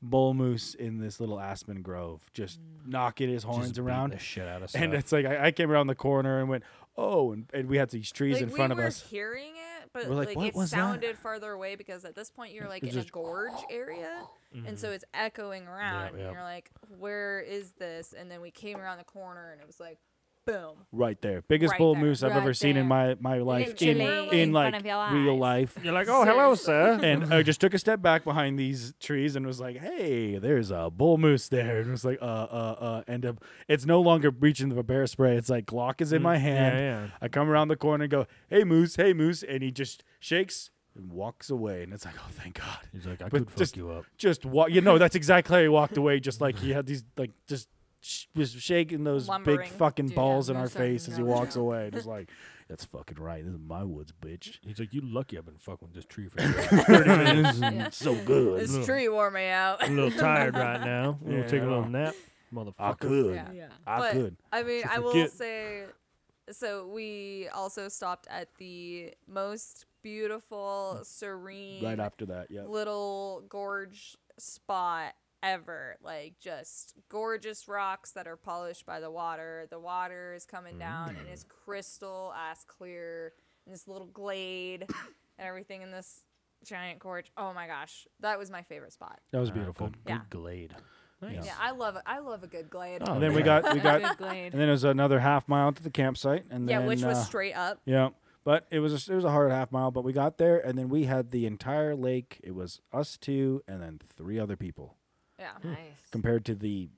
S4: bull moose in this little aspen grove, just knocking his horns
S2: Just beating
S4: around.
S2: the shit out of
S4: And
S2: stuff.
S4: it's like I, I came around the corner and went, oh, and, and we had these trees
S1: Like,
S4: in front
S1: we
S4: of
S1: were
S4: us.
S1: hearing it, but
S4: We're like,
S1: like,
S4: "What
S1: it
S4: was that?"
S1: sounded farther away because at this point you're like
S4: It's
S1: in a
S4: just- Mm-hmm.
S1: gorge area, and so it's echoing around.
S2: yep.
S1: And you're like, where is this? And then we came around the corner, and it was like, boom.
S4: Right there, biggest
S1: Right
S4: bull
S1: there.
S4: moose I've
S3: Right
S4: ever seen in my my life in
S1: Literally
S4: in,
S1: in
S4: like
S3: front of your
S4: real
S3: eyes.
S4: life.
S2: You're like, oh, hello, sir.
S4: and I just took a step back behind these trees and was like, "Hey, there's a bull moose there." And it was like, "Uh, uh, uh." And uh, it's no longer breaching the bear spray. It's like Glock is in my hand.
S2: Mm, yeah, yeah.
S4: I come around the corner and go, "Hey, moose! Hey, moose!" And he just shakes and walks away. And it's like, "Oh, thank God!"
S2: He's like, I
S4: But
S2: could fuck
S4: just-
S2: you up.
S4: Just walk. You know, that's exactly how he walked away. Just like he had these, like, just sh- was shaking those
S1: Lumbering.
S4: big fucking
S3: Dude,
S4: balls in
S3: I'm
S4: our
S3: sorry,
S4: face as he
S3: no
S4: walks
S3: joke.
S4: away.
S1: (laughs)
S4: Just like, that's fucking right. This is my woods, bitch.
S2: He's like, you lucky I've been fucking with this tree (laughs) for 30 minutes. and
S3: Yeah.
S4: So good.
S1: This
S2: Ugh.
S1: tree wore me out.
S2: I'm a little tired right now.
S1: (laughs)
S2: I'm gonna take a
S4: Yeah.
S2: little nap,
S4: I
S2: motherfucker.
S4: could.
S1: Yeah.
S4: I
S1: But,
S4: could.
S1: I mean,
S4: To
S1: I will
S4: forget.
S1: say, so we also stopped at the most beautiful, serene,
S4: Right after that, yeah.
S1: little gorge spot ever. Like just gorgeous rocks that are polished by the water. The water is coming down and
S4: Mm.
S1: it's crystal as clear and this little
S4: (coughs)
S1: glade and everything in this giant gorge. Oh my gosh. That was my favorite spot.
S4: That was
S2: Ah,
S4: beautiful.
S2: Good,
S1: Yeah.
S2: good glade.
S4: Nice.
S1: Yeah, I love I love a good glade.
S2: Oh,
S4: And then we
S2: yeah.
S3: (laughs)
S4: got we
S1: (laughs)
S4: got
S3: Good
S4: and
S3: glade.
S4: then it was another half mile to the campsite and
S1: yeah,
S4: then,
S1: which was
S4: uh,
S1: straight up.
S4: yeah. But it was a, it was a hard half mile, but we got there and then we had the entire lake. It was us two and then three other people
S1: Yeah.
S3: Nice.
S4: compared to the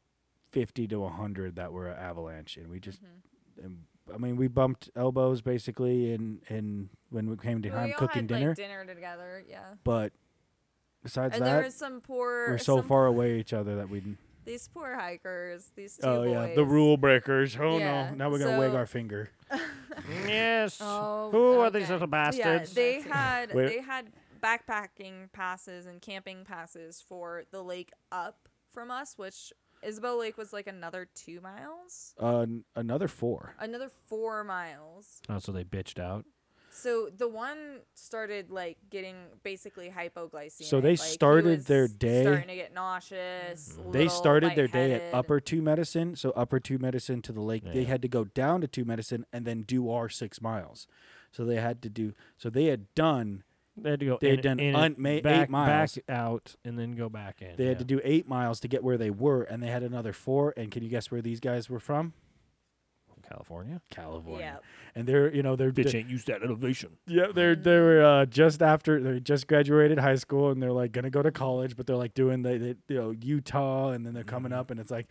S4: 50 to 100 that were at Avalanche and we just
S1: Mm-hmm.
S4: and, I mean, we bumped elbows basically in in when we came to
S1: But
S4: time
S1: we all
S4: cooking
S1: had
S4: dinner,
S1: like dinner together, yeah.
S4: but besides
S1: And there
S4: that,
S1: was some poor
S4: we're so
S1: some-
S4: far away each other that we didn't
S1: these poor hikers, these two
S4: Oh yeah, the
S1: boys.
S4: rule breakers. Oh
S1: Yeah,
S4: no, now we're gonna wag
S1: so-
S4: our finger.
S2: Yes.
S3: Oh,
S2: Who are these
S3: okay.
S7: (laughs)
S2: little bastards?
S1: Yeah, they had
S4: Wait.
S1: they had backpacking passes and camping passes for the lake up from us, which Isabel Lake was like another two miles,
S4: Uh, n- another four.
S1: another four miles.
S2: oh, so they bitched out.
S1: So the one started like getting basically hypoglycemia.
S4: So they started their day- Mhm.
S1: starting to get nauseous.
S4: They
S1: little
S4: started their day at
S1: lightheaded.
S4: Upper Two Medicine, so Upper Two Medicine to the lake. They
S2: Yeah.
S4: had to go down to Two Medicine and then do our six miles. So they had to do. So they had done.
S2: They had to go.
S4: They had
S2: in,
S4: done
S2: in,
S4: un- ma- eight
S2: back,
S4: miles.
S2: back out, and then go back in.
S4: They
S2: yeah.
S4: had to do eight miles to get where they were, and they had another four. And can you guess where these guys were from?
S2: California.
S1: Yeah.
S4: California. And they're you know they're
S2: Bitch ain't used
S1: (laughs)
S2: that elevation.
S4: Yeah, they're they were uh, just after they just graduated high school and they're like gonna go to college, but they're like doing the, the you know Utah and then they're
S2: Mm-hmm.
S4: coming up and it's like,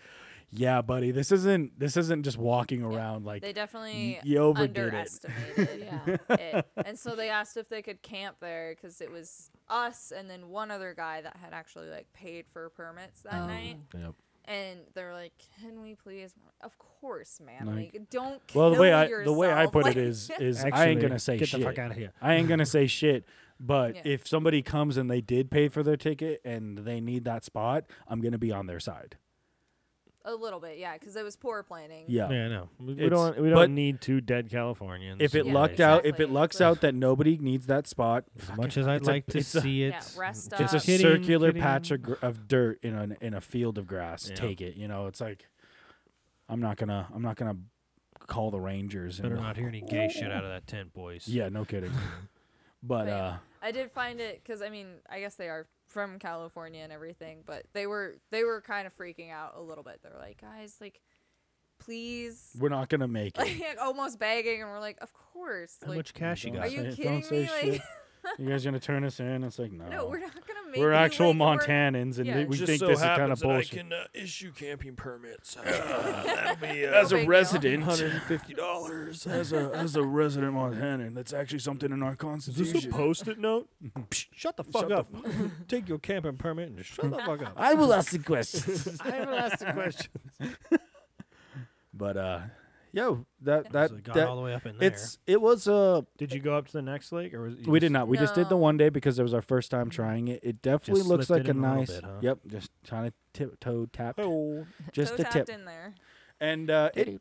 S4: yeah, buddy, this isn't this isn't just walking around like
S1: They definitely
S4: you overdid it.
S1: underestimated
S3: (laughs) Yeah.
S1: it. And so they asked if they could camp there because it was us and then one other guy that had actually like paid for permits that
S3: Oh.
S1: night.
S2: Yep.
S1: And they're like, "Can we please?" Of course, man.
S4: Like-
S1: Like, don't.
S4: Well, the
S1: kill
S4: way I the way I
S1: yourself."
S4: put it
S1: Like- (laughs)
S4: is is I
S2: Actually,
S4: ain't gonna say
S2: get
S4: shit.
S2: the fuck out of here.
S4: I ain't gonna say shit. But
S1: Yeah.
S4: if somebody comes and they did pay for their ticket and they need that spot, I'm gonna be on their side.
S1: a little bit, yeah, because it was poor planning.
S4: Yeah.
S2: Yeah, no. We, we
S4: It's-
S2: don't. We
S4: but-
S2: don't need two dead Californians.
S4: If it
S1: Yeah,
S4: lucked out, if it
S1: exactly.
S4: lucks out that nobody needs that spot,
S2: as much as I'd
S4: it's a-
S2: like to
S4: it's a-
S2: see it,
S1: Yeah, rest
S4: it's a
S1: up.
S2: kidding,
S4: circular
S2: kidding.
S4: patch of, gr- of dirt in a in a field of grass.
S2: Yeah.
S4: Take it, you know. It's like I'm not gonna I'm not gonna call the rangers. And,
S2: Better not hear any gay shit out of that tent,
S1: (laughs)
S2: boys.
S4: Yeah, no kidding. but
S1: But yeah.
S4: uh,
S1: I did find it because I mean, I guess they are from California and everything, but they were they were kind of freaking out a little bit. They were like, guys, like, please,
S4: We're not gonna make it.
S1: like (laughs) almost begging, and we're like, of course,
S2: How
S1: like,
S2: much cash you
S4: Don't
S1: are
S2: got?
S1: you
S4: say-
S1: kidding
S4: don't say
S1: me? Like,
S4: you guys gonna turn us in? It's like no.
S1: no, we're not gonna make.
S4: Oh. We're
S1: you,
S4: actual
S1: like, work."
S4: Montanans, and
S1: Yeah.
S4: we
S1: Just
S4: think this is kind of bullshit.
S2: can uh, issue camping (laughs) permits. that'd be uh,
S1: As a Big deal. resident,
S2: $150. dollars
S4: (laughs) as a as a resident Montanan, that's actually something in our
S2: Is this a
S4: constitution.
S2: post-it (laughs) note? Psh, shut the fuck
S4: Shut the
S2: up. (laughs) Take your camping permit and shut the fuck (laughs) up.
S4: I will ask the questions. (laughs) I will ask the questions. (laughs) but uh, yo, that that,
S2: So it got
S4: that
S2: all the way up in there.
S4: it's it was uh
S2: Did you go up to the next lake, or was you
S4: we did
S2: just-
S4: not we just did the
S1: No.
S4: one day because it was our first time trying it. It definitely
S2: Just
S4: looks
S2: slipped
S4: like
S2: it
S4: a
S2: in a little
S4: nice
S2: bit, huh?
S4: yep, just kind of tiptoe tap
S2: Oh,
S4: just
S1: Toe
S4: the
S1: tapped
S4: tip
S1: in there.
S4: and uh, it,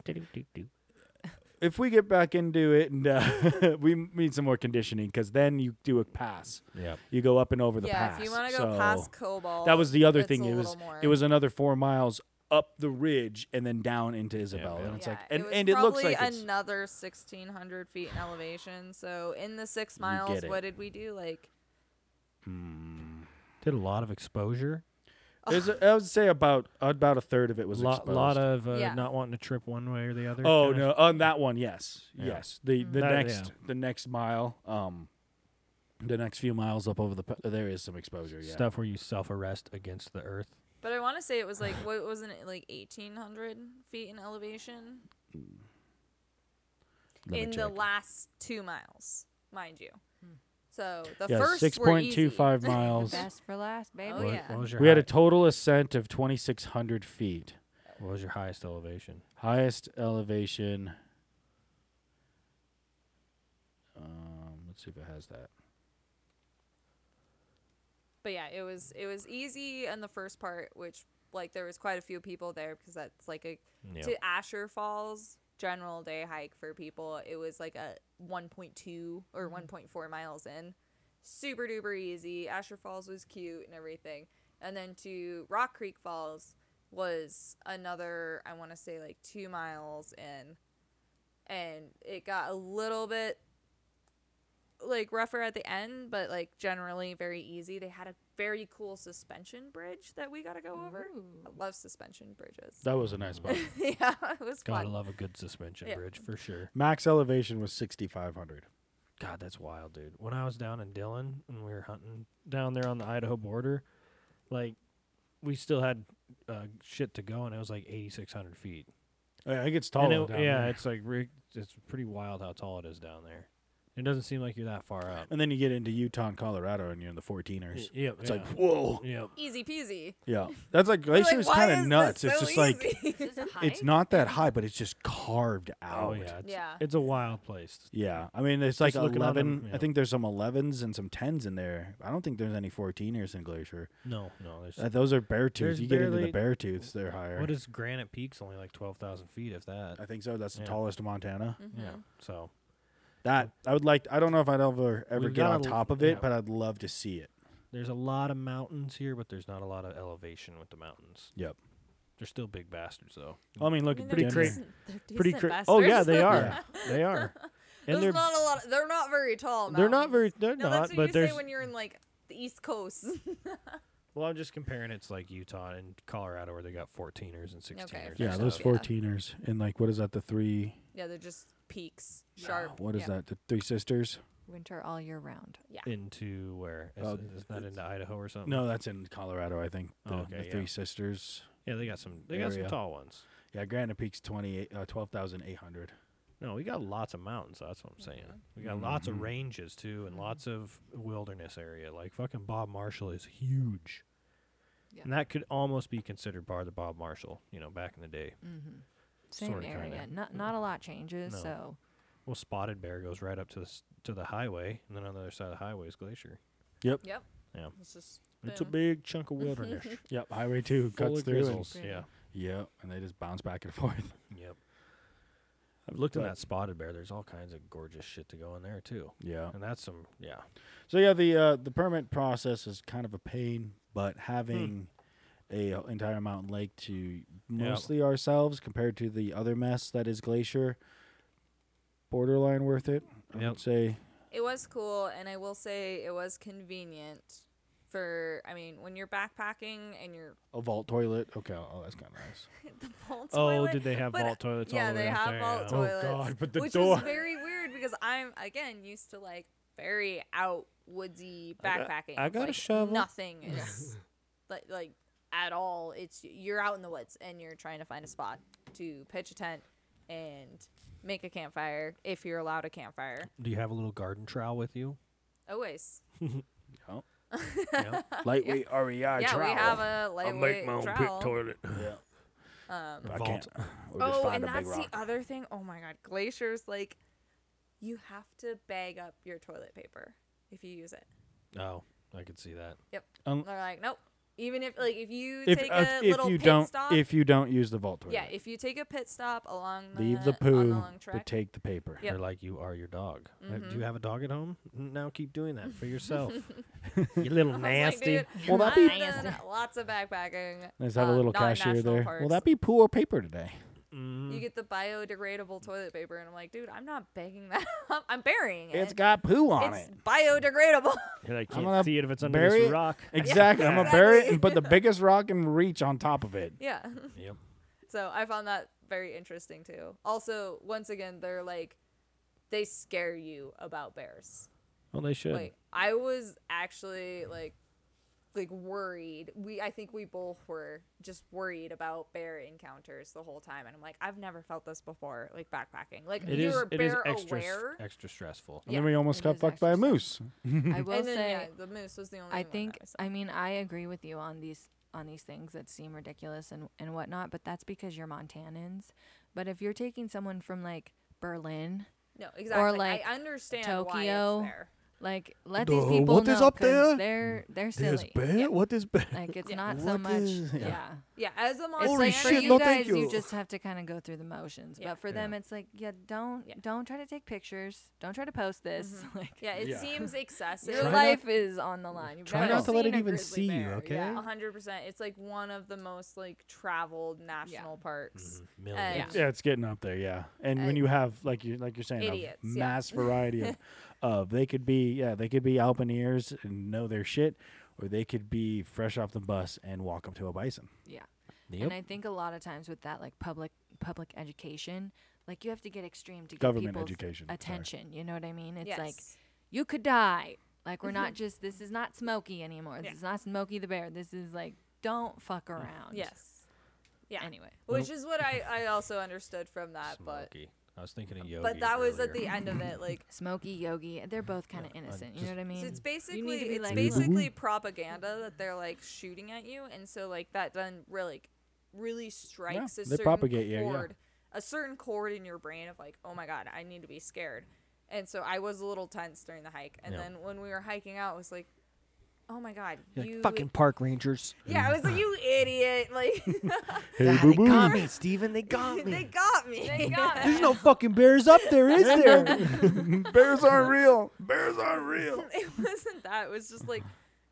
S4: if we get back into it and uh, (laughs) we need some more conditioning because then you do a pass
S2: yeah.
S4: you go up and over the
S1: yeah,
S4: pass
S1: if you want to go
S4: so
S1: past Cobalt,
S4: that was the other
S1: it's
S4: thing
S1: a
S4: it was
S1: little more.
S4: it was another four miles up the ridge and then down into isabel
S2: yeah.
S4: and it's
S1: Yeah,
S4: like and,
S1: was
S4: and it looks
S1: probably
S4: like it's,
S1: another 1600 feet in elevation so in the six
S4: You
S1: miles
S4: get it.
S1: what did we do like
S4: Hmm.
S2: Did a lot of exposure.
S4: There's a, I would say about about a third of it was
S2: lot,
S4: exposed.
S2: lot of uh,
S1: Yeah.
S2: not wanting to trip one way or the other.
S4: Oh
S2: kinda.
S4: no, on that one, yes,
S2: Yeah.
S4: yes. The
S1: Hmm.
S4: the
S2: That-
S4: next
S2: yeah.
S4: the next mile, um, the next few miles up over the p- there is some exposure. Yeah,
S2: Stuff where you self-arrest against the earth.
S1: but i want to say it was like what wasn't it like 1800 feet in elevation
S4: Let me
S1: in the
S4: check.
S1: last two miles mind you so the
S4: yeah,
S1: first
S4: six
S1: were
S4: point two five
S1: easy. (laughs)
S4: miles.
S3: Best for last, baby.
S1: Oh,
S2: what,
S1: yeah.
S2: what was your
S4: we had a
S2: high-
S4: total ascent of twenty six hundred feet.
S2: what was your highest elevation?
S4: Highest elevation. Um, let's see if it has that.
S1: but yeah it was it was easy in the first part which like there was quite a few people there because that's like a
S2: Yeah.
S1: to Asher Falls general day hike for people. It was like a 1.2 or 1.4 miles in. Super duper easy. Asher Falls was cute and everything. And then to Rock Creek Falls was another, I want to say like two miles in. And it got a little bit like rougher at the end, but like generally very easy. They had a very cool suspension bridge that we got to go
S3: Mm-hmm.
S1: over. I love suspension bridges
S4: That was a nice spot.
S1: (laughs) yeah, it was
S2: Gotta
S1: fun.
S2: love a good suspension
S1: Yeah.
S2: bridge for sure.
S4: (laughs) Max elevation was sixty five hundred.
S2: God, that's wild, dude. When I was down in Dillon and we were hunting down there on the Idaho border, like we still had uh, shit to go, and it was like 8,600 feet.
S4: I think it's
S2: And
S4: taller.
S2: it-
S4: down
S2: yeah,
S4: there.
S2: it's like re- it's pretty wild how tall it is down there. It doesn't seem like you're that far up.
S4: and then you get into Utah and Colorado, and you're in the fourteeners.
S2: Yeah,
S4: It's like whoa.
S2: yeah.
S1: Easy peasy.
S4: Yeah, that's like
S1: We're
S4: glacier is
S1: "Why
S4: kind
S1: is
S4: of
S1: this
S4: nuts. It's
S1: so
S4: just like
S2: (laughs)
S1: easy?" (laughs)
S3: Is this a
S4: it's
S3: hike?
S4: not that high, but it's just carved out.
S2: Oh yeah, it's,
S1: Yeah.
S2: It's a wild place.
S4: Yeah, I mean it's like
S2: Just looking at 'em,
S4: eleven. I
S2: yeah.
S4: think there's some elevens and some tens in there. I don't think there's any fourteeners in Glacier.
S2: No, no. There's,
S4: Uh, those are bear tooths.
S2: There's
S4: You get into the
S2: barely-
S4: bear tooths, they're higher.
S2: what is Granite Peaks? Only like twelve thousand feet, if that.
S4: I think so. That's the
S2: Yeah.
S4: tallest in Montana.
S1: Mm-hmm.
S2: Yeah. So
S4: That I would like. I don't know if I'd ever ever
S2: We've
S4: get
S2: got
S4: on
S2: a l-
S4: top of it,
S2: yeah.
S4: but I'd love to see it.
S2: there's a lot of mountains here, but there's not a lot of elevation with the mountains.
S4: Yep.
S2: They're still big bastards, though.
S4: I mean, look,
S1: I mean,
S4: pretty
S1: they're
S4: crazy.
S1: decent- they're
S2: Pretty
S1: decent
S2: cra- Oh yeah,
S1: bastards. (laughs)
S2: they are.
S4: Yeah.
S2: They are. And
S1: There's
S2: they're
S1: not a lot. Of, they're not very tall.
S2: they're not very
S1: mountains.
S2: they're
S1: No,
S2: not,
S1: that's what
S2: but
S1: you
S2: there's
S1: say when you're in like the East Coast. (laughs)
S2: well, I'm just comparing it to like Utah and Colorado where they got 14ers and 16ers.
S1: Okay,
S2: and
S1: Yeah,
S4: Yeah,
S1: There's
S4: those
S1: stuff.
S2: stuff.
S1: yeah.
S4: fourteeners and like what is that? The three.
S1: yeah, they're just peaks, sharp.
S4: What is
S1: yeah.
S4: that? The three sisters?
S3: Winter all year round.
S2: into where is,
S4: Oh,
S2: it- is that into Idaho or something?
S4: No, that's in Colorado. I think the,
S2: Oh, okay,
S4: the
S2: yeah.
S4: three sisters.
S2: Yeah, they got some. They got some
S4: Area.
S2: tall ones.
S4: Yeah, Granite Peak's 28, uh, 12,800.
S2: No, we got lots of mountains. That's what I'm saying. We got lots of ranges too, and lots of wilderness area. Like fucking Bob Marshall is huge,
S3: Yeah.
S2: and that could almost be considered part of the Bob Marshall. You know, back in the day.
S3: Mm-hmm. Same
S2: Sorta,
S3: area.
S2: kinda. Mm.
S3: Not not a lot changes.
S2: No. (laughs)
S3: So
S2: Well, Spotted Bear goes right up to the s- to the highway, and then on the other side of the highway is Glacier.
S1: Yep.
S2: Yeah.
S1: It's just.
S2: It's a
S1: boom.
S2: big chunk of (laughs) wilderness.
S4: Yep, Highway
S2: full
S4: 2 cuts
S2: of
S4: through. And,
S2: grizzles. Yeah.
S4: yep, and they just bounce back and (laughs) forth.
S2: Yep. I've looked in
S4: But-
S2: that Spotted Bear. There's all kinds of gorgeous shit to go in there too,
S4: Yeah.
S2: and that's some yeah.
S4: So yeah, the uh, the permit process is kind of a pain, but having a uh, entire mountain lake to mostly ourselves compared to the other mess that is Glacier, borderline worth it. I
S2: Yep.
S4: would say
S1: It was cool, and I will say it was convenient for I mean, when you're backpacking and you're (laughs)
S4: A vault toilet. Okay. Oh, that's kind of nice.
S1: the vault
S2: Oh,
S1: toilet.
S2: did they have
S1: but,
S2: vault toilets?
S1: yeah,
S2: all the
S1: they
S2: way up
S1: have
S2: there?
S1: vault
S2: yeah.
S1: toilets.
S2: Oh God, but the
S1: which (laughs)
S2: door.
S1: is very weird because I'm again used to like very out woodsy
S2: I got-
S1: backpacking.
S2: I got a
S1: like,
S2: shovel.
S1: Nothing is (laughs) like like at all. It's you're out in the woods and you're trying to find a spot to pitch a tent and make a campfire if you're allowed a campfire.
S2: Do you have a little garden trowel with you?
S1: Always.
S2: yeah.
S4: Lightweight REI
S1: yeah,
S4: trowel.
S1: we have a lightweight trowel.
S2: toilet.
S4: yeah.
S1: Um,
S4: I
S2: Vault.
S4: can't. (laughs) We'll just
S1: oh,
S4: find
S1: and
S4: a big
S1: that's the
S4: rock.
S1: other thing. Oh my god, glaciers like you have to bag up your toilet paper if you use it.
S2: Oh, I could see that.
S1: They're like, nope. Even if like if you
S4: If,
S1: take
S4: uh,
S1: a
S4: if
S1: little
S4: you
S1: pit
S4: don't
S1: stop,
S4: if you don't use the vault toilet,
S1: yeah, if you take a pit stop along the
S4: leave the
S1: on the
S4: poo,
S1: long
S4: but
S1: trek,
S4: take the paper.
S1: Yep. Mm-hmm.
S2: They're like, you are your dog. Uh, Do you have a dog at home? N- Now keep doing that
S1: (laughs)
S2: for yourself. you
S1: (laughs)
S2: little
S1: I was
S2: nasty.
S1: Like, Dude,
S4: Will that be-
S1: I've done lots of backpacking.
S4: Let's have Uh, a
S1: um,
S4: little
S1: not in
S4: cashier
S1: national
S4: there.
S1: Parks.
S4: Will that be poo or paper today?
S2: Mm.
S1: You get the biodegradable toilet paper, and I'm like, dude, I'm not bagging that (laughs) up. I'm burying it.
S4: It's got poo on
S1: It's
S3: (laughs)
S4: it.
S1: biodegradable. (laughs)
S2: You're like,
S4: I'm
S2: can't
S4: gonna
S2: see it if it's under this
S4: bury
S2: (laughs)
S4: it."
S2: rock.
S4: Exactly. I'm gonna bury it and (laughs) put the biggest rock in reach on top of it.
S1: yeah. (laughs)
S2: Yep.
S1: So I found that very interesting too. Also, once again, they're like, they scare you about bears.
S2: Well, they should.
S1: Like I was actually like like worried. We I think we both were just worried about bear encounters the whole time and I'm like I've never felt this before like backpacking. Like
S2: It is.
S1: you're
S2: It is
S1: bear
S2: extra. s-
S1: aware.
S2: Extra stressful.
S4: And
S1: Yeah.
S4: then we almost
S3: It
S4: got
S3: is
S4: fucked by a
S3: extra
S4: moose.
S3: I will
S1: and then
S3: say,
S1: yeah, the moose was the only
S3: I
S1: one that
S3: think
S1: I saw.
S3: I mean I agree with you on these on these things that seem ridiculous and and whatnot, but that's because you're Montanans. But if you're taking someone from like Berlin,
S1: no, exactly.
S3: like,
S1: I understand why
S3: Tokyo.
S1: it's there.
S3: like let
S4: Duh,
S3: these people
S4: what
S3: know
S4: is up
S3: 'cause
S4: there?
S3: they're they're silly.
S4: What is bear?
S3: Like it's
S1: Yeah.
S3: not so
S4: What
S3: much.
S4: is-
S3: yeah.
S4: yeah.
S1: Yeah, as a
S3: It's
S1: Montana,
S4: Holy
S3: like for
S4: shit,
S3: you
S4: no
S3: guys,
S4: thank
S3: you.
S4: you.
S3: just have to kind of go through the motions.
S1: Yeah.
S3: But for them, it's like, yeah, don't
S1: Yeah. Mm-hmm.
S3: don't try to take pictures. Don't try to post this. (laughs) Like,
S1: yeah, it
S4: Yeah.
S1: seems excessive.
S3: your
S4: Try not-
S3: life is on the line. You've
S2: try
S3: never
S2: not to let
S3: seen
S2: it
S3: a
S2: even
S3: grizzly
S2: see you,
S3: bear.
S2: okay?
S1: Yeah,
S2: Yeah.
S1: 100%. It's like one of the most like traveled national parks.
S2: Mhm.
S1: uh,
S2: Millions.
S4: Yeah, it's getting up there. Yeah, and when
S1: And-
S4: you have like you like you're saying,
S1: Idiots,
S4: a
S1: yeah.
S3: (laughs)
S4: mass variety of, of they could be yeah they could be alpineers and know their shit, or they could be fresh off the bus and walk up to a bison.
S3: Yeah.
S2: Yep.
S3: And I think a lot of times with that, like public public education, like you have to get extreme to get
S4: Government
S3: people's
S4: education, sorry.
S3: attention. You know what I mean? It's
S1: yes.
S3: like you could die. Like we're
S1: (laughs)
S3: not just this is not Smokey anymore.
S1: Yeah. Mm.
S3: This is not Smokey the Bear. This is like don't fuck around.
S1: Yes. Yeah.
S3: Anyway.
S1: Which is what I, I also understood from that, but
S2: Smoky. I was thinking of yoga.
S1: but that was at the end of it.
S3: (laughs)
S1: Like
S3: Smokey, Yogi, they're both kind of innocent. you
S2: just-
S3: know what I mean?
S1: so it's basically
S3: be
S1: it's
S3: like, look.
S1: basically propaganda that they're like shooting at you, and so like that then really really strikes a
S4: they
S1: certain
S4: propagate you, yeah.
S1: chord, a certain chord in your brain of like, oh my god, I need to be scared. And so I was a little tense during the hike, and
S2: Yeah.
S1: then when we were hiking out, it was like, oh my god, you
S2: park rangers.
S1: yeah, I was like, you idiot, like
S4: Hey boo boo. (laughs)
S7: me, Steven. They
S1: (laughs)
S7: got
S1: they got me, they got (laughs) me.
S7: There's no fucking bears up there, is
S3: (laughs)
S7: there?
S4: (laughs) Bears aren't real. Bears aren't real.
S1: (laughs) it wasn't that. It was just like,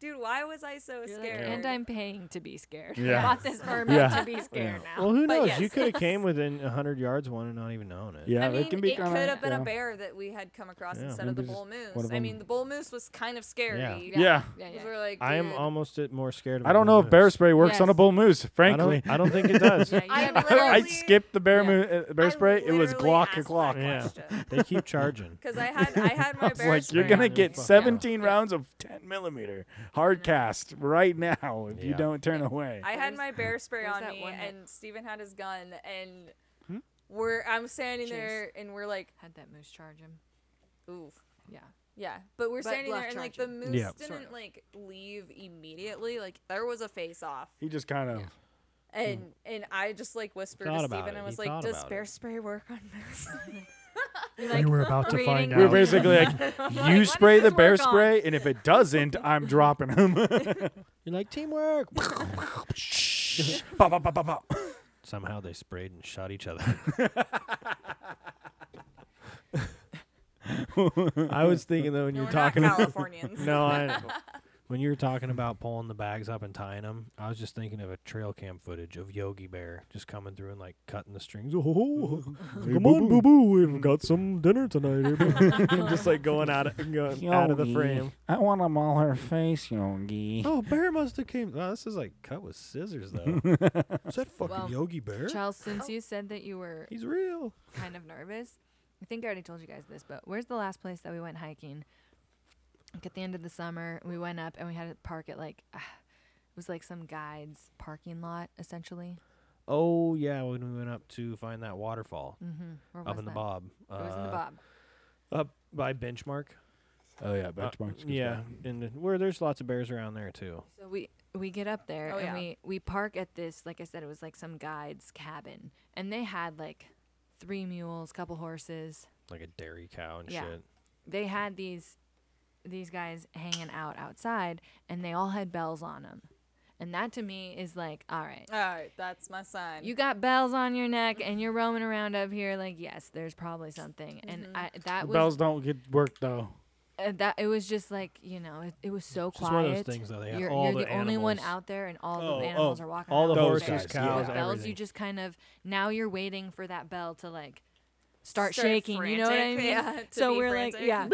S1: dude, why was I so
S3: You're like,
S1: scared?
S3: and I'm paying to be scared.
S4: Yeah.
S3: I bought this permit
S4: Yeah.
S3: to be scared now.
S2: Well, who
S1: But
S2: knows?
S1: yes.
S2: You could
S1: (laughs)
S2: have came within hundred yards of one and not even known it.
S4: Yeah,
S1: I mean,
S4: it can be
S1: could
S4: kinda-
S1: have been
S4: yeah.
S1: a bear that we had come across
S2: Yeah.
S1: instead of the
S4: Maybe just
S1: bull
S4: one
S1: moose.
S4: of
S1: I mean,
S4: them.
S1: the bull moose was kind of scary.
S4: Yeah.
S3: Yeah.
S1: 'cause
S3: yeah.
S1: We're like,
S2: I am
S1: dude,
S2: almost at more scared of.
S4: I don't know if bear
S2: bears.
S4: spray works on a
S3: Yes.
S4: bull moose. Frankly,
S2: I don't, I don't think
S1: (laughs)
S2: it does.
S3: Yeah, you
S1: I
S3: have
S1: am
S3: to-
S1: literally-
S4: (laughs) I skipped the bear
S3: Yeah.
S4: moo- uh, bear
S1: I
S4: spray. It was
S1: literally
S4: Glock
S1: asked
S4: o'clock.
S1: that
S2: Yeah.
S4: (laughs)
S1: question.
S2: They keep charging.
S1: Cause I had I had my
S4: I was
S1: bear
S4: like, you're
S1: spray
S4: gonna
S1: on
S4: get
S1: me."
S2: Yeah.
S4: 17 rounds of 10 millimeter hard cast right now if you
S2: Yeah.
S4: don't turn away.
S1: I had
S3: There's-
S1: my bear spray
S3: there's
S1: on
S3: that
S1: me,
S3: one that-
S1: and Steven had his gun, and
S4: Hmm?
S1: we're I'm standing
S3: Cheers.
S1: there, and we're like,
S3: Had that moose charge him.
S1: oof.
S3: Yeah.
S1: Yeah, but we're
S3: But
S1: standing there,
S3: bluff
S1: and like the moose
S2: Yeah.
S1: didn't like leave immediately. Like there was a face off,
S4: He just kind of.
S1: and and I just like whispered
S2: Hmm. Thought
S1: to
S2: about
S1: Steven and
S2: it. He
S1: was like,
S2: thought
S1: "Does
S2: about
S1: bear
S2: it."
S1: spray work on
S2: (laughs)
S1: (laughs) moose?"
S2: we were about to find
S4: We're
S2: out.
S4: basically
S1: (laughs)
S4: like,
S1: like,
S4: you
S1: "What
S4: spray
S1: does
S4: the
S1: this
S4: bear
S1: work on?"
S4: spray, and if it doesn't, I'm dropping him. (laughs)
S2: You're like teamwork. (laughs)
S4: Pop, pop, pop, pop, pop.
S2: Somehow they sprayed and shot each other. I was thinking though when
S1: No,
S2: you're
S1: we're
S2: talking. (laughs)
S4: (laughs)
S1: not Californians.
S2: No, I. When you were talking about pulling the bags up and tying them, I was just thinking of a trail cam footage of Yogi Bear just coming through and like cutting the strings. (laughs) Oh, come on, boo boo, we've got some dinner (laughs) tonight. everybody." just like going out (laughs) of, going out of the
S4: Yogi.
S2: frame.
S4: I want them all her face, Yogi.
S2: Oh, Bear must have came. Oh, this is like cut with scissors though. is that fucking
S3: Well,
S2: Yogi Bear?
S3: Charles, since you said that you were
S2: He's real.
S3: kind of nervous, I think I already told you guys this, but where's the last place that we went hiking? Like at the end of the summer, we went up and we had to park at like uh, it was like some guide's parking lot essentially.
S2: Oh yeah, when we went up to find that waterfall
S3: Mm-hmm. Where
S2: up
S3: was
S2: in the
S3: that?
S2: Bob.
S3: It was in the
S2: Uh,
S3: Bob.
S2: Up by Benchmark.
S4: Oh yeah,
S2: Uh,
S4: benchmarks.
S2: yeah, and th- where there's lots of bears around there too.
S3: So we we get up there
S1: Oh,
S3: and
S1: yeah.
S3: we we park at this like I said it was like some guide's cabin and they had like three mules, couple horses.
S2: like a dairy cow and
S3: Yeah.
S2: shit.
S3: They had these these guys hanging out outside and they all had bells on them. And that to me is like, all right.
S1: All right, that's my sign.
S3: You got bells on your neck and you're roaming around up here like yes, there's probably something. And
S1: Mm-hmm.
S3: I, that was
S4: bells don't get worked though.
S3: uh, that it was just like, you know, it, it was so
S2: It's just one
S3: quiet.
S2: of those things though. They have
S3: you're
S2: all
S3: you're
S2: the,
S3: the, only one
S2: animals.
S3: out there, and all
S2: Oh,
S3: the animals
S2: oh,
S3: are walking.
S2: all
S3: around
S2: the
S3: with
S4: horses,
S3: bells.
S4: cows,
S3: With bells.
S2: everything.
S3: You just kind of now you're waiting for that bell to like start,
S1: Start
S3: shaking. you know what I
S1: frantic,
S3: mean? (laughs)
S1: yeah, to
S3: so
S1: be
S3: we're like,
S1: frantic.
S3: yeah.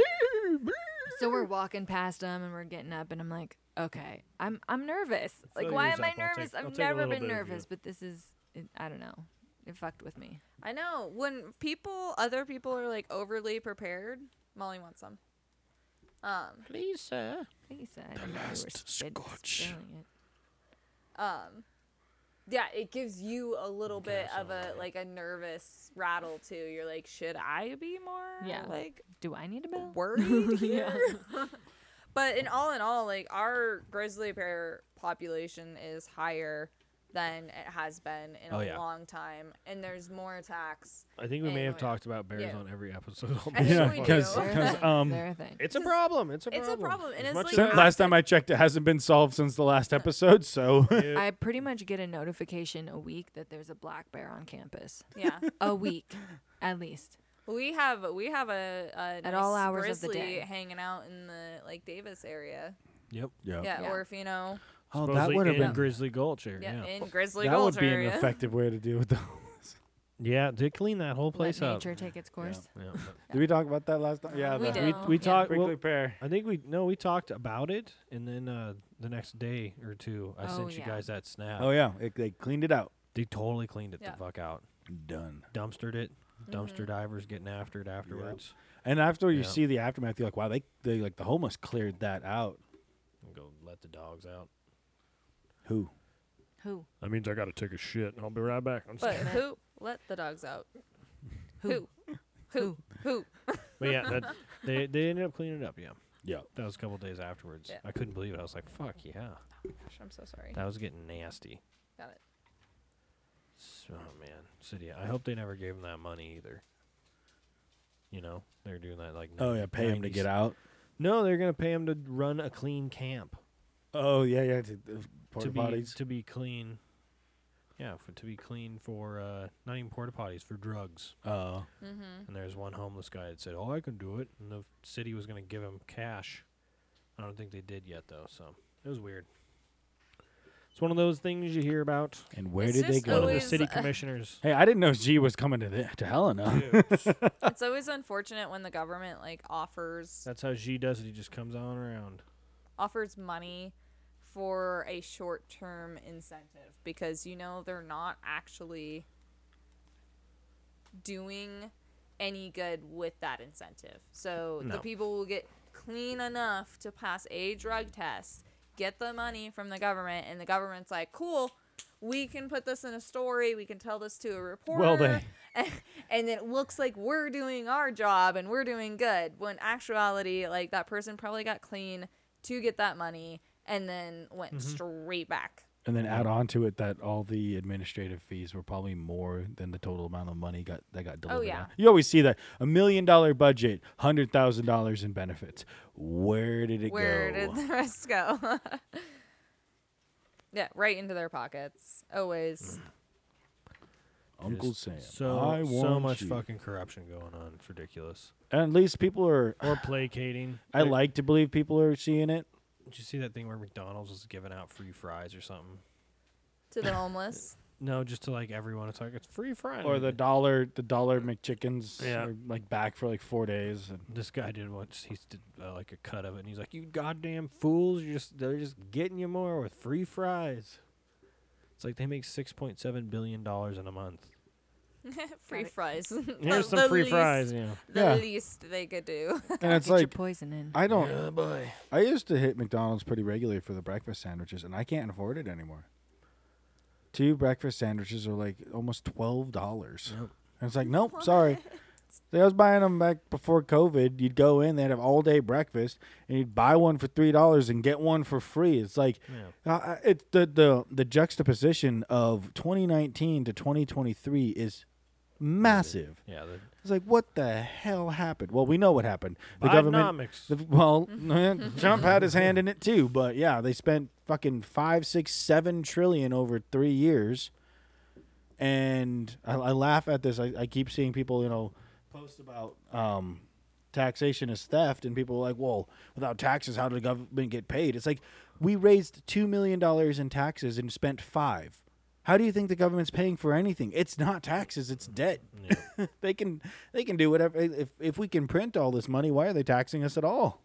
S3: so we're walking past them, and we're getting up, and I'm like, okay, I'm I'm nervous. Like,
S2: Fill
S3: why
S2: yours
S3: am I
S2: up. I'll take-
S3: nervous?
S2: I'll
S3: I've
S2: take a
S3: never
S2: little
S3: been
S2: bit of you.
S3: nervous, but this is it, I don't know. It fucked with me.
S1: I know when people, other people are like overly prepared. Molly wants some. Um,
S5: Please, sir.
S3: Lisa, I didn't know you were
S4: last
S3: spit-
S4: scotch.
S3: spilling it.
S1: um, yeah, it gives you a little bit of a like a nervous rattle too. You're like, should I be more
S3: Yeah.
S1: like
S3: Do I need a (laughs) bell?
S1: worried
S3: (laughs)
S1: here? but in all in all, like our grizzly bear population is higher than it has been in
S2: Oh,
S1: a
S2: yeah.
S1: long time, and there's more attacks.
S2: I think we may
S1: Anyway.
S2: have talked about bears
S1: Yeah.
S2: on every episode.
S1: I think
S4: Yeah,
S1: we do.
S4: because (laughs)
S3: They're a
S4: because
S3: thing.
S4: um.
S3: They're a thing.
S2: It's a problem. It's a problem.
S1: It's a problem, and
S2: As
S1: it's
S2: much
S1: like
S2: as
S4: since-
S1: not
S4: last
S1: that-
S4: time I checked, it hasn't been solved since the last episode. So (laughs)
S3: I pretty much get a notification a week that there's a black bear on campus.
S1: Yeah.
S3: (laughs) A week, at least.
S1: We have we have a, a at
S3: all hours of the day.
S1: hanging out in the like Davis area.
S2: Yep.
S1: Yeah,
S3: Yeah.
S1: or if you know,
S4: Oh, that
S2: Supposedly
S4: would have
S2: in
S4: been
S2: Grizzly Gulch area.
S1: yeah,
S2: Yeah.
S1: in Grizzly
S4: that
S1: Gulch
S4: would be an
S1: area.
S4: effective way to deal
S1: (laughs)
S4: with the.
S2: Yeah, They clean that whole place
S3: Let
S2: up.
S3: nature take its course.
S2: Yeah.
S1: (laughs)
S4: Did we talk about that last time? Yeah,
S1: We
S4: the
S1: did.
S2: We
S1: Yeah.
S2: talked.
S4: prickly
S2: Well,
S4: pear.
S2: I think we no. We talked about it, and then uh, the next day or two, I
S3: Oh,
S2: sent you
S3: yeah.
S2: guys that snap.
S4: Oh yeah, it, they cleaned it out.
S2: They totally cleaned it
S1: Yeah. Mm-hmm.
S2: the fuck out.
S4: Done.
S2: Dumpstered it. Dumpster divers getting after it afterwards.
S4: And after you
S2: Yeah.
S4: see the aftermath, you're like, wow, they, they like the homeless cleared that out.
S2: And go let the dogs out.
S4: Who?
S3: (laughs) Who?
S2: That means I got to take a shit. I'll be right back. I'm
S1: But who let the dogs out? Who? Who? Who?
S2: But yeah, that,
S1: (laughs)
S2: they they ended up cleaning it up. Yeah,
S4: Yeah.
S2: that was a couple days afterwards.
S1: Yeah.
S2: I couldn't believe it. I was like, "Fuck yeah,
S1: Gosh, I'm so sorry.
S2: that was getting nasty."
S1: Got it.
S2: So, oh man, city. I hope they never gave them that money either. You know, they're doing that like.
S4: Oh yeah, pay him to get out.
S2: No, they're gonna pay them to run a clean camp
S4: Oh yeah, yeah. To, those
S2: to
S4: porta
S2: be
S4: potties.
S2: to be clean. Yeah, for, to be clean for uh, not even porta potties for drugs.
S4: Oh.
S1: Mm-hmm.
S2: And there's one homeless guy that said, "Oh, I can do it," and the city was going to give him cash. I don't think they did yet, though. So it was weird. It's one of those things you hear about.
S4: And where
S1: It's
S4: did they
S1: just
S2: One of
S4: go?
S2: the
S1: always- uh,
S2: city commissioners.
S4: Hey, I didn't know G was coming to the, to Helena.
S1: it's always unfortunate when the government like offers
S2: That's how G does it. He just comes on around.
S1: offers money for a short-term incentive because you know they're not actually doing any good with that incentive. So the
S2: No.
S1: people will get clean enough to pass a drug test, get the money from the government, and the government's like, cool, we can put this in a story, we can tell this to a reporter.
S4: they-
S1: (laughs) and it looks like we're doing our job and we're doing good. When actuality, like that person probably got clean to get that money and then went
S2: Mm-hmm.
S1: straight back.
S4: And then add on to it that all the administrative fees were probably more than the total amount of money got that got delivered.
S1: yeah.
S4: on. You always see that a million dollar budget, hundred thousand dollars in benefits. Where did it
S1: Where
S4: go?
S1: did the rest go? (laughs) yeah, right into their pockets.
S3: (clears throat)
S1: Always.
S4: (laughs) Uncle
S2: Just
S4: Sam.
S2: So
S4: I
S2: so
S4: want
S2: much
S4: you.
S2: fucking corruption going on. (sighs) It's ridiculous.
S4: And at least people are.
S2: Or placating.
S4: I like to believe people are seeing it.
S2: Did you see that thing where McDonald's was giving out free fries or something?
S1: to the homeless.
S2: No, just to like everyone. It's like it's free fries.
S4: Or the dollar the dollar McChickens
S2: Mm. Yeah.
S4: are like back for like four days.
S1: (laughs)
S4: And
S2: This guy did once. He did uh, like a cut of it, and he's like, "You goddamn fools! You're just they're just getting you more with free fries." It's like they make six point seven billion dollars in a month.
S1: free
S3: Got it.
S1: fries. (laughs)
S2: Here's some free fries, you know.
S1: The
S4: Yeah.
S1: least they could do.
S4: and it's
S3: get your
S4: like
S3: poison in.
S4: I don't
S2: Oh boy.
S4: I used to hit McDonald's pretty regularly for the breakfast sandwiches, and I can't afford it anymore. Two breakfast sandwiches are like almost twelve dollars.
S2: Yep.
S4: And it's like, nope, sorry. I was buying them back before COVID. You'd go in, they'd have all day breakfast, and you'd buy one for three dollars and get one for free. It's like
S2: Yeah.
S4: uh, uh, it's the the the juxtaposition of 2019 to 2023 is massive.
S2: Yeah. The
S4: It's like, what the hell happened? Well, we know what happened. The government
S2: Bidenomics.
S4: the, well, Trump had his hand in it too, but yeah, they spent fucking five, six, seven trillion over three years, and I, I laugh at this. I, I keep seeing people, you know, post about um, taxation is theft, and people are like, "Well, without taxes, how did the government get paid?" It's like we raised two million dollars in taxes and spent five. How do you think the government's paying for anything? It's not taxes; it's debt. (laughs) they can they can do whatever. If if we can print all this money, why are they taxing us at all?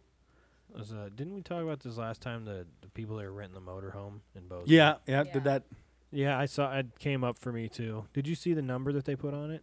S2: was, uh, didn't we talk about this last time? The the people that are renting the motorhome in Bozeman.
S4: Yeah, yeah,
S1: Yeah.
S4: did that
S2: Yeah, I saw. It came up for me too. Did you see the number that they put on it?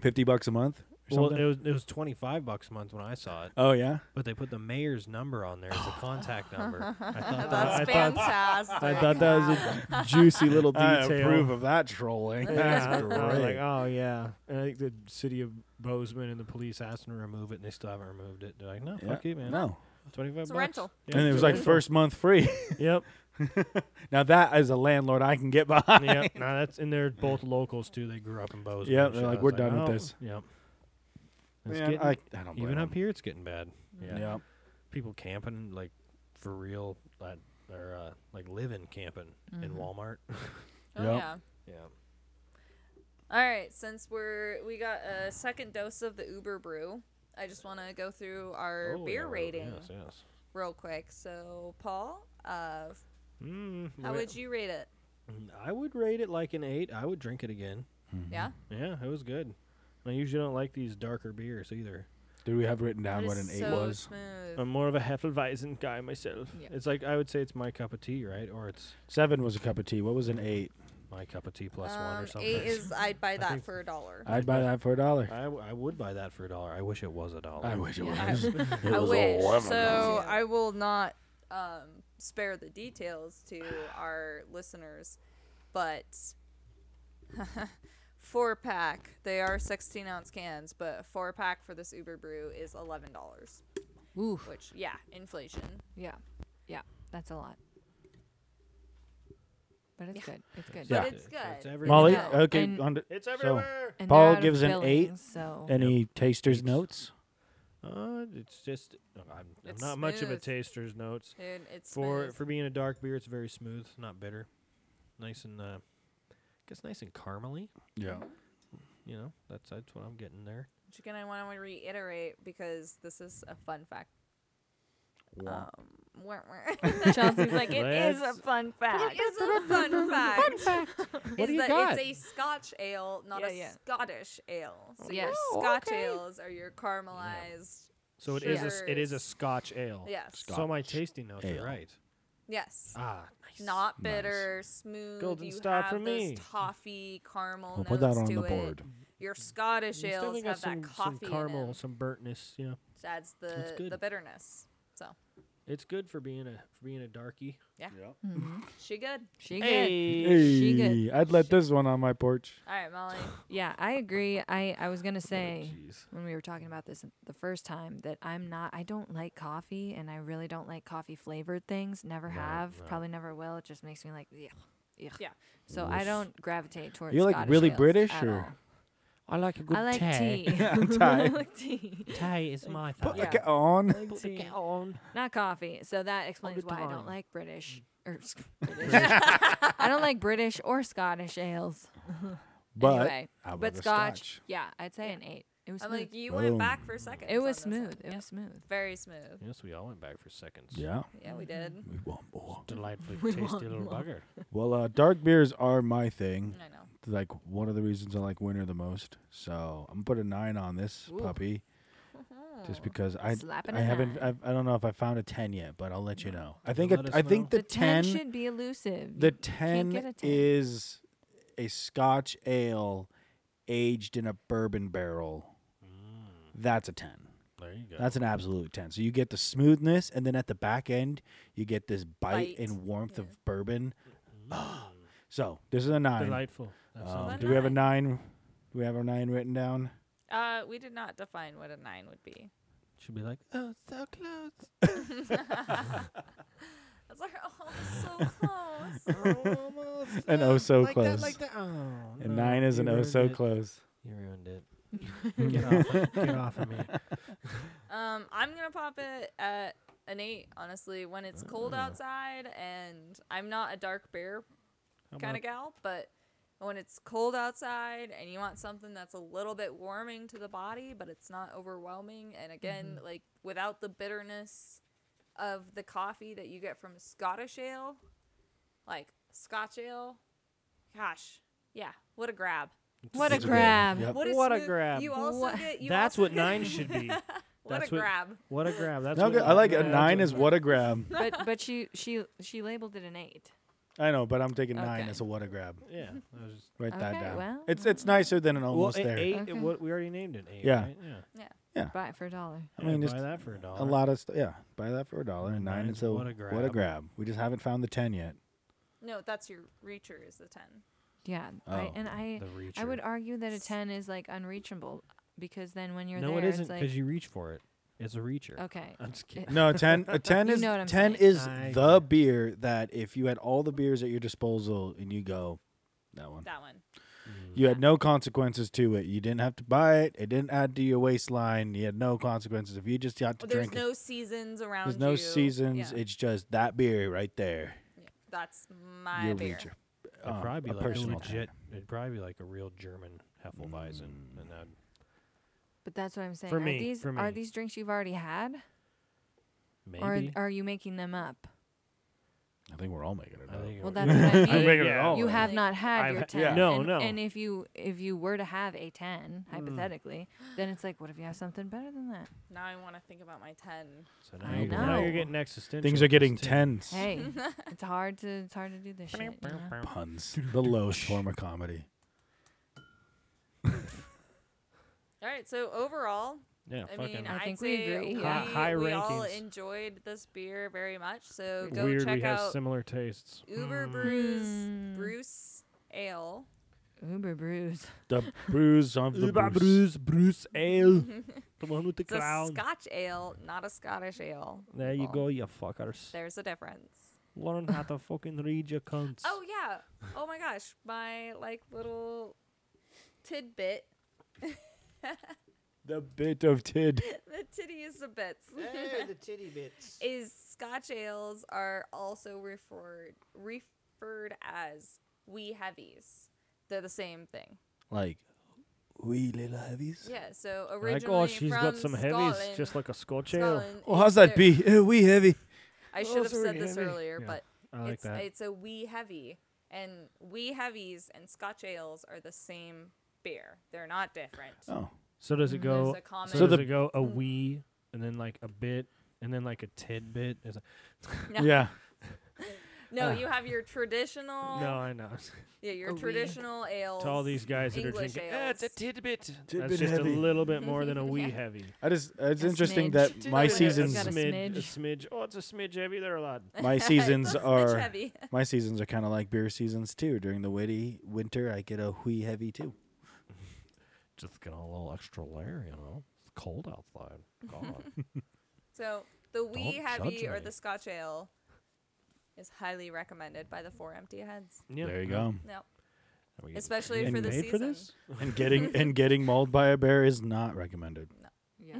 S4: fifty bucks a month or
S2: Well,
S4: something?
S2: it was it was twenty five bucks a month when I saw it,
S4: oh yeah,
S2: but they put the mayor's number on there as a contact number.
S1: (laughs)
S2: I
S1: That's
S2: thought that, I thought,
S1: fantastic.
S2: I thought that was
S1: (laughs)
S2: a juicy little detail.
S4: of that trolling.
S2: Yeah, I was like, oh (laughs) yeah. And I think the city of Bozeman and the police asked them to remove it, and they still haven't removed it. They're like, no, fuck you, man.
S4: No,
S2: twenty-five
S1: It's a
S2: bucks.
S1: rental.
S2: Yeah,
S4: and it
S2: it's
S4: was
S2: a (laughs)
S4: like
S2: rental.
S4: first month free.
S2: Yep,
S4: (laughs) now that as a landlord, I can get behind.
S2: yep. (laughs) Now that's and they're both locals too. They grew up in Bozeman.
S4: Yep,
S2: and
S4: they're
S2: shit.
S4: like,
S2: I
S4: "We're
S2: was
S4: done with
S2: "Oh."
S4: this."
S2: Yep. It's
S4: Man,
S2: getting-
S4: I, I don't blame
S2: even up
S4: them.
S2: here, it's getting bad. Yeah.
S4: Yeah,
S2: People camping like for real, like, or uh, like living camping in
S1: Mm-hmm.
S3: Mhm.
S2: Walmart. (laughs)
S1: Oh,
S4: Yep.
S1: yeah.
S2: Yeah.
S1: All right, since we're we got a second dose of the Uber Brew, I just want to go through our
S2: Oh,
S1: beer
S2: yeah,
S1: rating
S2: Yes, yes.
S1: real quick. So, Paul, uh,
S2: Mm,
S1: how
S2: ra-
S1: would you rate it?
S2: (clears throat) I would rate it like an eight. I would drink it again.
S1: Yeah,
S2: Yeah, it was good. I usually don't like these darker beers either.
S4: Do we have written
S1: It
S4: down what an
S1: is
S4: eight
S1: so
S4: was? Um,
S1: Smooth.
S2: I'm more of a Hefeweizen guy myself.
S3: Yeah.
S2: It's like I would say it's my cup of tea, right? Or it's
S4: Seven was a cup of tea. What was an eight?
S2: my cup of tea plus one
S1: Um,
S2: or something.
S1: eight is I'd buy that
S2: think-
S1: for a dollar.
S4: I'd buy that for a dollar.
S2: (laughs) I, w- I would buy that for a dollar. I wish it was a dollar.
S4: I wish it
S1: Yeah.
S4: was. it
S1: I
S4: was
S1: wish.
S4: $11.
S1: So I will not um, spare the details to our listeners, but (laughs) four pack. They are sixteen ounce cans, but a four pack for this Uber Brew is eleven dollars.
S3: Ooh,
S1: Which yeah, inflation.
S3: yeah, yeah, that's a lot. But it's good. It's good.
S4: Yeah.
S1: But it's
S2: It's
S1: good.
S2: everywhere.
S4: Molly, uh,
S3: Yeah.
S4: okay,
S3: And-
S4: on to-
S2: It's
S4: So-
S2: everywhere.
S3: And
S4: Paul
S3: they're out of
S4: gives an eight.
S3: Billings, So
S4: any taster's
S2: Yep.
S4: notes?
S2: uh, it's just I'm, I'm
S1: It's
S2: not much of a
S1: smooth.
S2: taster's notes.
S1: Dude, it's
S2: For
S1: smooth.
S2: for being a dark beer, it's very smooth, not bitter. Nice and uh, guess nice and caramely.
S4: Yeah.
S2: You know, that's that's what I'm getting there.
S1: Which again, I want to reiterate because this is a fun fact. Um, wah, wah.
S2: (laughs)
S3: (laughs) Chelsea's
S4: (laughs)
S3: like,
S1: it is a
S2: Let's-
S1: fun fact. It's a (laughs) fun fact.
S5: What
S1: is
S5: do you
S1: that
S5: got?
S1: it's a Scotch ale, not a
S3: Yeah, yeah.
S1: Scottish ale. So
S3: Yes.
S1: your Scotch ales are your caramelized.
S2: So it is a, s- it is a
S1: Sugars.
S2: Scotch ale.
S1: Yes.
S2: So my tasting notes
S4: ale.
S2: are right.
S1: Yes.
S2: Ah, nice.
S1: Not bitter, smooth.
S2: Golden
S1: you
S2: star
S1: have
S2: for
S1: those
S2: me.
S1: toffee caramel
S4: We'll
S1: notes
S4: put that on
S1: to
S4: the
S1: it.
S4: board.
S1: Your Scottish
S2: It's definitely
S1: ales
S2: got
S1: have
S2: some,
S1: that coffee
S2: some caramel,
S1: in it.
S2: some burntness. You know,
S1: It adds
S2: It's
S1: the
S2: good.
S1: the bitterness. So
S2: it's good for being a for being a darkie.
S1: she good.
S3: "Mm-hmm." she good.
S2: Hey.
S3: She good.
S4: Hey, I'd let this one on my porch.
S1: All right, Molly.
S3: Yeah, I agree. I, I was gonna say
S2: Oh, jeez.
S3: when we were talking about this the first time that I'm not I don't like coffee and I really don't like coffee flavored things. Never have,
S2: no.
S3: probably never will. It just makes me like ugh, ugh.
S1: Yeah.
S3: So I don't gravitate towards.
S4: You like
S3: Scottish
S4: really
S3: ales
S4: British
S3: at
S4: or-
S3: all.
S2: I like a good
S3: I like tea. (laughs)
S4: (laughs)
S3: I
S4: Ty,
S3: like tea,
S2: Tea is my
S4: put the
S3: Yeah.
S4: cat on.
S2: on.
S3: not coffee. So that explains
S2: the
S3: why I
S2: time.
S3: don't like British
S4: Mm.
S3: or
S4: (laughs)
S3: sc- British. I don't like British or Scottish ales.
S4: But
S3: anyway,
S4: I would
S3: but
S4: have
S3: Scotch,
S4: Scotch.
S3: yeah, I'd say an eight. It was
S1: I'm
S3: smooth.
S1: like, you
S4: Boom.
S1: went back for seconds.
S3: it was
S1: on this one.
S3: smooth. It was smooth.
S1: Very smooth.
S2: Yes, we all went back for seconds.
S4: Yeah.
S1: Yeah, we
S2: Mm-hmm.
S1: did.
S4: We want more.
S2: Delightfully tasty little bugger.
S4: Well, uh, dark beers are my thing.
S1: I know.
S3: Mm.
S4: Like one of the reasons I like winter the most. So I'm gonna put a nine on this
S3: Ooh. (laughs)
S4: puppy, just because I
S3: Slapping
S4: I
S3: a
S4: haven't
S3: nine.
S4: I've, I don't know if I found a ten yet, but I'll let you know. I think a,
S2: let us
S4: I think
S2: know.
S4: the, ten,
S3: should be elusive. You
S4: the
S3: can't
S4: ten,
S3: get a 10.
S4: is a Scotch ale aged in a bourbon barrel.
S2: Mm.
S4: That's a ten.
S2: There you go.
S4: That's an absolute 10. So you get the smoothness, and then at the back end, you get this bite,
S1: Bite.
S4: and warmth of bourbon.
S2: (gasps)
S4: so this is a nine.
S2: delightful. That
S4: Um,
S2: sounds
S1: A
S4: do we have a
S1: nine.
S4: nine? Do we have our nine written down?
S1: Uh, we did not define what a nine would be. (laughs)
S2: Should be like, oh, so close.
S4: (laughs)
S1: That's like, oh, so close.
S4: An oh so close.
S2: that. Oh,
S4: a nine is an oh so close.
S2: You ruined it. (laughs) Get off, get off of me.
S1: um, I'm gonna pop it at an eight. Honestly, when it's
S2: Mm.
S1: cold outside, and I'm not a dark beer kind of gal, but when it's cold outside and you want something that's a little bit warming to the body, but it's not overwhelming, and again,
S2: Mm-hmm.
S1: like without the bitterness of the coffee that you get from Scottish ale, like Scotch ale, gosh, yeah, what a grab!
S3: what a
S4: It's a good-
S3: grab.
S4: yep.
S1: What,
S2: What a
S1: smooth-
S2: grab.
S1: You also get. You
S2: (laughs) That's
S1: also
S2: what
S1: get-
S2: nine should be.
S1: (laughs) What
S2: That's
S1: a grab!
S2: What a grab. That's
S4: No,
S2: what
S4: good. I like
S2: yeah,
S4: a
S2: that's
S4: nine
S2: what-
S4: is what a grab.
S3: (laughs) but but she she she labeled it an eight.
S4: I know, but I'm taking nine
S3: Okay.
S4: as a what a grab.
S2: Yeah. I was just,
S4: Write that
S3: Okay,
S4: down.
S3: well,
S4: it's it's nicer than an
S2: well,
S4: almost
S2: a-
S4: there.
S2: eight.
S3: Okay.
S2: What we already named it eight.
S4: Yeah.
S2: Right? Yeah.
S3: Buy it for a dollar.
S4: I mean,
S2: yeah,
S4: just
S2: buy that for a dollar.
S4: a lot of stuff. Yeah, buy that for a dollar. And nine
S2: Nine's
S4: is a
S2: what a
S4: what a
S2: grab.
S4: grab. We just haven't found the ten yet.
S1: No, that's your reacher is the ten.
S3: Yeah. I,
S4: Oh,
S3: and I
S2: The
S3: I would
S2: reacher.
S3: argue that a ten is like unreachable because then when you're
S2: no,
S3: there,
S2: it isn't
S3: it's
S2: because
S3: like
S2: you reach for it. It's a reacher.
S3: okay.
S2: I'm just kidding.
S4: No, ten. A ten
S3: You
S4: is
S3: know what I'm
S4: ten
S3: saying.
S4: is
S2: I
S4: the beer that if you had all the beers at your disposal and you go, that one.
S1: That one.
S4: You had no consequences to it. You didn't have to buy it. It didn't add to your waistline. You had no consequences if you just got to
S1: Well, there's
S4: drink it.
S1: no seasons around.
S4: There's no
S1: you.
S4: seasons.
S1: Yeah.
S4: It's just that beer right there.
S1: Yeah, That's my
S4: your
S1: beer.
S4: reacher.
S2: It'd
S4: Um,
S2: probably
S4: a
S2: be like a
S4: personal
S2: legit. It'd probably be like a real German Hefeweizen,
S4: Mm.
S2: and that
S3: But that's what I'm saying.
S2: For
S3: are
S2: me,
S3: these
S2: for
S3: are
S2: me.
S3: these drinks you've already had,
S2: maybe.
S3: or are you making them up?
S4: I think we're all making it
S2: (laughs) I
S4: up.
S2: think it
S3: Well,
S2: would-
S3: that's what I mean.
S2: think
S4: making it
S2: yeah.
S4: all
S3: You
S4: up.
S3: have not had
S2: I've
S3: your
S2: had-
S3: ten.
S2: yeah. No,
S3: and,
S2: no. Mm.
S3: And if you if you were to have a ten hypothetically, then it's like, what if you have something better than that?
S1: Now I want to think about my ten.
S2: So
S3: I
S2: now, you're, now
S3: know.
S2: you're getting existential.
S4: Things
S2: with
S4: are
S2: this
S4: getting
S2: too.
S4: tense.
S3: Hey, (laughs) it's hard to it's hard to do this shit. you know?
S2: (laughs)
S4: Puns. The lowest form of comedy.
S1: All right. So overall,
S2: Yeah,
S1: I
S2: fucking
S1: mean,
S3: I
S1: I'd
S3: think we
S1: say
S3: agree,
S1: We,
S3: yeah.
S2: Hi- high
S1: we all
S2: rankings.
S1: enjoyed this beer very much. So go
S2: weird.
S1: check
S2: we have Hmm.
S1: out
S2: similar tastes.
S1: Uber Brews Bruce Ale.
S3: Uber brews.
S4: The bruise of the
S2: Uber Brews
S4: bruise.
S2: Bruce Ale,
S1: (laughs)
S2: the one with the
S1: It's a
S2: crown.
S1: Scotch ale, not a Scottish ale.
S2: There you
S1: people.
S2: go, you fuckers.
S1: There's a difference.
S2: Learn how to fucking read your cunts.
S1: Oh yeah. Oh my gosh. My like little tidbit.
S4: The bit of tid.
S1: the tittiest of bits. (laughs)
S7: the titty bits.
S1: is Scotch ales are also referred referred as wee heavies. They're the same thing.
S4: Like, we little heavies.
S1: Yeah. So originally
S2: like, oh, she's
S1: from
S2: got some
S1: Scotland,
S2: heavies, just like a Scotch ale.
S1: Scotland,
S4: Oh,
S1: is
S4: how's that
S1: their-
S4: be? (laughs) Eh, we heavy.
S1: I should
S2: Oh,
S1: have
S2: sorry,
S1: said this
S2: heavy.
S1: earlier,
S2: Yeah,
S1: but
S2: I like
S1: it's
S2: that.
S1: it's a wee heavy, and wee heavies and Scotch ales are the same beer. They're not different.
S4: Oh.
S2: so does it go?
S1: Mm, There's a Mm. common.
S2: So,
S4: So
S2: does
S4: the-
S2: it go a wee, and then like a bit, and then like a tidbit? Is it-
S1: No.
S4: Yeah.
S1: no, you have your traditional.
S2: Ah. no, I know. (laughs)
S1: Yeah, your
S3: A wee.
S1: traditional ales.
S2: to all these guys that are
S1: English
S2: drinking.
S1: ales.
S2: "Ah, it's a tidbit. That's
S4: Tidbit
S2: just
S4: heavy.
S2: a little
S1: (laughs)
S2: bit more than a wee heavy.
S4: I just uh, it's
S3: A
S4: interesting
S3: smidge.
S4: that
S1: Tidbit.
S4: my
S2: It's a
S4: seasons
S3: Got a
S2: smidge. A smidge. Oh, it's a smidge heavy there, lad.
S4: my seasons
S1: It's
S4: are
S1: heavy.
S4: my seasons are kind of like beer seasons too. During the witty winter, I get a wee heavy too.
S2: Just get a little extra layer, you know. It's cold outside. God.
S1: So the wee
S2: Don't judge
S1: heavy or
S2: me.
S1: the Scotch ale is highly recommended by the four empty heads.
S2: (laughs) yeah.
S4: There you go.
S1: No,
S2: Are we
S1: especially
S2: getting
S1: for the
S2: paid
S1: season.
S2: for this?
S4: (laughs) And getting (laughs) and getting mauled by a bear is not recommended.
S3: Yeah.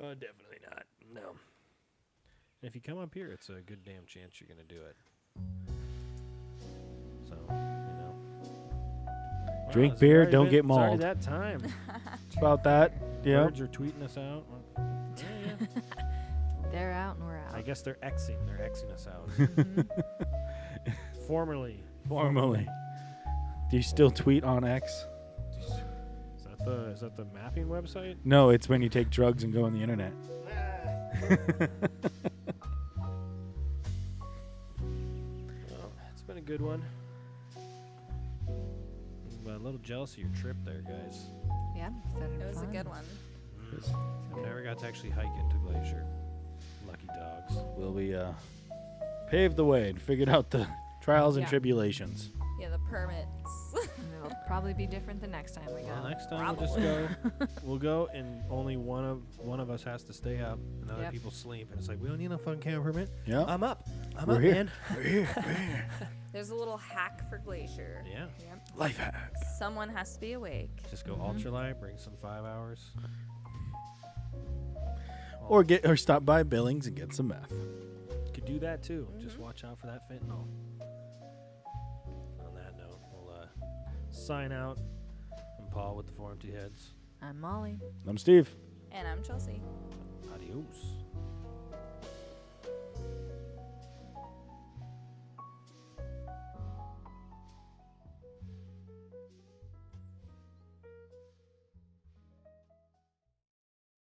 S2: Uh, definitely not. No. If you come up here, it's a good damn chance you're gonna do it. So, you know. Wow,
S4: Drink
S2: it's
S4: beer,
S2: already
S4: don't
S2: been-
S4: get
S2: it's already
S4: mauled.
S2: that time.
S4: It's about that. (laughs) Yeah.
S2: Birds are tweeting us out. Yeah, yeah.
S3: They're out and we're out.
S2: I guess they're Xing. They're Xing us (laughs) out. Formerly.
S4: Formally. Do you still tweet on X?
S2: Is that the is that the mapping (laughs) website?
S4: No, it's when you take drugs and go on the internet.
S2: Well, it's been a good one. But a little jealous of your trip there, guys.
S3: yeah.
S1: It was a good one.
S2: I never got to actually hike into Glacier. Lucky dogs.
S4: Will we uh, pave the way and figured out the trials and
S3: Yeah.
S4: tribulations?
S1: Yeah, the permits. (laughs)
S3: And it'll probably be different the next time we go.
S2: Well, next time we'll just
S3: (laughs)
S2: go. we'll go, and only one of one of us has to stay up, and other
S3: Yep.
S2: people sleep. And it's like we don't need no fun camp permit.
S4: Yeah.
S2: I'm up. I'm
S4: We're
S2: up,
S4: here.
S2: man.
S1: There's a little hack for Glacier.
S2: Yeah.
S4: Life hack.
S1: Someone has to be awake.
S2: Just go
S3: Mm-hmm.
S2: ultralight. Bring some five hours.
S4: Or get or stop by Billings and get some meth.
S2: Could do that too.
S3: Mm-hmm.
S2: Just watch out for that fentanyl. On that note, we'll uh, sign out. And Paul with the four empty heads.
S3: I'm Molly.
S4: I'm Steve.
S1: And I'm Chelsea.
S2: Adios.